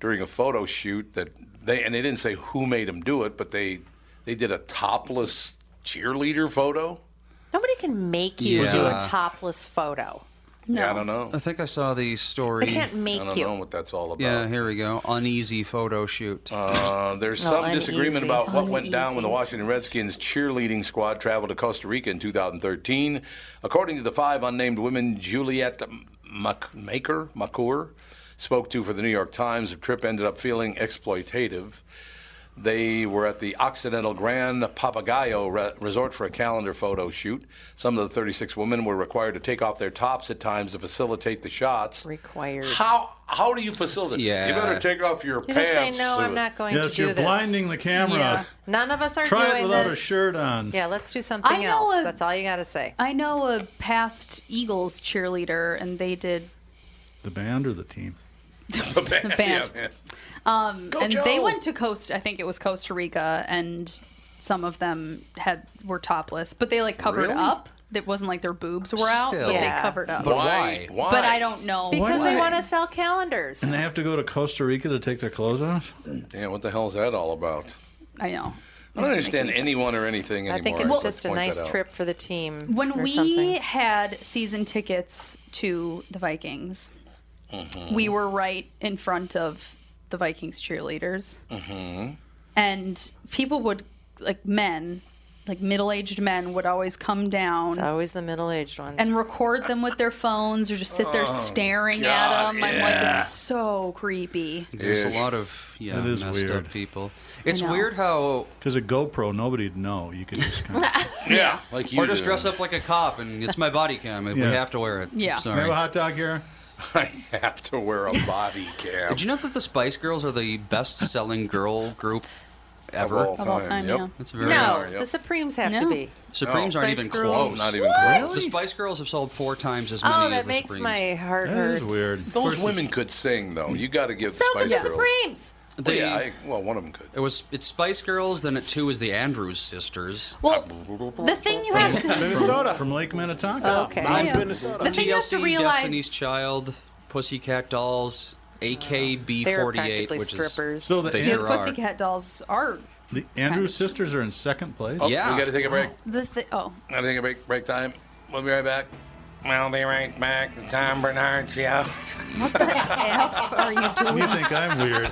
Speaker 1: during a photo shoot that they and they didn't say who made them do it, but they they did a topless cheerleader photo.
Speaker 2: Nobody can make you do a
Speaker 5: Yeah.
Speaker 2: topless photo.
Speaker 1: Yeah, I don't know.
Speaker 5: I think I saw the story.
Speaker 2: They can't
Speaker 1: I
Speaker 2: make
Speaker 1: don't
Speaker 2: you.
Speaker 1: know what that's all about.
Speaker 5: Yeah, here we go. Uneasy photo shoot.
Speaker 1: Uh, there's
Speaker 2: No,
Speaker 1: some disagreement
Speaker 2: uneasy,
Speaker 1: about
Speaker 5: Oh,
Speaker 1: what went down when the
Speaker 2: uneasy.
Speaker 1: Washington Redskins cheerleading squad traveled to Costa Rica in 2013. According to the five unnamed women, Juliet Mac- Maker Makur spoke to for the New York Times, the trip ended up feeling exploitative. They were at the Occidental Grand Papagayo Re- Resort for a calendar photo shoot. Some of the 36 women were required to take off their tops at times to facilitate the shots.
Speaker 2: Required.
Speaker 1: How how do you facilitate? You
Speaker 5: Yeah.
Speaker 1: better take off your
Speaker 2: You just say
Speaker 1: pants.
Speaker 2: no.
Speaker 1: to
Speaker 2: I'm
Speaker 1: it."
Speaker 2: not going to
Speaker 11: Yes,
Speaker 2: do
Speaker 11: you're
Speaker 2: this.
Speaker 11: blinding the camera.
Speaker 4: Yeah.
Speaker 2: None of us are
Speaker 11: Try
Speaker 2: doing
Speaker 11: it without
Speaker 2: this.
Speaker 11: a shirt on.
Speaker 2: Yeah, let's do
Speaker 4: I
Speaker 2: something
Speaker 4: know
Speaker 2: else.
Speaker 4: a-
Speaker 2: That's all you got to say.
Speaker 4: I know a past Eagles cheerleader, and they did
Speaker 11: The band or the team?
Speaker 1: [laughs] The band.
Speaker 4: band.
Speaker 1: Yeah, man.
Speaker 4: Um,
Speaker 1: Go,
Speaker 4: and they
Speaker 1: Joe!
Speaker 4: went to Coast. I think it was Costa Rica, and some of them had were topless, but they like covered
Speaker 1: Really?
Speaker 4: up. It wasn't like their boobs were out,
Speaker 5: Still.
Speaker 4: but
Speaker 2: Yeah.
Speaker 4: they covered up.
Speaker 5: But
Speaker 1: why?
Speaker 5: why?
Speaker 1: Why?
Speaker 4: But I don't know
Speaker 2: Because
Speaker 4: why.
Speaker 2: they want to sell calendars.
Speaker 11: And they have to go to Costa Rica to take their clothes off?
Speaker 1: Yeah, what the hell is that all about?
Speaker 4: I know.
Speaker 1: I don't understand anyone or anything anymore.
Speaker 2: I think
Speaker 1: I'd like
Speaker 2: it's
Speaker 1: to
Speaker 2: just a
Speaker 1: point
Speaker 2: nice
Speaker 1: that out.
Speaker 2: trip for the team.
Speaker 4: When
Speaker 2: or
Speaker 4: we
Speaker 2: something.
Speaker 4: had season tickets to the Vikings,
Speaker 1: Mm-hmm.
Speaker 9: Mm.
Speaker 4: we were right in front of the Vikings cheerleaders,
Speaker 1: Mm-hmm.
Speaker 4: and people would like men, like middle-aged men, would always come down.
Speaker 2: It's always the middle-aged ones.
Speaker 4: and record them with their phones or just sit there staring at
Speaker 1: God,
Speaker 4: them. I'm like, it's so creepy.
Speaker 5: There's
Speaker 1: Ish.
Speaker 5: a lot of yeah
Speaker 11: That is
Speaker 5: messed
Speaker 11: weird.
Speaker 5: up people. It's
Speaker 4: know.
Speaker 5: weird how
Speaker 11: Because a GoPro, nobody'd know. You could just kind of.
Speaker 1: Yeah, like you
Speaker 5: or just
Speaker 1: do.
Speaker 5: dress up like a cop and it's my body cam. and We
Speaker 11: Yeah.
Speaker 5: have to wear it.
Speaker 4: Yeah.
Speaker 5: Sorry.
Speaker 11: Remember hot dog here?
Speaker 1: [laughs] I have to wear a body cam.
Speaker 5: Did you know that the Spice Girls are the best-selling girl group ever.
Speaker 1: all Of all time, time, yep. yeah.
Speaker 5: That's very
Speaker 2: No,
Speaker 5: hard,
Speaker 2: the
Speaker 5: yep.
Speaker 2: Supremes have to be.
Speaker 5: Supremes aren't even close.
Speaker 1: Not even What? close.
Speaker 5: The Spice Girls have sold four times as many
Speaker 2: Oh,
Speaker 5: as
Speaker 2: that
Speaker 5: the
Speaker 2: makes
Speaker 5: Supremes.
Speaker 2: my heart hurt.
Speaker 1: Those women could sing though. You got to give
Speaker 2: So
Speaker 1: Spice
Speaker 2: could the
Speaker 1: Girls.
Speaker 2: Supremes.
Speaker 1: Well, yeah, I, well, one of them could.
Speaker 5: It was it's Spice Girls, then at two is the Andrews sisters.
Speaker 4: Well, the thing you
Speaker 5: [laughs]
Speaker 4: have to- Minnesota.
Speaker 5: from Lake
Speaker 4: Oh,
Speaker 5: Minnetonka.
Speaker 4: okay. Mount Yeah. Minnesota. The thing you have to
Speaker 5: TLC,
Speaker 4: realize-
Speaker 5: Destiny's Child, Pussycat Dolls,
Speaker 4: They were
Speaker 5: AKB48,
Speaker 4: practically
Speaker 5: E which
Speaker 4: strippers.
Speaker 5: is
Speaker 11: So the
Speaker 5: they
Speaker 11: Andrews-
Speaker 5: sure are.
Speaker 4: Pussycat dolls are
Speaker 11: The Andrews sisters are in second place.
Speaker 1: Oh, we got to take a break.
Speaker 4: the thi- oh
Speaker 1: Got to take a break. Break time. We'll be right back. We'll be right back. The Tom Bernard Show. [laughs]
Speaker 4: what the f are you doing?
Speaker 11: You think I'm weird?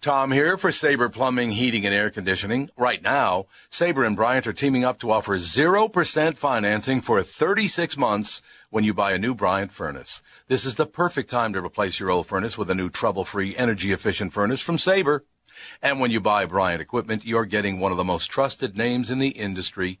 Speaker 17: Tom here for Sabre Plumbing, Heating, and Air Conditioning. Right now, Sabre and Bryant are teaming up to offer 0% financing for 36 months when you buy a new Bryant furnace. This is the perfect time to replace your old furnace with a new trouble-free, energy-efficient furnace from Sabre. And when you buy Bryant equipment, you're getting one of the most trusted names in the industry.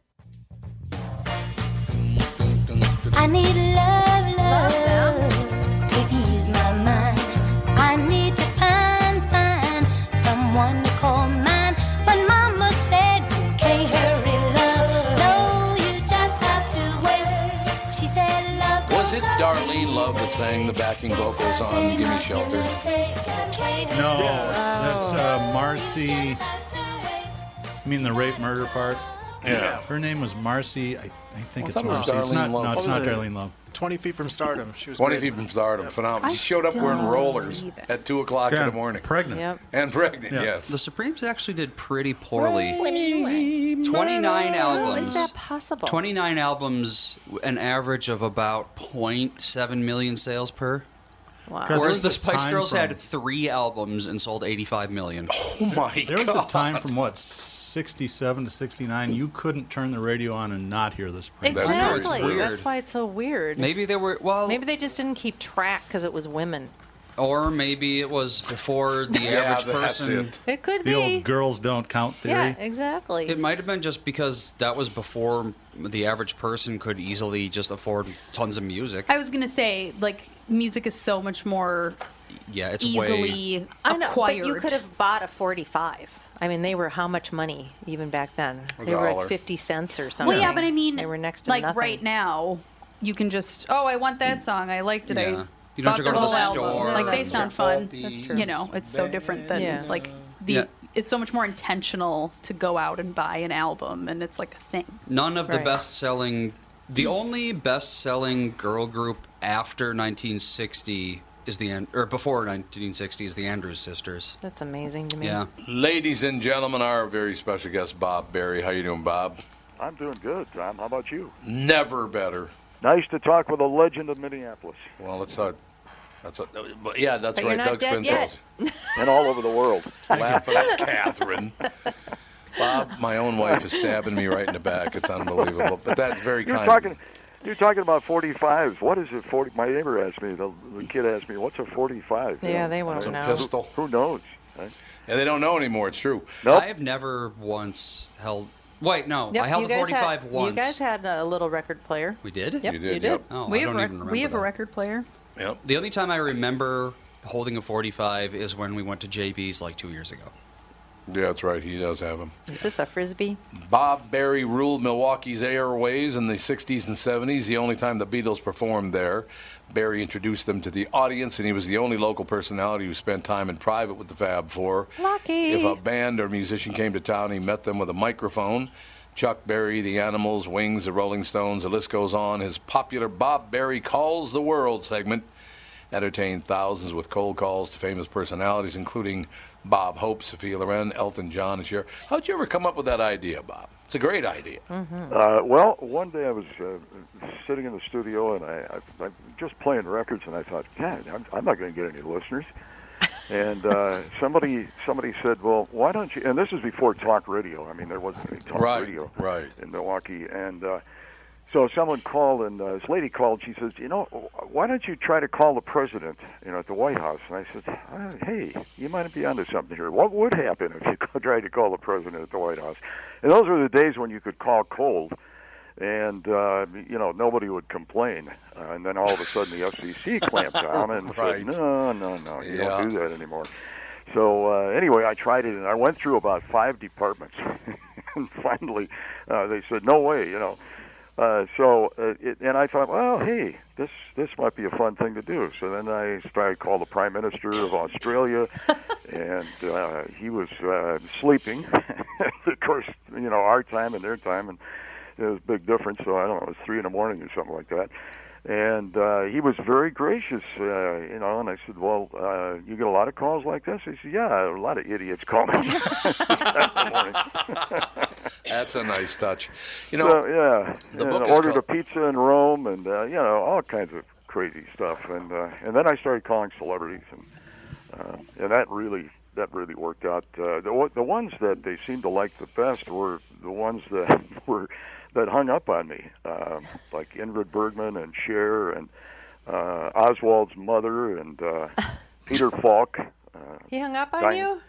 Speaker 9: I need love, love to ease my mind. I need to find, find someone to call mine. But Mama said you can't hurry love. No, you just have to wait. She said love.
Speaker 1: Was it Darlene Love that sang the backing vocals on "Give Me Shelter"?
Speaker 11: No, that's uh, Marcy. I mean the rape murder part.
Speaker 1: Yeah.
Speaker 11: Her name was Marcy. I, I think
Speaker 3: Well, I
Speaker 11: it's
Speaker 3: thought it
Speaker 11: Marcy. It's
Speaker 3: was Darlene
Speaker 11: not.
Speaker 3: Love.
Speaker 11: No, it's
Speaker 3: What
Speaker 11: not
Speaker 3: was it?
Speaker 11: Darlene Love.
Speaker 3: 20 feet from stardom. She was
Speaker 1: 20
Speaker 3: great.
Speaker 1: feet from stardom. Phenomenal.
Speaker 3: I
Speaker 1: She showed up
Speaker 3: still
Speaker 1: wearing
Speaker 3: don't
Speaker 1: rollers
Speaker 3: see
Speaker 1: at 2 o'clock in
Speaker 11: Yeah,
Speaker 1: the morning.
Speaker 11: Pregnant.
Speaker 5: Yep.
Speaker 1: And pregnant, yes.
Speaker 5: The Supremes actually did pretty poorly.
Speaker 2: 29 How
Speaker 5: albums.
Speaker 2: is that possible?
Speaker 5: 29 albums, an average of about 0.7 million sales per.
Speaker 2: Wow.
Speaker 11: God,
Speaker 5: Whereas
Speaker 11: there
Speaker 5: the
Speaker 11: was a
Speaker 5: Spice
Speaker 11: time
Speaker 5: Girls
Speaker 11: from-
Speaker 5: had three albums and sold 85 million.
Speaker 1: Oh my
Speaker 11: There was a time from what, 67 to 69, you couldn't turn the radio on and not hear this. program.
Speaker 2: Exactly. That's why it's so weird.
Speaker 5: Maybe they were well.
Speaker 2: Maybe they just didn't keep track because it was women.
Speaker 5: Or maybe it was before the
Speaker 11: [laughs] Yeah,
Speaker 5: average
Speaker 11: that's
Speaker 5: person.
Speaker 11: it.
Speaker 2: It could
Speaker 5: The
Speaker 2: be.
Speaker 5: old
Speaker 11: Girls don't count
Speaker 2: yeah, exactly.
Speaker 5: It might have been just because that was before the average person could easily just afford tons of music.
Speaker 4: I was gonna say like music is so much more
Speaker 5: yeah, it's way.
Speaker 4: easily
Speaker 2: I know, but
Speaker 4: acquired.
Speaker 2: you could have bought a 45. I mean, they were how much money even back then?
Speaker 4: A
Speaker 2: they were
Speaker 4: dollar.
Speaker 2: like 50 cents or something.
Speaker 4: Well, yeah, but I mean,
Speaker 2: they were next to
Speaker 4: like
Speaker 2: nothing.
Speaker 4: right now, you can just oh, I want that song. I liked it.
Speaker 5: Yeah.
Speaker 4: I
Speaker 5: You don't have to go
Speaker 4: bought
Speaker 5: to the
Speaker 4: whole album.
Speaker 5: store
Speaker 4: Like they
Speaker 5: and
Speaker 4: sound
Speaker 5: get
Speaker 4: fun.
Speaker 5: copy. That's
Speaker 4: You know, it's so different than
Speaker 2: Yeah.
Speaker 4: like the.
Speaker 5: Yeah.
Speaker 4: It's so much more intentional to go out and buy an album, and it's like a thing.
Speaker 5: None of the
Speaker 4: Right.
Speaker 5: best selling, the only best selling girl group after 1960 is the, An- or before 1960 is the Andrews Sisters.
Speaker 2: That's amazing to me.
Speaker 5: Yeah.
Speaker 1: Ladies and gentlemen, our very special guest, Bob Barry. How you doing, Bob?
Speaker 18: I'm doing good, Tom. How about you?
Speaker 1: Never better.
Speaker 18: Nice to talk with a legend of Minneapolis
Speaker 1: Well, let's not. That's a, but yeah, that's
Speaker 18: But
Speaker 1: right.
Speaker 18: you're not
Speaker 1: Doug
Speaker 18: dead
Speaker 1: Sprinthal.
Speaker 18: yet. and all over the
Speaker 1: [laughs]
Speaker 18: world.
Speaker 1: laughing at Catherine. Bob, my own wife is stabbing me right in the back. It's unbelievable. But that's very
Speaker 18: You're
Speaker 1: kind.
Speaker 18: talking. You're talking about 45s. What is a 40? My neighbor asked me. The, the kid asked me, "What's a 45?"
Speaker 2: Yeah, they won't
Speaker 18: It's a
Speaker 2: know.
Speaker 1: pistol.
Speaker 18: Who, knows? right?
Speaker 1: and they don't know anymore. It's true.
Speaker 5: I have never once held, wait, no,
Speaker 2: Yep,
Speaker 5: I held
Speaker 2: you
Speaker 5: a
Speaker 2: guys
Speaker 5: 45
Speaker 2: had,
Speaker 5: once.
Speaker 2: You guys had a little record player.
Speaker 5: we did?
Speaker 2: Yep, You did, you did. yep.
Speaker 5: Oh,
Speaker 4: we
Speaker 5: I
Speaker 4: have
Speaker 5: don't even
Speaker 4: a rec-
Speaker 5: remember
Speaker 4: we have
Speaker 5: that.
Speaker 4: a record player.
Speaker 5: The only time I remember holding a 45 is when we went to JB's like two years ago.
Speaker 1: Yeah, that's right. He does have them.
Speaker 2: Is this a frisbee?
Speaker 1: Bob Berry ruled Milwaukee's airwaves in the 60s and 70s, the only time the Beatles performed there. Berry introduced them to the audience, and he was the only local personality who spent time in private with the Fab Four.
Speaker 2: Lucky.
Speaker 1: If a band or musician came to town, he met them with a microphone. Chuck Berry, The Animals, Wings, The Rolling Stones, the list goes on. His popular Bob Berry Calls the World segment entertained thousands with cold calls to famous personalities, including Bob Hope, Sophia Loren, Elton John, and Cher. How'd you ever come up with that idea, Bob? It's a great idea.
Speaker 18: Uh, well, one day I was uh, sitting in the studio and I, I, I'm just playing records, and I thought, God, I'm, I'm not going to get any listeners. And uh, somebody somebody said, Well, why don't you? And this is before talk radio. I mean, there wasn't any talk
Speaker 1: Right,
Speaker 18: radio
Speaker 1: right.
Speaker 18: in Milwaukee. And uh, so someone called, and uh, this lady called. She says, You know, why don't you try to call the president, you know, at the White House? And I said, uh, Hey, you might be onto something here. What would happen if you [laughs] tried to call the president at the White House? And those were the days when you could call cold, and uh, you know nobody would complain. Uh, and then all of a sudden, the FCC clamped down and
Speaker 1: Right.
Speaker 18: said, "No, no, no, you
Speaker 1: Yeah.
Speaker 18: don't do that anymore." So uh, anyway, I tried it, and I went through about five departments, [laughs] and finally, uh, they said, "No way," you know. Uh, so, uh, it, and I thought, well, hey, this this might be a fun thing to do. So then I started to call the Prime Minister of Australia, and uh, he was uh, sleeping. [laughs] of course, you know our time and their time, and it was a big difference. So I don't know, it was three in the morning or something like that. And uh, he was very gracious, uh, you know. And I said, "Well, uh, you get a lot of calls like this." He said, "Yeah, a lot of idiots call me." [laughs]
Speaker 1: [laughs] That's a nice touch.
Speaker 18: [laughs]
Speaker 1: You know,
Speaker 18: So, yeah,
Speaker 1: the
Speaker 18: and
Speaker 1: book is
Speaker 18: ordered
Speaker 1: called-
Speaker 18: a pizza in Rome, and uh, you know all kinds of crazy stuff, and uh, and then I started calling celebrities, and uh, and that really that really worked out. Uh, the o- the ones that they seemed to like the best were the ones that [laughs] were that hung up on me, um, like Ingrid Bergman and Cher and uh, Oswald's mother and
Speaker 1: [laughs]
Speaker 18: uh, Peter Falk. Uh,
Speaker 2: He hung up on
Speaker 18: Diane-
Speaker 2: you?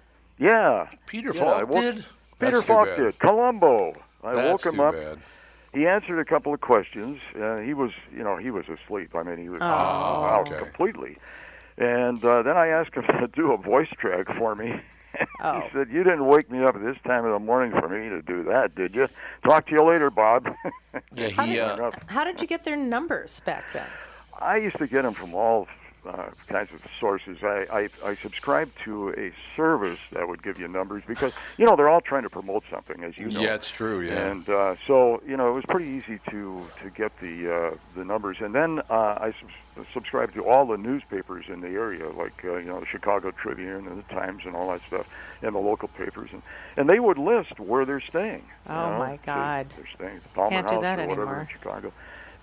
Speaker 18: Yeah,
Speaker 1: Peter
Speaker 18: yeah,
Speaker 1: Falk
Speaker 18: I woke-
Speaker 1: did?
Speaker 18: Peter
Speaker 1: That's too
Speaker 18: Falk
Speaker 1: bad.
Speaker 18: did. Columbo. I
Speaker 1: That's
Speaker 18: woke him
Speaker 1: too
Speaker 18: up.
Speaker 1: bad.
Speaker 18: He answered a couple of questions. Uh, he was, you know, he was asleep. I mean, he was
Speaker 1: Oh,
Speaker 18: out
Speaker 1: okay.
Speaker 18: completely. And uh, then I asked him [laughs] to do a voice track for me. [laughs]
Speaker 2: Oh.
Speaker 18: he said, "You didn't wake me up at this time of the morning for me to do that, did you? Talk to you later, Bob." [laughs]
Speaker 1: yeah, uh,
Speaker 2: How did, how did you get their numbers back then?
Speaker 18: I used to get them from all uh, kinds of sources. I, I, I subscribed to a service that would give you numbers because, you know, they're all trying to promote something, as you know.
Speaker 1: Yeah, it's true, yeah.
Speaker 18: And uh, so, you know, it was pretty easy to, to get the, uh, the numbers. And then uh, I subs- subscribed to all the newspapers in the area, like, uh, you know, the Chicago Tribune and the Times and all that stuff, and the local papers. And, and they would list where they're staying. you
Speaker 2: Oh,
Speaker 18: know,
Speaker 2: my God.
Speaker 18: They're, they're staying at the Palmer
Speaker 2: Can't do
Speaker 18: House
Speaker 2: that
Speaker 18: or whatever
Speaker 2: anymore.
Speaker 18: in Chicago.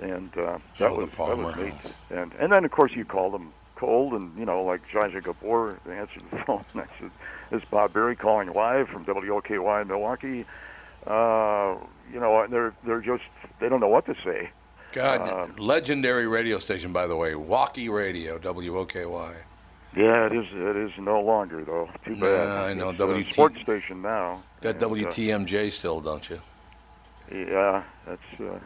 Speaker 18: And uh, that,
Speaker 1: Oh, the
Speaker 18: was, that
Speaker 1: Palmer
Speaker 18: was neat. And and then of course you called them cold, and you know like Jaja Kapoor answered the [laughs] phone. I said, "This is Bob Berry calling live from WOKY in Milwaukee." Uh, you know, and they're they're just they don't know what to say. Uh,
Speaker 1: God, legendary radio station, by the way, Walkie Radio, W O K Y.
Speaker 18: Yeah, it is it is no longer though. Too bad.
Speaker 1: Yeah, I know.
Speaker 18: It's a
Speaker 1: WT
Speaker 18: sports station now.
Speaker 1: Got
Speaker 18: And, uh,
Speaker 1: WTMJ still, don't you?
Speaker 18: Yeah, that's uh,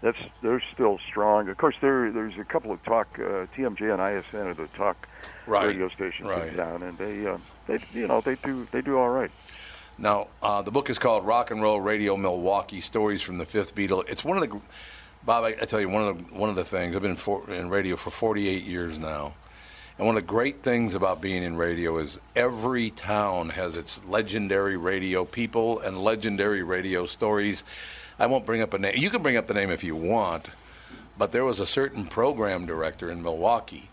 Speaker 18: that's they're still strong. Of course, there there's a couple of talk uh, TMJ and ISN are the talk
Speaker 1: Right,
Speaker 18: radio stations
Speaker 1: right.
Speaker 18: in town, and they uh, they you know they do they do all right.
Speaker 1: Now, uh, the book is called Rock and Roll Radio Milwaukee: Stories from the Fifth Beatle. It's one of the, gr- Bob, I, I tell you, one of the one of the things I've been for, in radio for 48 years now, and one of the great things about being in radio is every town has its legendary radio people and legendary radio stories. I won't bring up a name. You can bring up the name if you want, but there was a certain program director in Milwaukee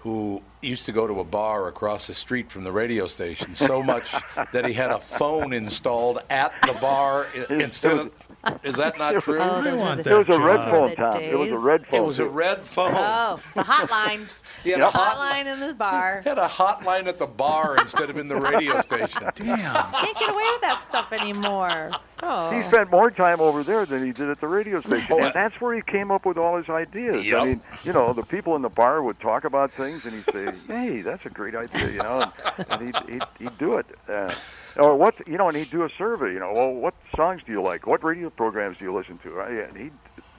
Speaker 1: who used to go to a bar across the street from the radio station
Speaker 18: [laughs]
Speaker 1: so much that he had a phone installed at the bar i- instead of. Is that not true?
Speaker 18: Oh, those I were want the- Uh-huh. that it was a red
Speaker 1: job.
Speaker 18: phone, Tom. It was a red phone,
Speaker 1: It was a
Speaker 18: too.
Speaker 1: red phone.
Speaker 2: Oh,
Speaker 5: [laughs]
Speaker 2: the hotline.
Speaker 1: He had, a hot,
Speaker 2: hotline in the bar.
Speaker 1: he had a hotline at the bar instead of in the [laughs] radio station.
Speaker 19: Damn.
Speaker 2: Can't get away with that
Speaker 5: [laughs]
Speaker 2: stuff anymore. Oh. [laughs]
Speaker 18: He spent more time over there than he did at the radio station,
Speaker 1: Oh,
Speaker 18: and that's where he came up with all his ideas.
Speaker 1: Yep.
Speaker 18: I mean, you know, the people in the bar would talk about things, and he'd say, "Hey, that's a great idea," you know, and, and he'd, he'd he'd do it. Uh, or what you know, and he'd do a survey. You know, well, what songs do you like? What radio programs do you listen to? I, and he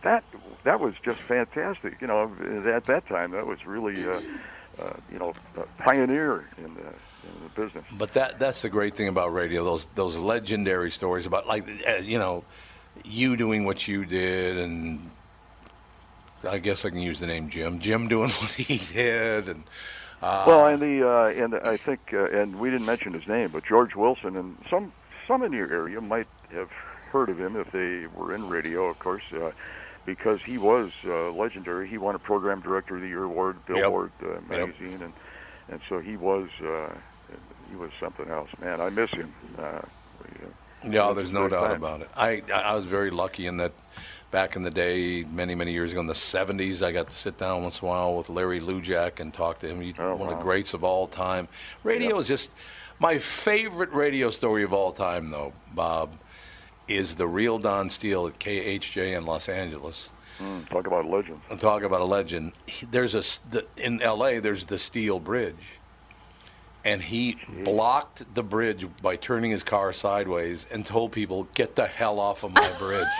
Speaker 18: that that was just fantastic. You know, at that time, that was really uh, uh, you know a pioneer in the, in the business.
Speaker 1: But that that's the great thing about radio. Those those legendary stories about like uh, you know, you doing what you did, and I guess I can use the name Jim. Jim doing [laughs] what he did, and uh,
Speaker 18: Well, and the uh, and I think uh, and we didn't mention his name, but George Wilson and some some in your area might have heard of him if they were in radio, of course. Uh, because he was uh, legendary. He won a Program Director of the Year award, Billboard uh, magazine, and and so he was uh, he was something else. Man, I miss him. Uh,
Speaker 1: Yeah, there's no
Speaker 18: Great
Speaker 1: doubt
Speaker 18: time.
Speaker 1: about it. I I was very lucky in that back in the day, many many years ago in the '70s, I got to sit down once in a while with Larry Lujak and talk to him. He's
Speaker 18: Oh,
Speaker 1: one of the greats of all time. Radio is just my favorite radio story of all time, though. Bob is the real Don Steele at KHJ in Los Angeles.
Speaker 18: Mm, talk about a legend.
Speaker 1: And talk about a legend. He- There's a s- the, in L.A. There's the Steel Bridge, and he blocked the bridge by turning his car sideways and told people, "Get the hell off of my
Speaker 18: [laughs]
Speaker 1: bridge."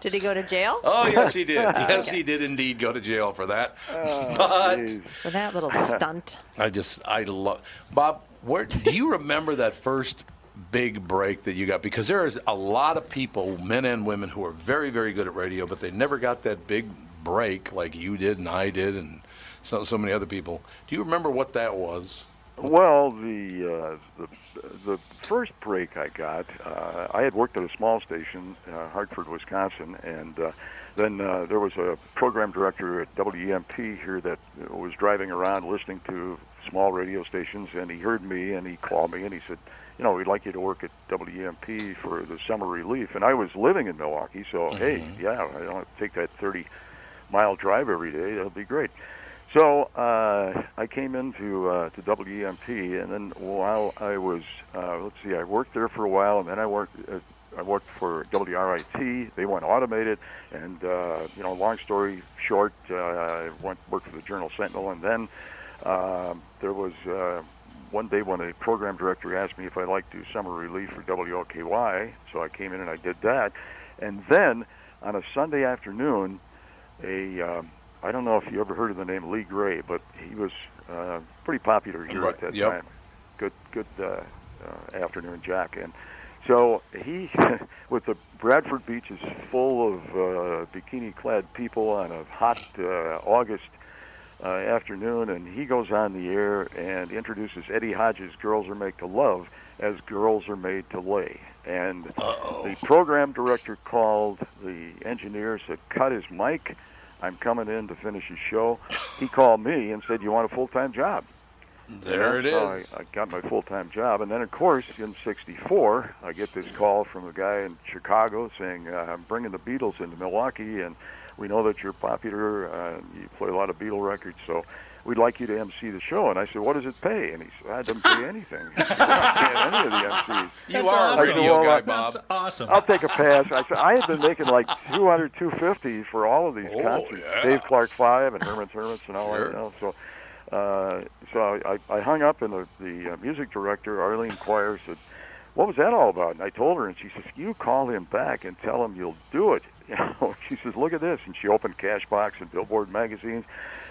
Speaker 14: Did he go to jail?
Speaker 1: oh yes, he
Speaker 18: [laughs]
Speaker 1: did. Yes, he did indeed go to jail for that.
Speaker 18: Oh,
Speaker 1: [laughs] but
Speaker 14: For that
Speaker 1: [laughs]
Speaker 18: [laughs]
Speaker 14: little stunt.
Speaker 1: I just I love Bob. Where do you remember that first big break that you got? Because there is a lot of people, men and women, who are very very good at radio, but they never got that big break like you did and I did and so so many other people. Do you remember what that was?
Speaker 18: Well, the uh, the the first break I got, uh, I had worked at a small station, uh, Hartford, Wisconsin, and uh, then uh, there was a program director at WEMP here that was driving around listening to small radio stations, and he heard me, and he called me, and he said, "You know, we'd like you to work at WEMP for the summer relief." And I was living in Milwaukee, so hey, yeah, I don't have to take that thirty mile drive every day. That'll be great. So uh, I came into uh, to WEMP, and then while I was, uh, let's see, I worked there for a while, and then I worked, uh, I worked for WRIT. They went automated, and uh, you know, long story short, uh, I went worked for the Journal Sentinel, and then um there was uh, one day when a program director asked me if I'd like to do summer relief for WLKY, so I came in and I did that, and then on a Sunday afternoon, a um, I don't know if you ever heard of the name Lee Gray, but he was uh, pretty popular here
Speaker 1: Right,
Speaker 18: at that
Speaker 1: yep.
Speaker 18: time. Good, good uh, uh, afternoon, Jack. And so he, [laughs] with the Bradford Beach is full of uh, bikini-clad people on a hot uh, August uh, afternoon, and he goes on the air and introduces Eddie Hodges' "Girls Are Made to Love" as "Girls Are Made to Lay." And the program director called the engineer, said, "Cut his mic. I'm coming in to finish his show." He called me and said, "You want a full-time job?"
Speaker 1: There it
Speaker 18: And that's
Speaker 1: is.
Speaker 18: how I, I got my full time job. And then, of course, in '64, I get this call from a guy in Chicago saying, uh, I'm bringing the Beatles into Milwaukee, and we know that you're popular. Uh, you play a lot of Beatle records, so we'd like you to MC the show. And I said, What does it pay? And he said, I don't pay anything. [laughs] I can't any of the MCs.
Speaker 1: [laughs] You That's are a
Speaker 18: I said,
Speaker 1: radio
Speaker 18: "Well,
Speaker 1: guy,
Speaker 18: uh,
Speaker 1: Bob. That's
Speaker 11: awesome.
Speaker 18: I'll take a pass. I said, I have been making like 200, 250 for all of these
Speaker 1: Oh,
Speaker 18: concerts. Dave Clark Five and Herman's Hermits and all
Speaker 1: Sure.
Speaker 18: that. You know, so, uh, so I, I hung up and the, the uh, music director Arlene Quire said, "What was that all about?" And I told her, and she says, "You call him back and tell him you'll do it." [laughs] You know, she says, "Look at this," and she opened Cashbox and Billboard magazines.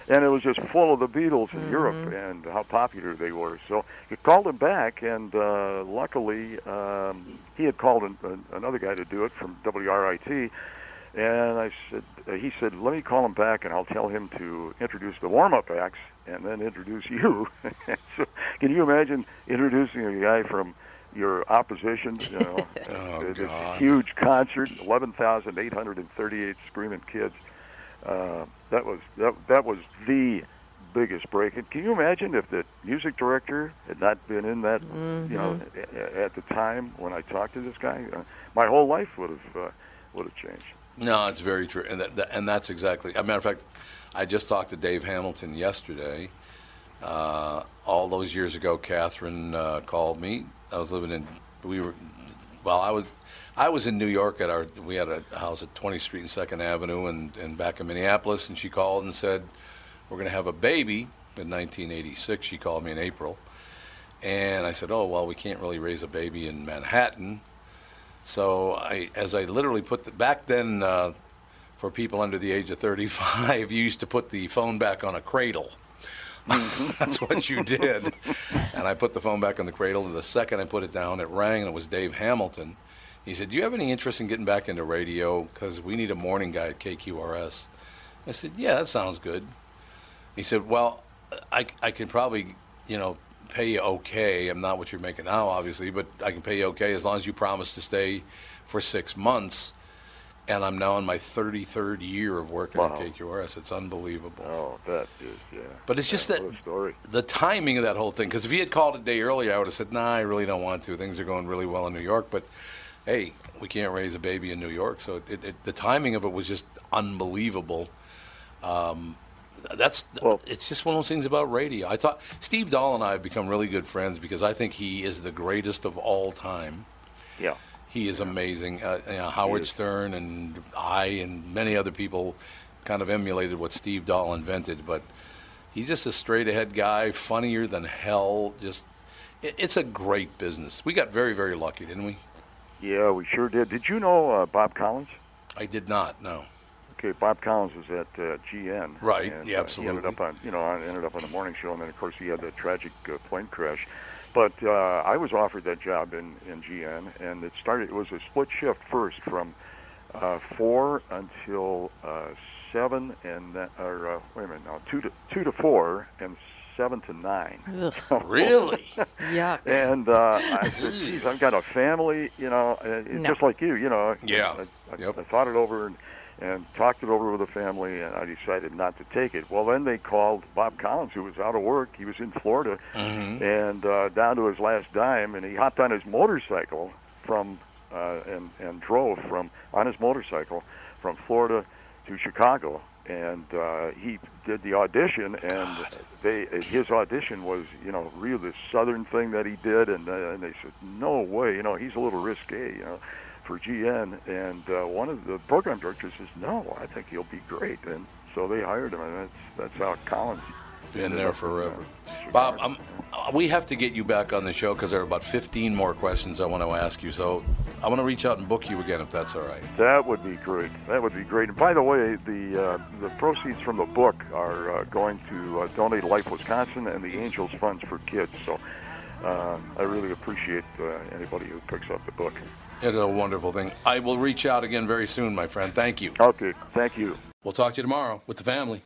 Speaker 18: And it was just full of the Beatles in Europe and how popular they were. So he called him back, and uh, luckily um, he had called an, an, another guy to do it from WRIT. And I said, uh, he said, let me call him back and I'll tell him to introduce the warm-up acts and then introduce [laughs] you. so, can you imagine introducing a guy from your opposition? You know, oh, this
Speaker 1: God.
Speaker 18: huge concert, eleven thousand eight hundred and thirty-eight screaming kids. Uh, that was that that was the biggest break. And can you imagine if the music director had not been in that, you know, a- a- at the time when I talked to this guy, uh, my whole life would have uh, would have changed.
Speaker 1: No, it's very true, and that, that- and that's exactly. As a matter of fact, I just talked to Dave Hamilton yesterday. Uh, all those years ago, Catherine uh, called me. I was living in we were well, I was I was in New York at our we had a house at 20th Street and Second Avenue, and and back in Minneapolis, and she called and said we're going to have a baby in 1986. She called me in April, and I said, oh well, we can't really raise a baby in Manhattan. So I, as I literally put the, back then, uh, for people under the age of 35, [laughs] you used to put the phone back on a cradle. [laughs] That's what you did. and I put the phone back on the cradle. And the second I put it down, it rang, and it was Dave Hamilton. He said, "Do you have any interest in getting back into radio? Because we need a morning guy at KQRS." I said, "Yeah, that sounds good." He said, "Well, I, I can probably, you know, pay you okay. I'm not what you're making now, obviously, but I can pay you okay as long as you promise to stay for six months. And I'm now in my 33rd year of working
Speaker 18: Wow.
Speaker 1: at KQRS. It's unbelievable.
Speaker 18: Oh, that is yeah.
Speaker 1: But it's just that the timing of that whole thing. Because if he had called a day earlier, I would have said, "Nah, I really don't want to. Things are going really well in New York." But hey, we can't raise a baby in New York, so it, it, the timing of it was just unbelievable. Um, that's it's just one of those things about radio. I thought Steve Dahl and I have become really good friends because I think he is the greatest of all time.
Speaker 18: Yeah.
Speaker 1: He is amazing. Uh, you know, Howard
Speaker 18: is.
Speaker 1: Stern and I and many other people kind of emulated what Steve Dahl invented, but he's just a straight ahead guy, funnier than hell. Just it, it's a great business. We got very very lucky, didn't we?
Speaker 18: Yeah, we sure did. Did you know uh, Bob Collins?
Speaker 1: I did not. No.
Speaker 18: Okay, Bob Collins was at uh, GN.
Speaker 1: Right,
Speaker 18: and,
Speaker 1: yeah,
Speaker 18: uh, he ended
Speaker 1: absolutely.
Speaker 18: up on, you know, on- ended up on the morning show, and then of course he had that tragic uh, plane crash. But uh, I was offered that job in in GN, and it started. It was a split shift first from uh, four until uh, seven, and then, or uh, wait a minute, now two to two to four, and seven to nine.
Speaker 9: Really?
Speaker 18: Yuck. And uh, I said, geez, I've got a family, you know, uh, it's
Speaker 9: No.
Speaker 18: just like you, you know.
Speaker 9: Yeah.
Speaker 18: I, I, I thought it over and, and talked it over with the family, and I decided not to take it. Well, then they called Bob Collins, who was out of work. He was in Florida
Speaker 9: Mm-hmm.
Speaker 18: and uh, down to his last dime, and he hopped on his motorcycle from uh, and and drove from on his motorcycle from Florida to Chicago, and uh, he did the audition, and they his audition was you know real the southern thing that he did, and uh, and they said no way, you know he's a little risque, you know. For GN, and uh, one of the program directors says, "No, I think he'll be great," and so they hired him, and that's that's how Collins
Speaker 1: Been
Speaker 18: ended
Speaker 1: there
Speaker 18: up in, uh,
Speaker 1: forever. Bob, I'm, uh, we have to get you back on the show because there are about 15 more questions I want to ask you. So I want to reach out and book you again if that's all right.
Speaker 18: That would be great. That would be great. And by the way, the uh, the proceeds from the book are uh, going to uh, donate Life Wisconsin and the Angels Funds for Kids. So uh, I really appreciate uh, anybody who picks up the book.
Speaker 1: It's a wonderful thing. I will reach out again very soon, my friend. Thank you.
Speaker 18: Okay. Thank you.
Speaker 1: We'll talk to you tomorrow with the family.